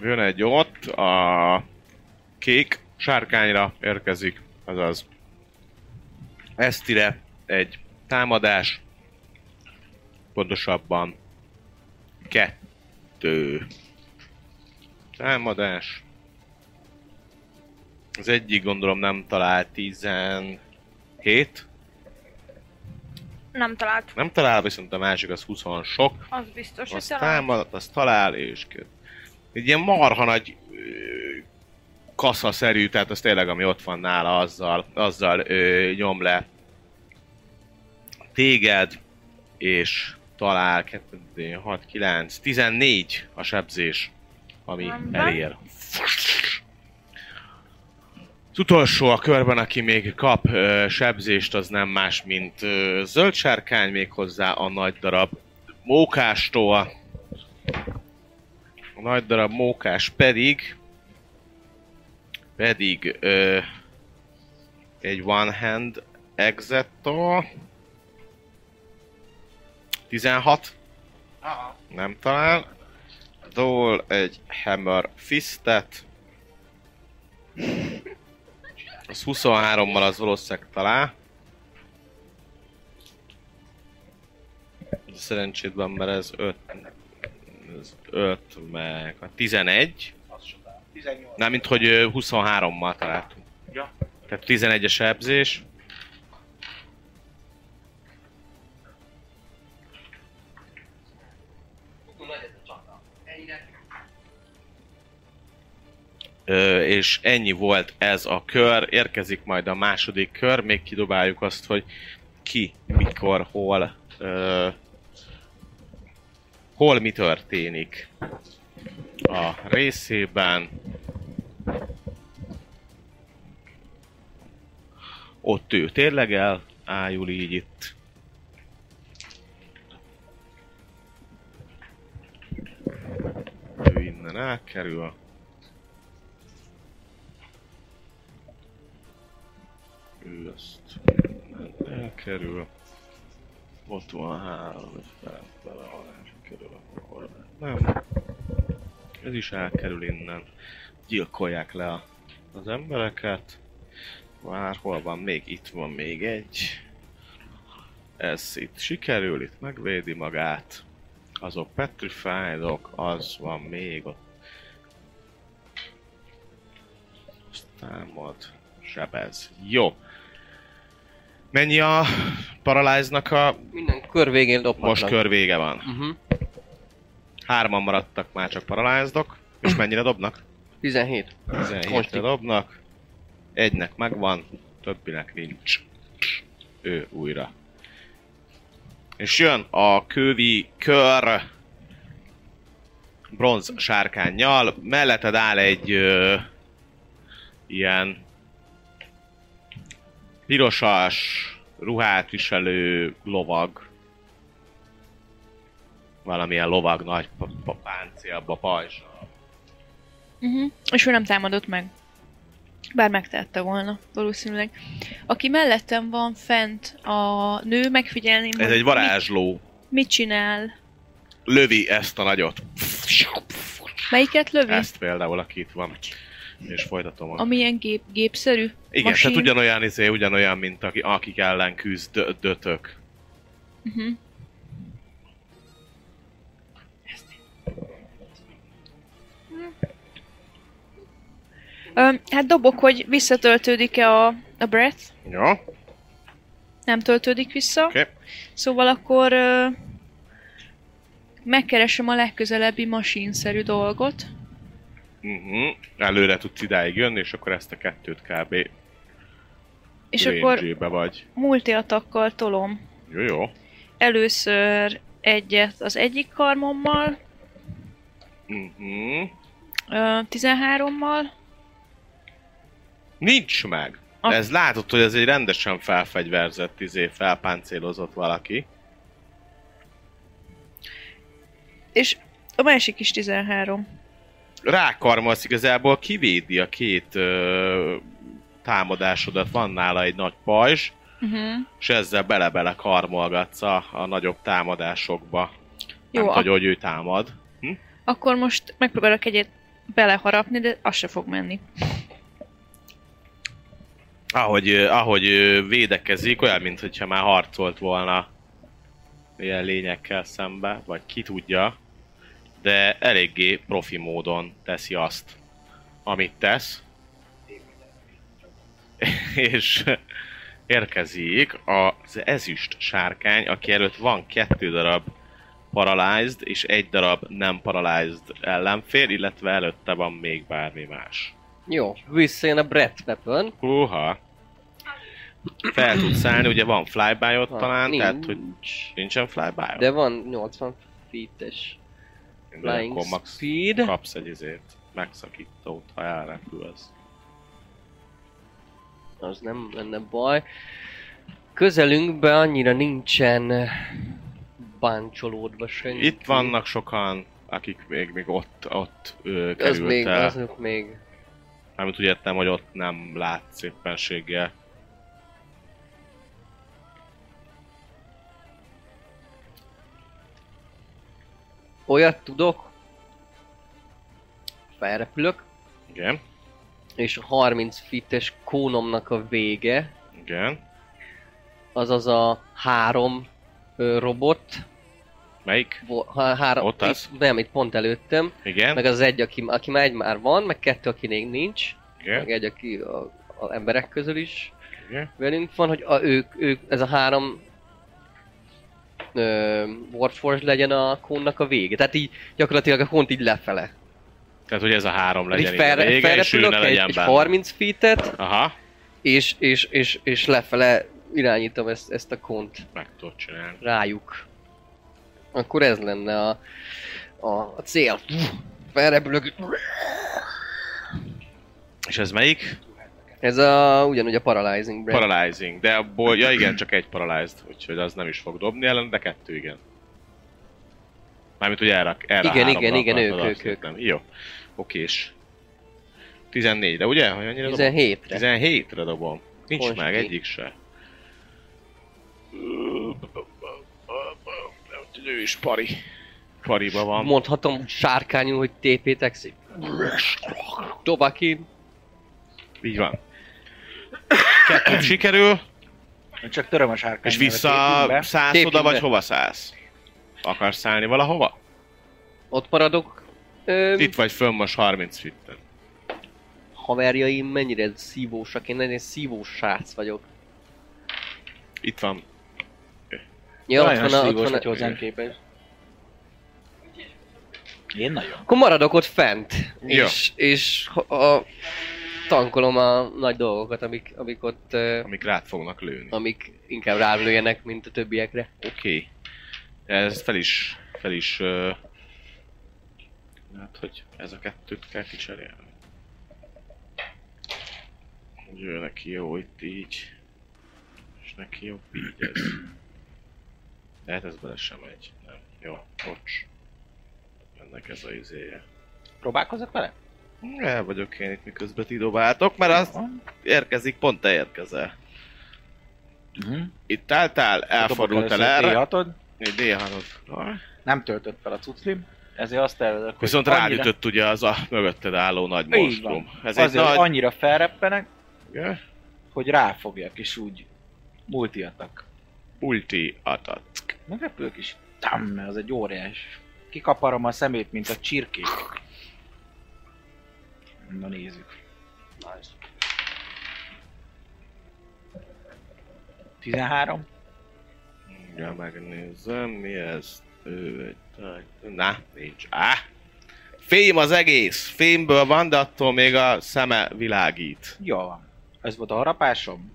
C: jön egy ott, a kék sárkányra érkezik, azaz Esztire egy támadás, pontosabban kettő támadás. Az egyik gondolom nem talál 17,
F: Nem talált.
C: nem talál, viszont a másik az 20 sok,
F: Az biztos, hogy
C: azt
F: talált.
C: támad, azt talál, és köt. Egy ilyen marha nagy ö, kaszaszerű, tehát az tényleg, ami ott van nála, azzal, azzal ö, nyom le téged, és talál 2, 6, 9, 14 a sebzés, ami
F: Rendben.
C: elér. Az utolsó a körben, aki még kap ö, sebzést, az nem más, mint ö, zöld sárkány, méghozzá a nagy darab mókástól. A nagy darab mókás pedig pedig ö, egy one hand exit 16
G: Aha.
C: nem talál. Dól egy hammer fistet. Az 23-mal az valószínűleg talál. Szerencsétben, mert ez 5. Ez 5 meg a 11.
G: Az csodál. 18.
C: Nem, mint hogy ö, 23-mal találtunk.
G: Ja.
C: Tehát 11-es sebzés. Ö, és ennyi volt ez a kör, érkezik majd a második kör, még kidobáljuk azt, hogy ki, mikor, hol, ö, hol mi történik a részében. Ott ő tényleg elájul így itt. Ő innen elkerül. Ő ezt elkerül. Ott van három, egy fel, bele alá, kerül, akkor nem. Ez is elkerül innen. Gyilkolják le a- az embereket. Már hol van még? Itt van még egy. Ez itt sikerül, itt megvédi magát. Azok petrified az van még ott. Azt támad, sebez. Jó. Mennyi a Paralyze-nak a...
E: Minden kör végén dobhatnak.
C: Most kör vége van.
E: Uh-huh.
C: Hárman maradtak már csak paralyzdok. És mennyire dobnak?
E: 17.
C: 17
E: Konstig.
C: dobnak. Egynek megvan, többinek nincs. Ő újra. És jön a kövi kör bronz sárkányjal, melletted áll egy ö, ilyen pirosas ruhát viselő lovag. Valamilyen lovag nagy pa- pa- páncélba, pajzsal.
D: Uh-huh. És ő nem támadott meg. Bár megtehette volna, valószínűleg. Aki mellettem van fent, a nő megfigyelni,
C: Ez egy varázsló.
D: Mit, mit csinál?
C: lövi ezt a nagyot.
D: Melyiket lövi? Ezt.
C: Ezt például, aki itt van. És folytatom. A
D: Amilyen gép, gépszerű?
C: Igen,
D: masin?
C: tehát ugyanolyan, izé, ugyanolyan, mint aki, akik ellen küzdötök.
D: Uh-huh. Öm, hát dobok, hogy visszatöltődik-e a, a breath.
C: Jó, oké.
D: Nem töltődik vissza.
C: Okay.
D: Szóval akkor ö, megkeresem a legközelebbi masinszerű dolgot.
C: Uh-huh. Előre tudsz idáig jönni, és akkor ezt a kettőt kb.
D: És akkor
C: range-ébe vagy.
D: multi atakkal tolom.
C: Jó, jó.
D: Először egyet az egyik karmommal,
C: Uh-huh.
D: ö, 13-mal.
C: Nincs meg.
D: Ah.
C: Ez látod, hogy ez egy rendesen felfegyverzett, izé, felpáncélozott valaki.
D: És a másik is 13.
C: rákarmolsz igazából, kivédi a két ö, támadásodat, van nála egy nagy pajzs,
D: Uh-huh.
C: és ezzel bele-bele karmolgatsz a, a nagyobb támadásokba. Jó,
D: Jó,
C: Nem
D: ak-
C: tudja, hogy ő támad.
D: akkor most megpróbálok egyet beleharapni, de az se fog menni.
C: Ahogy, ö, ahogy ö, védekezik, olyan, mintha már harcolt volna ilyen lényekkel szembe, vagy ki tudja, de eléggé profi módon teszi azt, amit tesz. És érkezik az ezüst sárkány, aki előtt van kettő darab paralyzed és egy darab nem paralyzed ellenfél, illetve előtte van még bármi más.
E: Jó, visszajön a Brett weapon.
C: Húha. Fel tudsz állni, ugye van flyby
E: Van,
C: talán,
E: nincs.
C: tehát hogy nincsen flyby
E: De van 80 feet-es flying speed.
C: kapsz egy ezért megszakítót, ha elrepülsz.
E: Az nem lenne baj. Közelünkben annyira nincsen báncsolódva senki.
C: Itt vannak sokan, akik még, még ott, ott ö,
E: az
C: került
E: még,
C: el.
E: azok még.
C: Amit úgy értem, hogy ott nem látsz éppenséggel.
E: Olyat tudok, felrepülök,
C: Igen,
E: és a 30 feet-es kónomnak a vége,
C: igen.
E: azaz a három ö, robot,
C: Melyik?
E: vo- há- három,
C: Ott az?
E: itt, nem, itt pont előttem,
C: Igen,
E: meg az egy, aki, aki már egy már van, meg kettő, aki még nincs,
C: igen,
E: meg egy, aki a, a emberek közül is
C: igen.
E: velünk van, hogy a, ők, ők, ez a három ö, Warforge legyen a kónnak a vége. Tehát így gyakorlatilag a kont így lefele
C: Tehát, hogy ez a három legyen
E: Így
C: így
E: felre,
C: a vége, és ő
E: felrepülök
C: ne
E: egy,
C: legyen
E: egy
C: benne.
E: 30 feet-et,
C: Aha,
E: és, és, és, és lefele irányítom ezt, ezt a kont
C: meg tudod csinálni.
E: rájuk. Akkor ez lenne a, a, a cél. Felrepülök.
C: És ez melyik?
E: Ez a, ugyanúgy a Paralyzing Breath.
C: Paralyzing. De abból, ja igen, csak egy paralyzed, úgyhogy az nem is fog dobni ellen, de kettő igen. Mármint ugye erre, erre a
E: Igen,
C: háromra
E: igen, igen,
C: akartad
E: ők,
C: azt,
E: ők, ők.
C: nem? Jó. Okés. 14-re, ugye? Hogy annyira dobom?
E: 17-re.
C: 17-re dobom. Nincs
E: Most
C: meg
E: ki.
C: egyik se. Ő is pari. Pariba van.
E: Mondhatom sárkányul, hogy TP Taxi. Tobakin.
C: Így van. Kettőt sikerül,
B: Csak töröm a sárkány.
C: és vissza szállsz
E: Tépjünk
C: oda, vagy
E: be.
C: hova szállsz? Akarsz szállni valahova?
E: Ott maradok. Öm,
C: Itt vagy fönn most 30 fitten.
E: haverjaim mennyire szívósak, én nagyon szívós srác vagyok.
C: Itt van.
E: Ja, ott
B: Nagyon
E: van a, ott
B: szívós
E: van
B: vagy
E: a...
B: hozzánk képest. Én nagyon.
E: Akkor maradok ott fent.
C: Ja.
E: És, és ha- a, tankolom a nagy dolgokat, amik, amik ott... ö,
C: Amik rád fognak lőni.
E: amik inkább rálőjenek, mint a többiekre.
C: Oké. Ez fel is... Fel is... ö, Hát, hogy ez a kettőt kell kicserélni. Hogy ő neki jó itt így. És neki jobb így ez. De hát ez bele sem megy. Nem. Jó, bocs. Ennek ez a izéje.
B: Próbálkozok vele?
C: El vagyok én itt, miközben ti dobáltok, mert azt érkezik, pont te érkezel.
B: Mhm.
C: Itt álltál, elfordultál erre.
B: Hatod,
C: Egy D6-ot. Ah.
B: nem töltött fel a cuclim, ezért azt tervezek, hogy
C: Viszont
B: annyira-
C: rád ütött ugye az a mögötted álló nagy
B: Így van.
C: monstrum. Ez egy
B: Azért
C: nagy...
B: annyira felreppenek,
C: Igen.
B: hogy ráfogjak, és úgy multiatak.
C: Ulti atat.
B: Megrepülök is. Tam, mert az egy óriás. Kikaparom a szemét, mint a csirkét. Na nézzük. Nice. 13.
C: Ja, megnézem, mi ez? Ő egy tárgy. Na, nincs. Á! Fém az egész! Fémből van, de attól még a szeme világít.
B: Jó van. Ez volt a harapásom.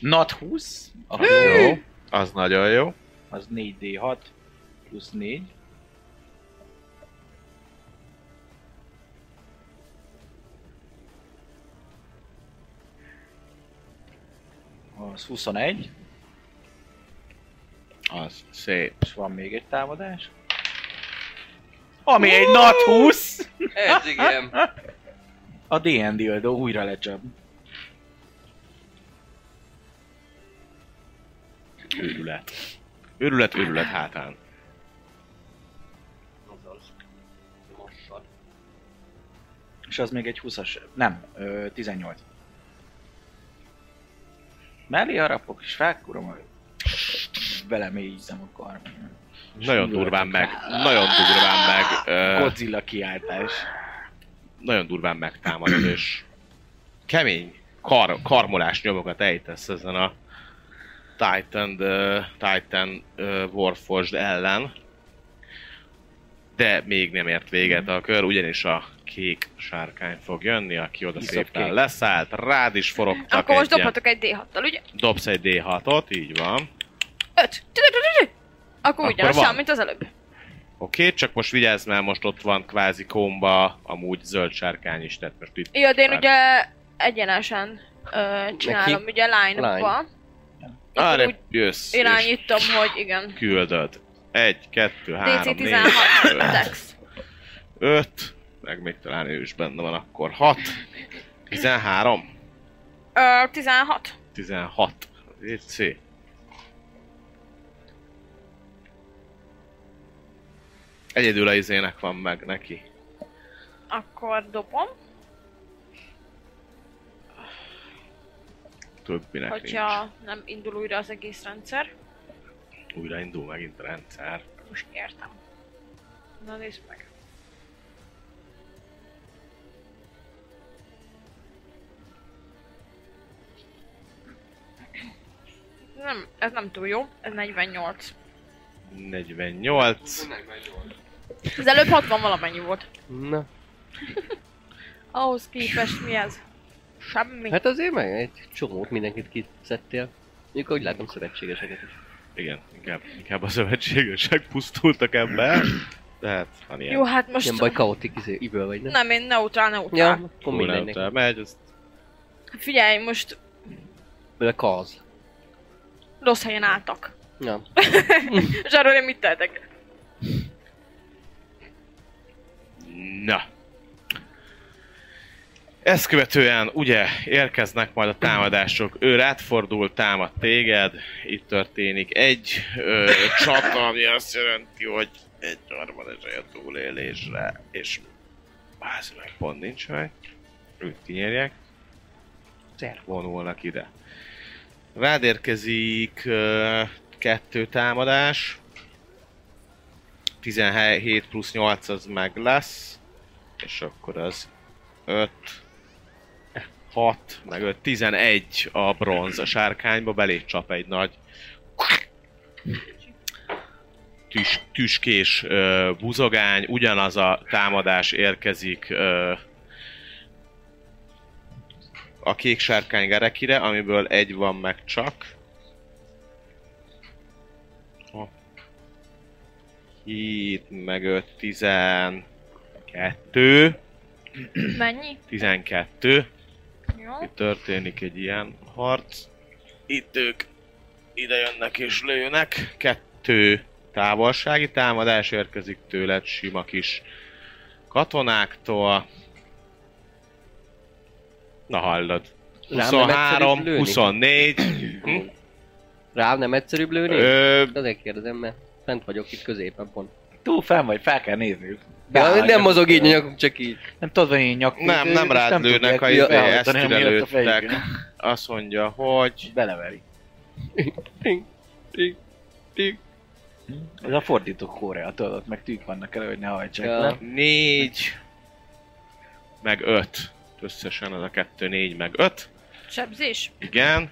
B: Not 20. Akkor
C: Jó. Az nagyon jó.
B: az 4D6 plusz 4. Az 21,
C: Az szép.
B: és van még egy támadás. Ami egy nat 20!
E: Ez igen.
B: A D&D oldó újra lecsap.
C: Őrület. Őrület, őrület hátán.
B: És az még egy 20-as, nem, ö, 18. Mellé harapok, és felkúrom a... Belemélyítem a karmon.
C: Nagyon durván meg, nagyon durván meg, ö,
B: Godzilla kiáltás.
C: nagyon durván megtámadod, és kemény kar, karmolás nyomokat ejtesz ezen a Titan, uh, Titan uh, Warforged ellen. De még nem ért véget a kör, ugyanis a kék sárkány fog jönni, aki oda
B: Iszap
C: szépen
B: kék.
C: leszállt, rád is forogtak
F: Akkor most
C: egy ilyen-
F: dobhatok egy D6-tal, ugye?
C: Dobsz egy D6-ot, így van.
F: 5. Akkor
C: Akkor
F: ugyanaz
C: van.
F: szám, mint az előbb.
C: Oké, okay, csak most vigyázz, mert most ott van kvázi komba, amúgy zöld sárkány is, tehát most itt...
F: Ja, de én
C: Már-
F: ugye egyenesen ö, csinálom,
E: Neki?
F: ugye line-ba.
E: Line.
C: Arra
F: úgy
C: jössz, és
F: Irányítom, hogy igen.
C: küldöd. Egy, kettő, három,
F: DC
C: négy,
F: 16
C: öt,
F: Dex.
C: öt, meg még talán ő is benne van akkor, hat, tizenhárom,
F: Ö, 16.
C: tizenhat, DC. Egyedül a izének van meg neki.
F: Akkor dobom,
C: Többinek
F: hogyha nem indul újra az egész rendszer.
C: nincs. Újraindul megint a rendszer.
F: Most értem. Na nézd meg. Nem, ez nem túl jó, ez 48.
C: 48.
F: Az előbb 60 valamennyi volt.
E: Na,
F: Ahhoz képest mi ez? Semmi.
E: hát azért meg egy csomót mindenkit kiszedtél. Mondjuk, ahogy látom, szövetségeseket is.
C: Igen, inkább, inkább a szövetségesek pusztultak ebben. De hát van ilyen.
F: Jó, hát most...
E: Ilyen baj, kaotik izé, iből vagy, nem?
F: Nem, én neutrál,
E: Ja,
F: neutrál.
E: akkor
C: Ura,
E: mindennek.
C: utána megy, azt
F: Figyelj, most
E: Bele kaz.
F: rossz helyen álltak.
E: Ja.
F: És arról én mit tehetek?
C: Na. Ezt követően ugye érkeznek majd a támadások. Ő rád fordul, támad téged. Itt történik egy ö, csata, ami azt jelenti, hogy egy harmad esély a túlélésre, és az meg pont nincs meg. Őt kinyírják. Vonulnak ide. Rád érkezik ö, kettő támadás. 17 plusz 8 az meg lesz, és akkor az 5, 6, meg 5, 11 a bronz a sárkányba, belé csap egy nagy tüs, tüskés ö, buzogány, ugyanaz a támadás érkezik ö, a kék sárkány gerekire, amiből egy van meg csak. A 7, meg 5, 12.
F: Mennyi?
C: 12.
F: Jó.
C: Itt történik egy ilyen harc. Itt ők ide jönnek és lőnek. Kettő távolsági támadás érkezik tőled sima kis katonáktól. Na hallod.
E: Rám nem egyszerűbb
C: 23,
E: lőni? Hm?
C: 24.
E: Rám nem egyszerűbb lőni?
C: Ö,
E: Azért kérdezem, mert fent vagyok itt középen pont.
B: Túl fenn vagy, fel kell nézniük.
E: Ja,
B: Beállnak.
E: nem mozog így, nyakom, csak így.
B: Nem tudod, van ilyen nyak.
C: nem, nem
E: Hm?
C: rád lőnek, ha izé, ezt ide lőttek. Azt mondja, hogy...
B: Beleveri.
E: Ting, ting, ting.
B: Ez a fordító Korea, tudod, ott meg tűk vannak elő, hogy ne hajtsák
E: Ja.
B: le.
C: Négy, meg öt. Összesen az a kettő, négy, meg öt.
F: Sebzés?
C: Igen.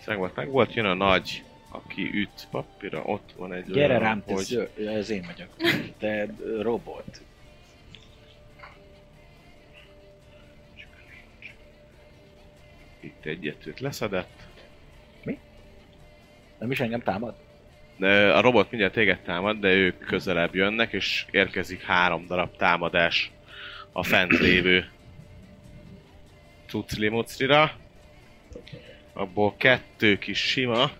C: Ez meg volt, meg volt. Jön a nagy, aki üt papírra. Ott van egy
B: Gyere
C: olyan,
B: rám, te
C: hogy...
B: zöld, Ja, ez én vagyok. Te ö, robot.
C: Itt egyet leszedett.
B: Nem is engem támad?
C: Ö, A robot mindjárt téged támad, de ők közelebb jönnek, és érkezik három darab támadás a fent lévő cucli-muclira. Abból kettő kis sima,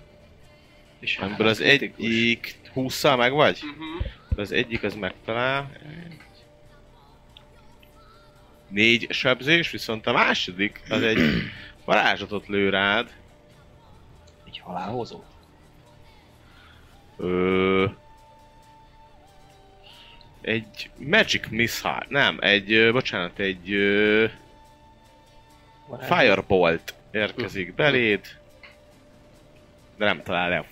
B: És hát,
C: Amiből
A: hát
C: az egyik 20 meg vagy? Uh-huh. Az egyik az megtalál. Egy. Négy sebzés, viszont a második az egy varázslatot lő rád.
B: Egy halálhozó.
C: Ö... Egy Magic Missile, nem, egy, ö, bocsánat, egy ö... Firebolt érkezik beléd, de nem talál el.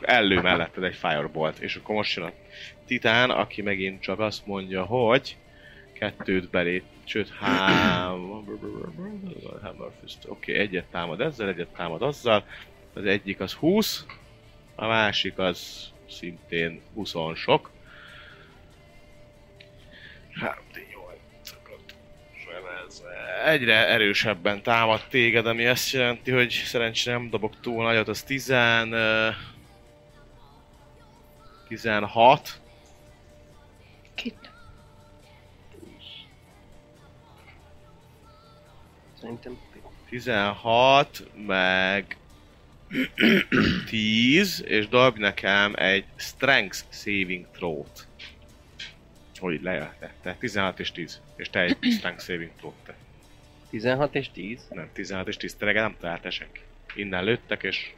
C: Ellő melletted egy Firebolt, és akkor most jön a Titán, aki megint csak azt mondja, hogy kettőt beléd, sőt, hám... Hammer Fist. Oké, okay, egyet támad ezzel, egyet támad azzal, az egyik az 20, a másik az szintén 20 sok. 3 Egyre erősebben támad téged, ami azt jelenti, hogy szerencsére nem dobok túl nagyot, az 10... ö, 16,
D: Kit?
E: Szerintem
C: 16, meg 10, és dob nekem egy Strength Saving Throw-t. Hogy lejöttek. Te 16 és 10. És te egy Strength Saving Throw-t. te.
E: 16 és 10.
C: Nem, 16 és 10. Te reggel nem találta senki. Innen lőttek, és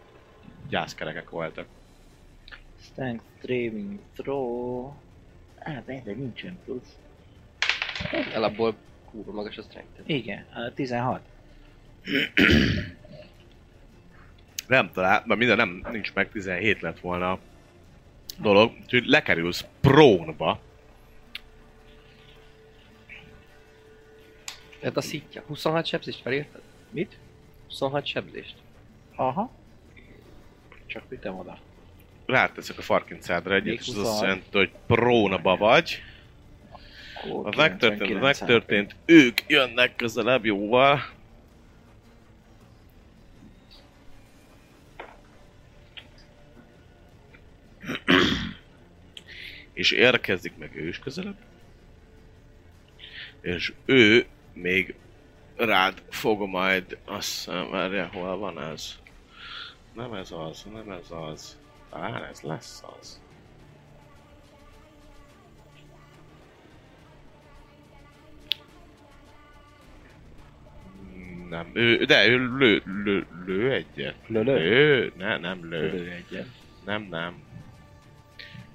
C: gyászkerekek voltak.
B: Strength, Draving, Throw... Á, de erre nincsen plusz.
E: Alapból kurva magas a strength
B: Igen, a 16.
C: Nem talál, mert minden nem, nincs meg, 17 lett volna a dolog. Úgyhogy lekerülsz prónba.
E: Tehát a szítja. 26 sebzést felírtad?
B: Mit?
E: 26 sebzést.
B: Aha. Csak vitem oda. 26.
C: jelenti, hogy prónaba vagy.
B: Akkor
C: Az megtörtént, az
B: 99
C: megtörtént. Ők jönnek közelebb jóval. És érkezik meg ő is közelebb. És ő még rád fog majd, azt hiszem, erre hol van ez? Nem ez az, nem ez az. Talán ez lesz az. Nem, ő, de ő lő, lő, lő egyet.
B: Lölő?
C: Lő? Ne, nem lő.
B: Lölő egyen.
C: Nem, nem.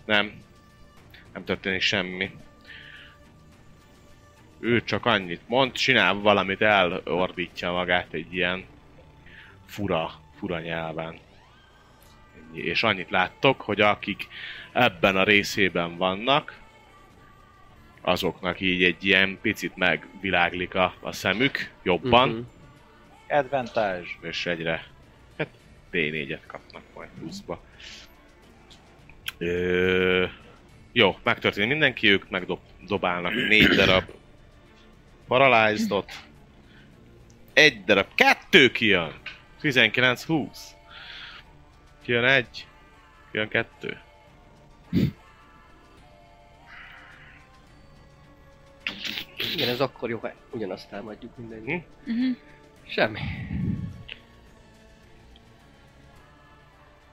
C: Nem. Nem történik semmi. Ő csak annyit mond, csinál valamit, elordítja magát egy ilyen fura, fura nyelven. Ennyi. És annyit láttok, hogy akik ebben a részében vannak, azoknak így egy ilyen picit megviláglik a, a szemük jobban,
E: Mhm.
B: Advantage.
C: és egyre hát D4-et kapnak majd pluszba. Ö, jó, megtörténik mindenki, ők megdobálnak négy darab Paralyzed-ot. Egy darab, kettő kijön! 19-20. Kijön egy, kijön kettő.
E: Igen, ez akkor jó, ha ugyanazt támadjuk mindenki.
C: Mhm.
D: Mhm.
E: Semmi.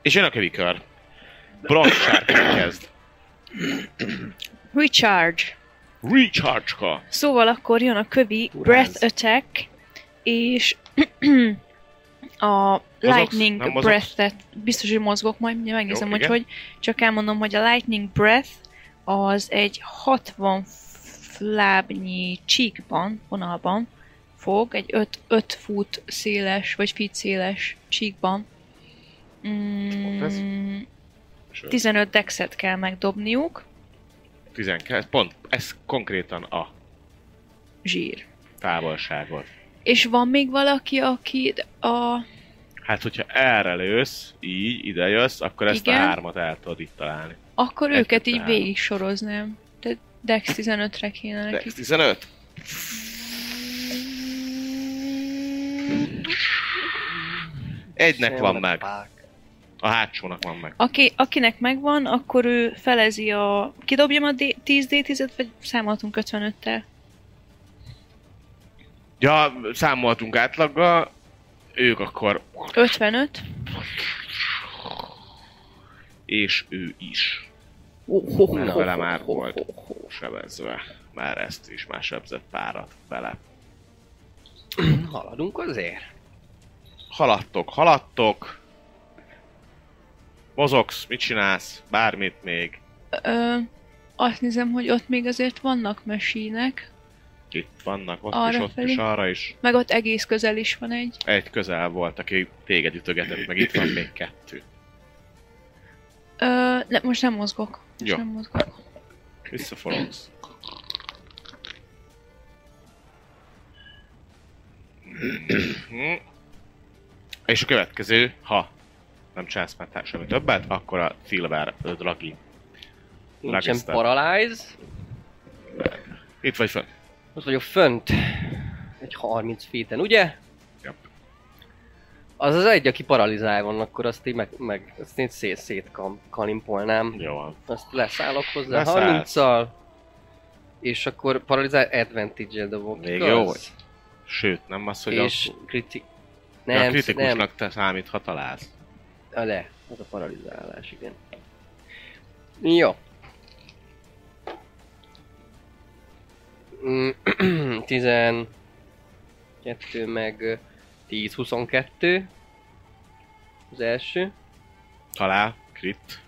C: És jön a kövi kör. Bronz sárkány kezd.
D: Recharge.
C: Recharge-ka!
D: Szóval akkor jön a kövi
E: Uráz.
D: Breath Attack, és a Lightning
C: nem mozogsz?
D: Breath-et biztos, hogy mozgok, majd mindjárt megnézem,
C: Jó,
D: hogy
C: igen.
D: hogy. Csak elmondom, hogy a Lightning Breath az egy 60 lábnyi csíkban, vonalban fog, egy 5, 5 fut széles, vagy feet széles csíkban.
C: ez?
D: Mm,
C: És ő
D: 15 dexet kell megdobniuk,
C: 12, pont, ez konkrétan a
D: zsír.
C: távolság volt.
D: És van még valaki, aki a...
C: Hát, hogyha erre lősz, így ide jössz, akkor ezt Igen. a
D: Igen.
C: hármat el tudod itt találni.
D: Akkor
C: Egy,
D: őket
C: kettő,
D: így
C: három.
D: végig soroznám. Tehát Dex 15-re kéne nekik.
C: Dex 15. Egynek van meg,
E: Pák.
C: a hátsónak van meg.
D: Aki, akinek megvan, akkor ő felezi a... Kidobjam a D- 10 D10-et, vagy számoltunk 55-tel?
C: Ja, számoltunk átlaggal, ők akkor,
D: 55?
C: és ő is.
E: Oh, oh,
C: Mert
E: oh,
C: vele
E: oh,
C: már
E: oh,
C: volt
E: oh, oh.
C: sebezve. Már ezt is, már sebzett párat vele.
E: Haladunk azért.
C: Haladtok, haladtok. Mozogsz, mit csinálsz, bármit még.
D: Ö, azt nézem, hogy ott még azért vannak mesínek.
C: Itt vannak, ott is,
D: Arra
C: ott
D: felé.
C: is, arra is.
D: Meg ott egész közel is van egy.
C: Egy közel volt, aki téged ütögetett, meg itt van még kettő.
D: Ö, ne, most nem mozgok. Most
C: Jó.
D: nem mozgok.
C: Visszaforogsz. Mhm. És a következő, ha nem csinálsz már tá- semmi többet, akkor a Silver ö, Dragi.
E: Nincsen
C: Lagisztán.
E: Paralyze.
C: Itt vagy fönn.
E: Ott vagyok fönt. Egy 30 féten, ugye?
C: Yep.
E: Az az egy, aki paralizál van, akkor azt így meg, meg azt én szét, szét kam, kalimpolnám.
C: Jó van.
E: Azt leszállok hozzá
C: Leszállsz.
E: 30-al. És akkor paralizál advantage-el dobok.
C: Még
E: igaz?
C: jó vagy. Sőt, nem az, hogy
E: És
C: a,
E: kriti...
C: nem, a
E: Nem, nem,
C: kritikusnak te számít, ha találsz.
E: a le. Az a paralizálás, igen. Jó. Mm, 12 meg ö, 10, 22. Az első.
C: Talál, krit.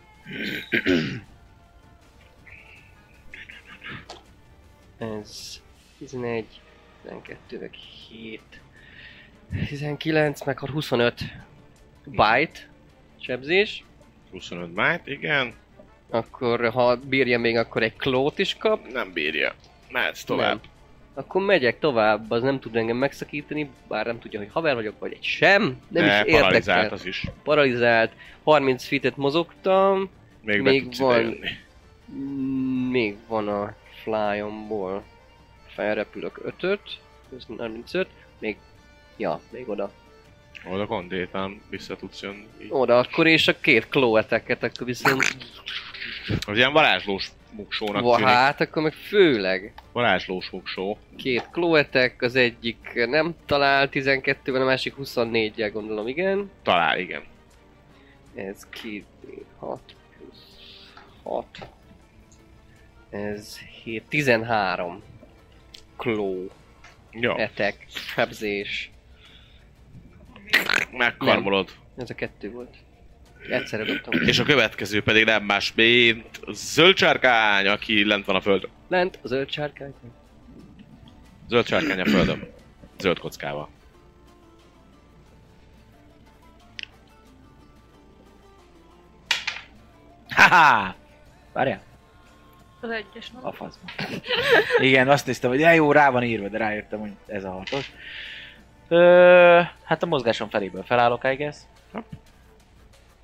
E: Ez 11, 12 meg 7. 19 meg 25. Byte. Sebzés.
C: 25 májt, igen.
E: Akkor ha bírja még, akkor egy klót is kap.
C: Nem bírja. Mehetsz tovább.
E: Nem. Akkor megyek tovább, az nem tud engem megszakítani, bár nem tudja, hogy haver vagyok, vagy egy sem. Nem
C: De
E: is
C: paralizált
E: érdekel.
C: az is.
E: Paralizált. 30 fitet mozogtam,
C: Még, Még
E: Még
C: be
E: van.
C: van. Idejönni.
E: Mm, Még van a flyomból. Felrepülök 5-öt, ez 35, még... Ja, még oda.
C: Oda kondétán vissza tudsz jönni. Így.
E: Oda akkor és a két klóeteket, akkor viszont
C: Az ilyen varázslós muksónak tűnik.
E: vahát, hát, akkor meg főleg.
C: Varázslós muksó.
E: Két klóetek, az egyik nem talál 12-ben, a másik 24-jel gondolom, igen.
C: Talál, igen.
E: Ez 2D6 plusz 6. Ez 7, 13. Kló,
C: Jó,
E: etek, sebzés.
C: megkarmolod.
E: Ez a kettő volt. Egyszerre dobtam.
C: És a következő pedig nem más, mint Zöldcsárkány, aki lent van a földön.
E: Lent, a zöld sárkány.
C: Zöldcsárkány a földön. Zöld kockával.
A: Haha! Várjál,
F: Az egyes, nem?
A: a faszba. Igen, azt néztem, hogy de jó, rá van írva, de rájöttem, hogy ez a hatos. Ö, hát a mozgásom feléből felállok, I guess.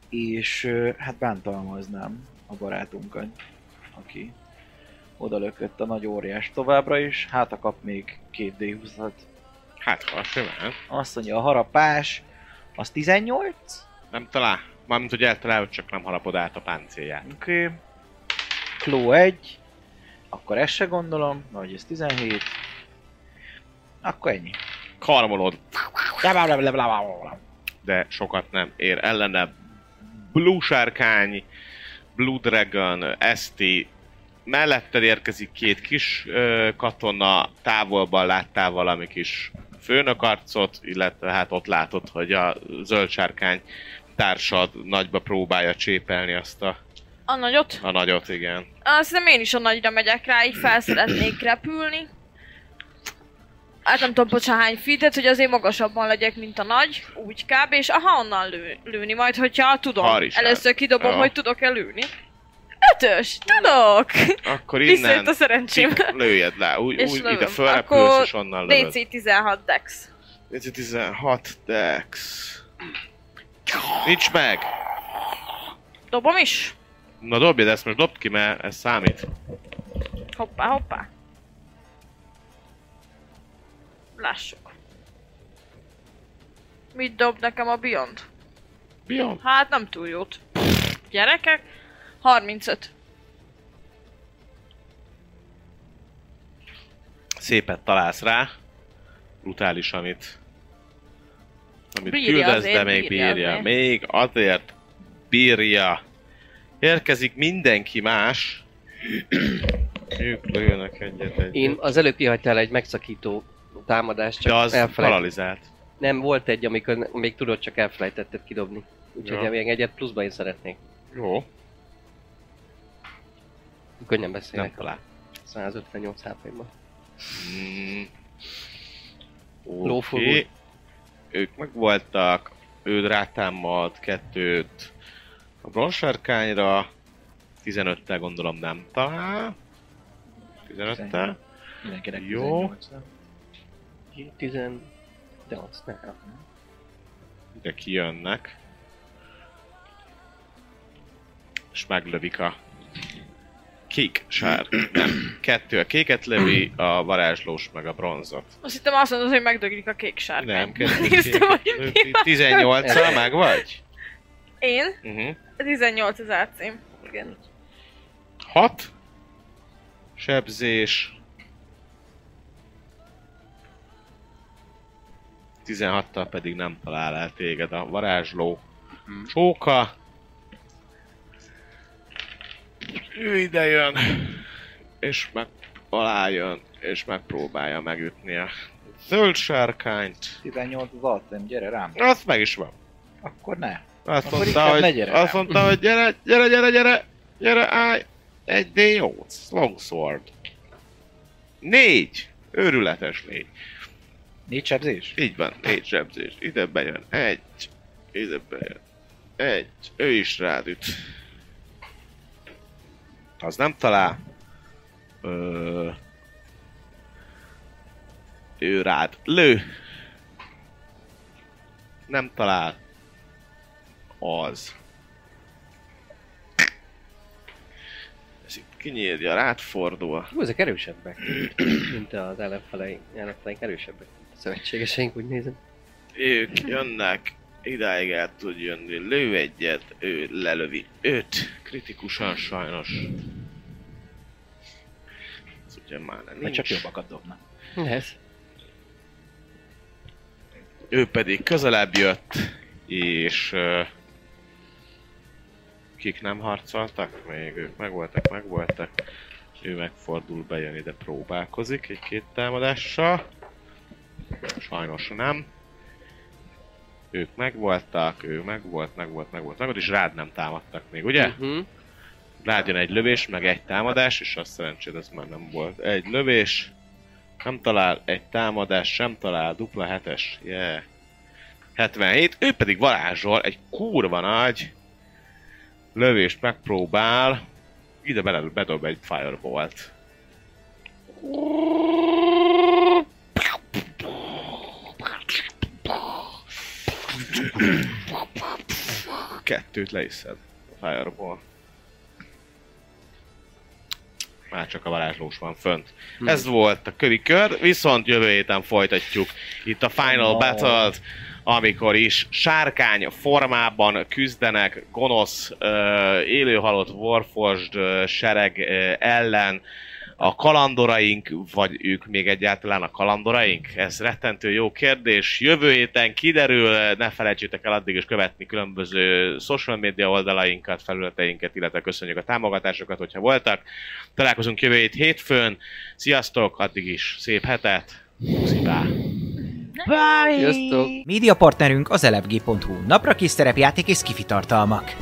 A: És ö, hát bántalmaznám a barátunkat, aki oda lökött a nagy óriás továbbra is, hát a kap még két d 20
C: Hát, ha simán.
A: Azt mondja, a harapás, az 18?
C: Nem talál. Mármint, hogy eltalálod, csak nem harapod át a páncélját.
A: Oké. Okay. Kló 1. Akkor ezt se gondolom, vagy ez 17. Akkor ennyi.
C: Karmolod, de sokat nem ér ellene. Blue sárkány, Blue Dragon, Esti, melletted érkezik két kis ö, katona, távolban láttál valami kis főnökarcot, illetve hát ott látod, hogy a zöld sárkány társad nagyba próbálja csépelni azt a,
F: A nagyot?
C: a nagyot, igen.
F: Azt hiszem én is a nagyra megyek rá, így fel szeretnék repülni. Hát nem tudom pontosan hány feet hogy azért magasabban legyek, mint a nagy, úgy kb. És aha, onnan lő, lőni majd, hogyha tudom.
C: Harisár.
F: Először kidobom,
C: Jó.
F: hogy tudok-e lőni. Ötös, tudok!
C: Akkor
F: Visszajött a
C: innen
F: szerencsém.
C: cik, lőjed le, úgy,
F: És
C: úgy
F: lövöm.
C: ide fölrepülsz
F: Akkor
C: és onnan lövöd.
F: DC 16 dex.
C: Ez a 16 dex. Nincs meg!
F: Dobom is?
C: Na dobjad ezt, most dobd ki, mert ez számít.
F: Hoppá, hoppá. Lássuk. Mit dob nekem a Beyond?
C: Bion.
F: Hát nem túl jót. Gyerekek? 35.
C: Szépet találsz rá. Brutális, amit... Amit
F: Bírja
C: küldesz, de
F: azért,
C: még
F: bírja
C: bírja. bírja.
F: azért.
C: Még azért bírja. Érkezik mindenki más. Ők lőnek egyet, egyet.
E: Én az előbb kihagytál egy megszakító támadást, csak
C: De az
E: elfelejtettem.
C: paralizált.
E: Nem, volt egy, amikor még tudod, csak elfelejtetted kidobni. Úgyhogy
C: Ja.
E: ja. még egyet pluszba én szeretnék.
C: Jó,
E: Könnyen
C: nem
E: beszélek.
C: talál.
E: 158 HP-ban.
C: Mm.
E: Lófogó.
C: Oké. Ők megvoltak, ő rátámad kettőt a bronsárkányra, 15-tel gondolom nem talál. 15-tel?
A: Mindenkinek
C: Jó.
A: 18, nem?
E: 18 nál
C: Ide kijönnek. És meglövik a kék sár. Nem, kettő a kéket lövi, a varázslós meg a bronzot.
F: Azt hittem azt mondod, hogy megdöglik a kék sárkány.
C: Nem, kettő
F: Néztem,
C: kéket
F: hogy
C: lövi.
F: mi van.
C: 18-al meg vagy?
F: Én?
C: Uh-huh.
F: 18 az átszém.
E: Igen.
C: 6. Sebzés. 16-tal pedig nem talál el téged a varázsló csóka. Ő ide jön, és meg alá jön, és megpróbálja megütni a zöld sárkányt.
A: 18 az alt, nem? Gyere rám.
C: Azt meg is van.
A: Akkor ne.
C: Azt
A: Akkor
C: mondta,
A: inkább ne
C: hogy,
A: gyere
C: azt
A: rám.
C: mondta, hogy gyere, gyere, gyere, gyere, gyere, állj, egy D8, longsword. Négy, őrületes négy.
A: Négy sebzés?
C: Így van, négy sebzés. Ide bejön, egy, ide bejön, egy, ő is rád üt. Az nem talál. Ö... ő rád. Lő! Nem talál. Az. Ez itt kinyírja, rád fordul.
E: Hú, ezek erősebbek, mint az ellenfeleink, ellenfeleink erősebbek. A szövetségeseink úgy nézem.
C: Ők jönnek, idáig el tud jönni. Lő egyet, ő lelövi őt. Kritikusan sajnos. Ez ugye már nem
A: Hát
B: Vagy
C: nincs.
B: csak jobbakat dobnak.
E: Ez.
C: Ő pedig közelebb jött, és... ö, kik nem harcoltak? Még ők megvoltak, megvoltak. Ő megfordul, bejön ide, próbálkozik egy-két támadással. Sajnos nem. Ők megvoltak, ő megvolt, megvolt, megvolt, megvolt, és rád nem támadtak még, ugye?
E: Uh-huh.
C: Rád jön egy lövés, meg egy támadás, és azt szerencséd, ez már nem volt. Egy lövés, nem talál, egy támadás, sem talál, dupla hetes, yeah. 77, ő pedig varázsol egy kurva nagy lövést megpróbál, ide bele, bedob egy firebolt. Kettőt leiszed a firebolt. Már csak a varázslós van fönt. Hmm. Ez volt a kövi kör, viszont jövő héten folytatjuk itt a Final no. battle amikor is sárkány formában küzdenek gonosz, ö, élőhalott Warforged ö, sereg ö, ellen a kalandoraink, vagy ők még egyáltalán a kalandoraink? Ez rettentő jó kérdés. Jövő héten kiderül, ne felejtsétek el addig is követni különböző social media oldalainkat, felületeinket, illetve köszönjük a támogatásokat, hogyha voltak. Találkozunk jövő hét hétfőn. Sziasztok, addig is szép hetet. Puszibá!
E: Sziasztok!
A: Média partnerünk az elefg.hu, napra kis szerepjáték és kifi tartalmak.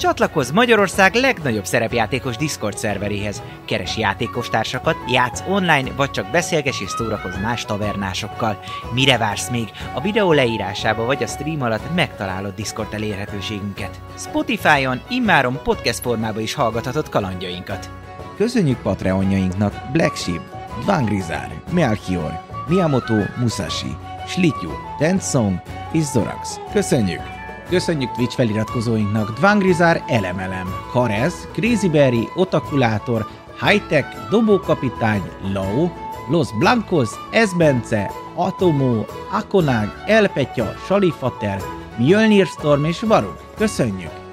A: Csatlakozz Magyarország legnagyobb szerepjátékos Discord szerveréhez. Keres játékostársakat, játsz online, vagy csak beszélges és szórakozz más tavernásokkal. Mire vársz még? A videó leírásába vagy a stream alatt megtalálod Discord elérhetőségünket. Spotify-on immáron podcast formában is hallgathatod kalandjainkat.
H: Köszönjük Patreonjainknak Black Sheep, Dvangrizár, Melchior, Miyamoto Musashi, Slityu, Tensong és Zorax. Köszönjük! Köszönjük Twitch feliratkozóinknak Dvangrizár Elemelem, Karez, Crazyberry, Otakulátor, Hightech, Dobókapitány, Lau, Los Blancos, Esbence, Atomó, Akonag, Elpetya, Salifater, Mjölnir Storm és Varug. Köszönjük!